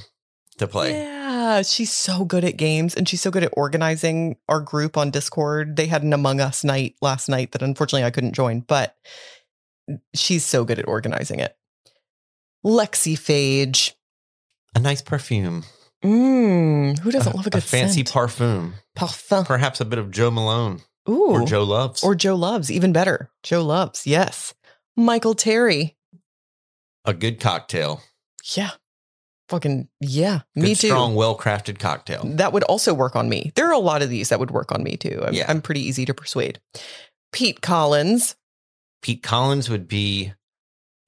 [SPEAKER 2] to play.
[SPEAKER 1] Yeah. She's so good at games and she's so good at organizing our group on Discord. They had an Among Us night last night that unfortunately I couldn't join, but she's so good at organizing it. Lexi Phage.
[SPEAKER 2] A nice perfume.
[SPEAKER 1] Mm, who doesn't love a good
[SPEAKER 2] fancy
[SPEAKER 1] scent?
[SPEAKER 2] parfum.
[SPEAKER 1] parfum?
[SPEAKER 2] Perhaps a bit of Joe Malone
[SPEAKER 1] Ooh.
[SPEAKER 2] or Joe Loves.
[SPEAKER 1] Or Joe Loves, even better. Joe Loves, yes. Michael Terry.
[SPEAKER 2] a good cocktail.
[SPEAKER 1] Yeah. Fucking, yeah.
[SPEAKER 2] Good,
[SPEAKER 1] me too.
[SPEAKER 2] Strong, well crafted cocktail.
[SPEAKER 1] That would also work on me. There are a lot of these that would work on me too. I'm,
[SPEAKER 2] Yeah.
[SPEAKER 1] I'm pretty easy to persuade. Pete Collins.
[SPEAKER 2] Pete Collins would be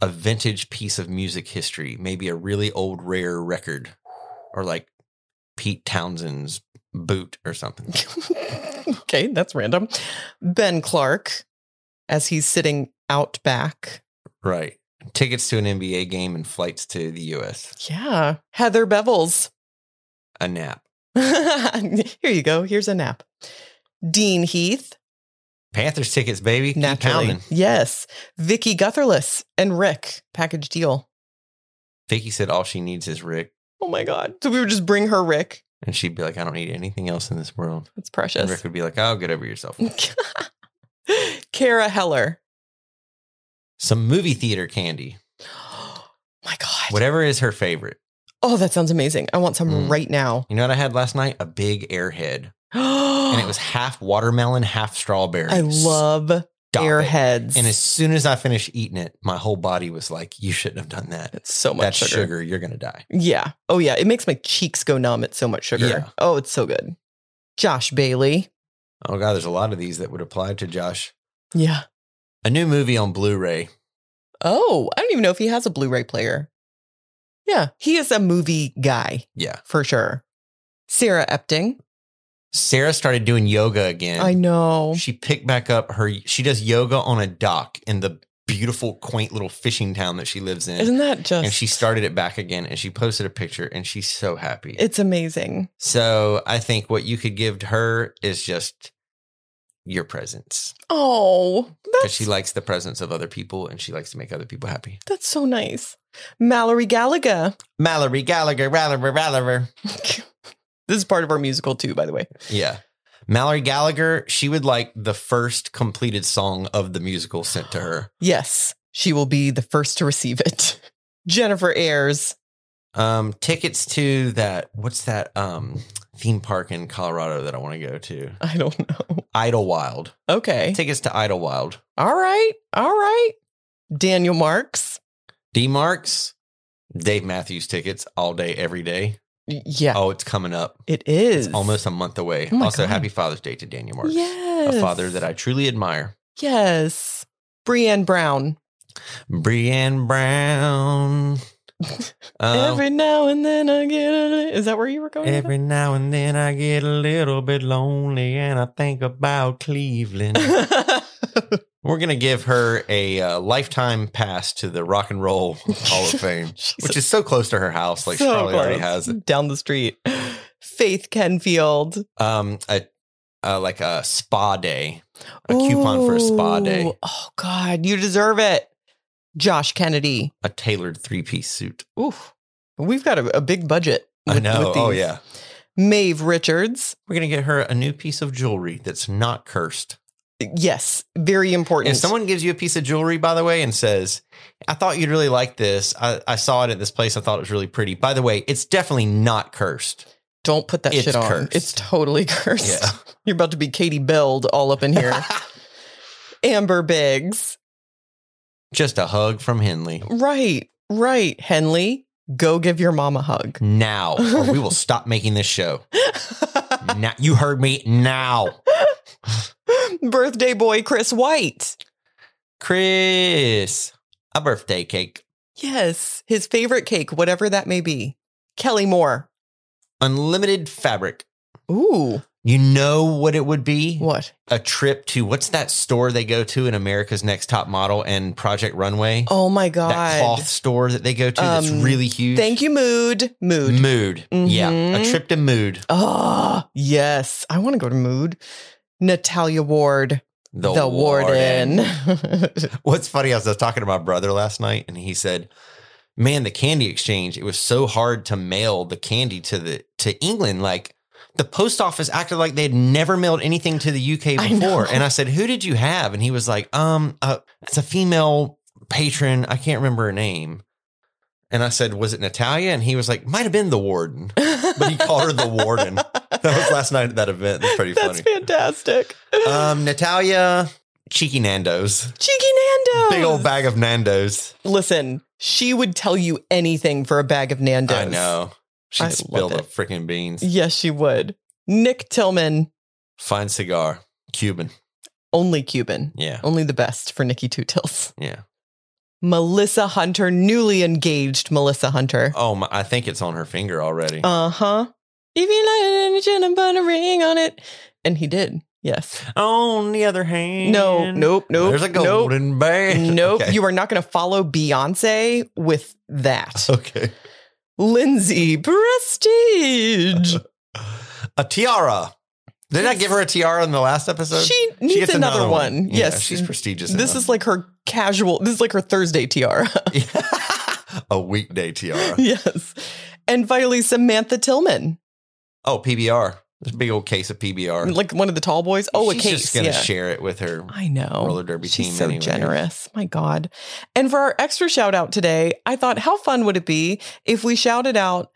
[SPEAKER 2] a vintage piece of music history, maybe a really old rare record or like Pete Townsend's boot or something.
[SPEAKER 1] okay, that's random. Ben Clark, as he's sitting out back.
[SPEAKER 2] right. Tickets to an NBA game and flights to the US.
[SPEAKER 1] Yeah. Heather Bevels.
[SPEAKER 2] A nap.
[SPEAKER 1] Here you go. Here's a nap. Dean Heath.
[SPEAKER 2] Panthers tickets, baby. Keep
[SPEAKER 1] Naturally.
[SPEAKER 2] pounding.
[SPEAKER 1] Yes. Vicky Gutherless and Rick. Package deal.
[SPEAKER 2] Vicky said all she needs is Rick.
[SPEAKER 1] Oh my God. So we would just bring her Rick.
[SPEAKER 2] And she'd be like, I don't need anything else in this world.
[SPEAKER 1] That's
[SPEAKER 2] And Rick
[SPEAKER 1] precious.
[SPEAKER 2] would be like, Oh, get over yourself.
[SPEAKER 1] Kara Heller.
[SPEAKER 2] Some movie theater candy.
[SPEAKER 1] my God.
[SPEAKER 2] Whatever is her favorite.
[SPEAKER 1] Oh, that sounds amazing. I want some
[SPEAKER 2] Mm.
[SPEAKER 1] right now.
[SPEAKER 2] You know what I had last night? A big airhead.
[SPEAKER 1] and
[SPEAKER 2] And it was half watermelon, half strawberry.
[SPEAKER 1] I love
[SPEAKER 2] Stop it.
[SPEAKER 1] airheads.
[SPEAKER 2] And as soon as I finished eating it, my whole body was like, "You shouldn't have done that.
[SPEAKER 1] it's so much
[SPEAKER 2] That's
[SPEAKER 1] sugar.
[SPEAKER 2] sugar. You're gonna die."
[SPEAKER 1] Yeah. Oh yeah. It makes my cheeks go numb. It's so much sugar.
[SPEAKER 2] Yeah.
[SPEAKER 1] Oh, it's so good. Josh Bailey.
[SPEAKER 2] Oh god, there's a lot of these that would apply to Josh.
[SPEAKER 1] Yeah.
[SPEAKER 2] A new movie on Blu-ray.
[SPEAKER 1] Oh, I don't even know if he has a Blu-ray player. Yeah. He is a movie guy
[SPEAKER 2] Yeah,
[SPEAKER 1] for sure. Sarah Epting.
[SPEAKER 2] Sarah started doing yoga again.
[SPEAKER 1] I know.
[SPEAKER 2] She picked back up her. She does yoga on a dock in the beautiful, quaint little fishing town that she lives in.
[SPEAKER 1] Isn't that just
[SPEAKER 2] and she started it back again, and she posted a picture, and she's so happy.
[SPEAKER 1] it's amazing.
[SPEAKER 2] so I think what you could give to her is just your presence.
[SPEAKER 1] Oh,
[SPEAKER 2] because
[SPEAKER 1] that's
[SPEAKER 2] she likes the presence of other people and she likes to make other people happy.
[SPEAKER 1] that's so nice. Mallory Gallagher.
[SPEAKER 2] Mallory Gallagher, Gallagher, Gallagher.
[SPEAKER 1] this is part of our musical too, by the way.
[SPEAKER 2] Yeah. Mallory Gallagher, she would like the first completed song of the musical sent to her.
[SPEAKER 1] Yes, she will be the first to receive it. Jennifer Ayers.
[SPEAKER 2] Um, tickets to that, what's that um theme park in Colorado that I want to go to?
[SPEAKER 1] I don't know.
[SPEAKER 2] Idlewild.
[SPEAKER 1] Okay.
[SPEAKER 2] Tickets to Idlewild.
[SPEAKER 1] All right. All right. Daniel Marks.
[SPEAKER 2] D Marks, Dave Matthews tickets all day, every day.
[SPEAKER 1] Y- Yeah,
[SPEAKER 2] Oh, it's coming up.
[SPEAKER 1] it is.
[SPEAKER 2] Almost a month away.
[SPEAKER 1] Oh my
[SPEAKER 2] also,
[SPEAKER 1] God.
[SPEAKER 2] happy Father's Day to Daniel Marks.
[SPEAKER 1] Yes.
[SPEAKER 2] A father that I truly admire.
[SPEAKER 1] Yes. Brienne Brown.
[SPEAKER 2] Brienne Brown. Uh, every,
[SPEAKER 1] every now and then I get a li- Is that where you were going? with
[SPEAKER 2] now and then I get a little bit lonely and I think about Cleveland.
[SPEAKER 1] that?
[SPEAKER 2] We're going to give her a uh, lifetime pass to the Rock and Roll Hall of Fame,
[SPEAKER 1] She's
[SPEAKER 2] which is so close to her house. Like, she
[SPEAKER 1] so
[SPEAKER 2] probably already
[SPEAKER 1] close.
[SPEAKER 2] has it.
[SPEAKER 1] down the street. Faith Kenfield.
[SPEAKER 2] Um, a, uh, like a spa day, a coupon for a spa day,
[SPEAKER 1] Ooh. Oh God, you deserve it. Josh Kennedy.
[SPEAKER 2] a tailored three piece suit.
[SPEAKER 1] Oof. We've got a, a big budget.
[SPEAKER 2] I know. Oh,
[SPEAKER 1] these.
[SPEAKER 2] yeah.
[SPEAKER 1] Maeve Richards.
[SPEAKER 2] We're going to get her a new piece of jewelry that's not cursed.
[SPEAKER 1] Yes. Very important.
[SPEAKER 2] If someone gives you a piece of jewelry, by the way, and says, I thought you'd really like this. I, I saw it at this place. I thought it was really pretty. By the way, it's definitely not cursed.
[SPEAKER 1] Don't put that
[SPEAKER 2] It's
[SPEAKER 1] shit on.
[SPEAKER 2] cursed.
[SPEAKER 1] It's totally cursed. You're about to be Katie Beld all up in here. Amber Biggs.
[SPEAKER 2] Just a hug from Henley.
[SPEAKER 1] Right. Right. Henley. Go give your mom a hug.
[SPEAKER 2] now, or we will stop making this show. Now, you heard me now.
[SPEAKER 1] Birthday boy Chris White.
[SPEAKER 2] Chris, a birthday cake.
[SPEAKER 1] Yes, his favorite cake, whatever that may be. Kelly Moore.
[SPEAKER 2] Unlimited fabric.
[SPEAKER 1] Ooh,
[SPEAKER 2] You know what it would be?
[SPEAKER 1] what?
[SPEAKER 2] A trip to what's that store they go to in America's Next Top Model and Project Runway?
[SPEAKER 1] Oh my god.
[SPEAKER 2] That cloth store that they go to that's
[SPEAKER 1] Um,
[SPEAKER 2] really huge.
[SPEAKER 1] Thank you, Mood. Mood.
[SPEAKER 2] Mood.
[SPEAKER 1] Mhm.
[SPEAKER 2] Yeah. A trip to mood.
[SPEAKER 1] Ah, yes. I want to go to Mood. Natalia Ward, the, warden.
[SPEAKER 2] What's funny, I was, I was talking to my brother last night and he said, Man, the candy exchange, it was so hard to mail the candy to the to England. Like the post office acted like they'd never mailed anything to the UK
[SPEAKER 1] I know.
[SPEAKER 2] before. and I said, Who did you have? And he was like, Um, uh, it's a female patron. I can't remember her name. And I said, Was it Natalia? And he was like, Might have been the warden. But he called her the warden. That was last night at that event. That's pretty
[SPEAKER 1] That's
[SPEAKER 2] funny.
[SPEAKER 1] fantastic.
[SPEAKER 2] Um, Natalia, cheeky Nando's.
[SPEAKER 1] Cheeky Nando's.
[SPEAKER 2] Big old bag of Nando's.
[SPEAKER 1] Listen, she would tell you anything for a bag of Nando's.
[SPEAKER 2] I know. She
[SPEAKER 1] I love
[SPEAKER 2] spilled the
[SPEAKER 1] it.
[SPEAKER 2] freaking beans.
[SPEAKER 1] Yes, she would. Nick Tillman,
[SPEAKER 2] Fine cigar. Cuban.
[SPEAKER 1] only Cuban.
[SPEAKER 2] Yeah.
[SPEAKER 1] Only the best for Nikki Two Tills.
[SPEAKER 2] Yeah.
[SPEAKER 1] Melissa Hunter, newly engaged Melissa Hunter.
[SPEAKER 2] Oh, my, I think it's on her finger already.
[SPEAKER 1] Uh huh. If you let it in, and put a ring on it. And he did. Yes.
[SPEAKER 2] on the other hand.
[SPEAKER 1] No, nope, nope.
[SPEAKER 2] There's a
[SPEAKER 1] nope,
[SPEAKER 2] golden band.
[SPEAKER 1] nope.
[SPEAKER 2] Okay.
[SPEAKER 1] You are not going to follow Beyonce with that.
[SPEAKER 2] okay.
[SPEAKER 1] Lindsay Prestige.
[SPEAKER 2] A tiara. Did I give her a tiara in the last episode?
[SPEAKER 1] she needs
[SPEAKER 2] gets
[SPEAKER 1] another, one.
[SPEAKER 2] Yeah,
[SPEAKER 1] Yes.
[SPEAKER 2] She's uh, prestigious.
[SPEAKER 1] this is like her casual, this is like her Thursday tiara.
[SPEAKER 2] is like a weekday tiara.
[SPEAKER 1] yes. And finally, Samantha Tillman,
[SPEAKER 2] Oh, PBR. This big old case of PBR.
[SPEAKER 1] like one of the tall boys. Oh,
[SPEAKER 2] She's
[SPEAKER 1] a case.
[SPEAKER 2] just gonna
[SPEAKER 1] yeah.
[SPEAKER 2] share it with her
[SPEAKER 1] I know.
[SPEAKER 2] roller derby
[SPEAKER 1] She's
[SPEAKER 2] team.
[SPEAKER 1] so
[SPEAKER 2] anyway.
[SPEAKER 1] generous. My God. And for our extra shout out today, I thought how fun would it be if we shouted out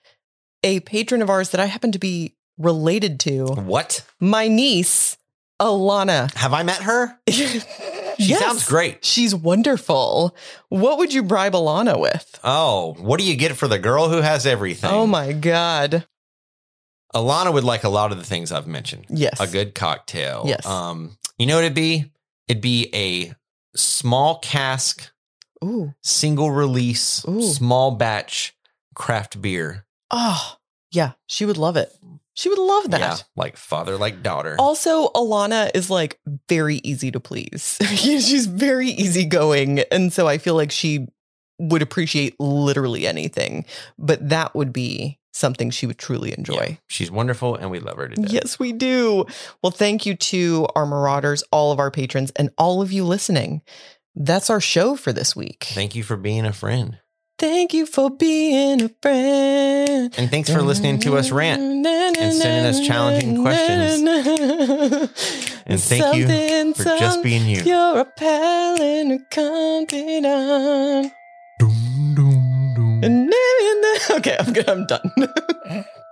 [SPEAKER 1] a patron of ours that I happen to be related to,
[SPEAKER 2] What?
[SPEAKER 1] my niece, Alana.
[SPEAKER 2] Have I met her?
[SPEAKER 1] she
[SPEAKER 2] She sounds great.
[SPEAKER 1] She's wonderful. What would you bribe Alana with?
[SPEAKER 2] Oh, what do you get for the girl who has everything?
[SPEAKER 1] Oh my God.
[SPEAKER 2] Alana would like a lot of the things I've mentioned.
[SPEAKER 1] Yes.
[SPEAKER 2] A good cocktail.
[SPEAKER 1] Yes.
[SPEAKER 2] Um, you know what it'd be? It'd be a small cask,
[SPEAKER 1] Ooh.
[SPEAKER 2] single release,
[SPEAKER 1] Ooh.
[SPEAKER 2] small batch craft beer.
[SPEAKER 1] Oh, yeah. She would love it. She would love that.
[SPEAKER 2] Yeah, like father, like daughter.
[SPEAKER 1] Also, Alana is like very easy to please. Yeah, She's very easygoing. And so I feel like she would appreciate literally anything, but that would be something she would truly enjoy.
[SPEAKER 2] She's wonderful, and we love her to death.
[SPEAKER 1] Yes, we do. Well, thank you to our marauders, all of our patrons, and all of you listening. That's our show for this week.
[SPEAKER 2] Thank you for being a friend,
[SPEAKER 1] Thank you for being a friend.
[SPEAKER 2] and thanks for listening to us rant.
[SPEAKER 1] and
[SPEAKER 2] sending us challenging questions. And thank you For just being you.
[SPEAKER 1] You're a pal and a confidant.
[SPEAKER 2] Doom, doom, doom.
[SPEAKER 1] And then- okay, I'm good. I'm done.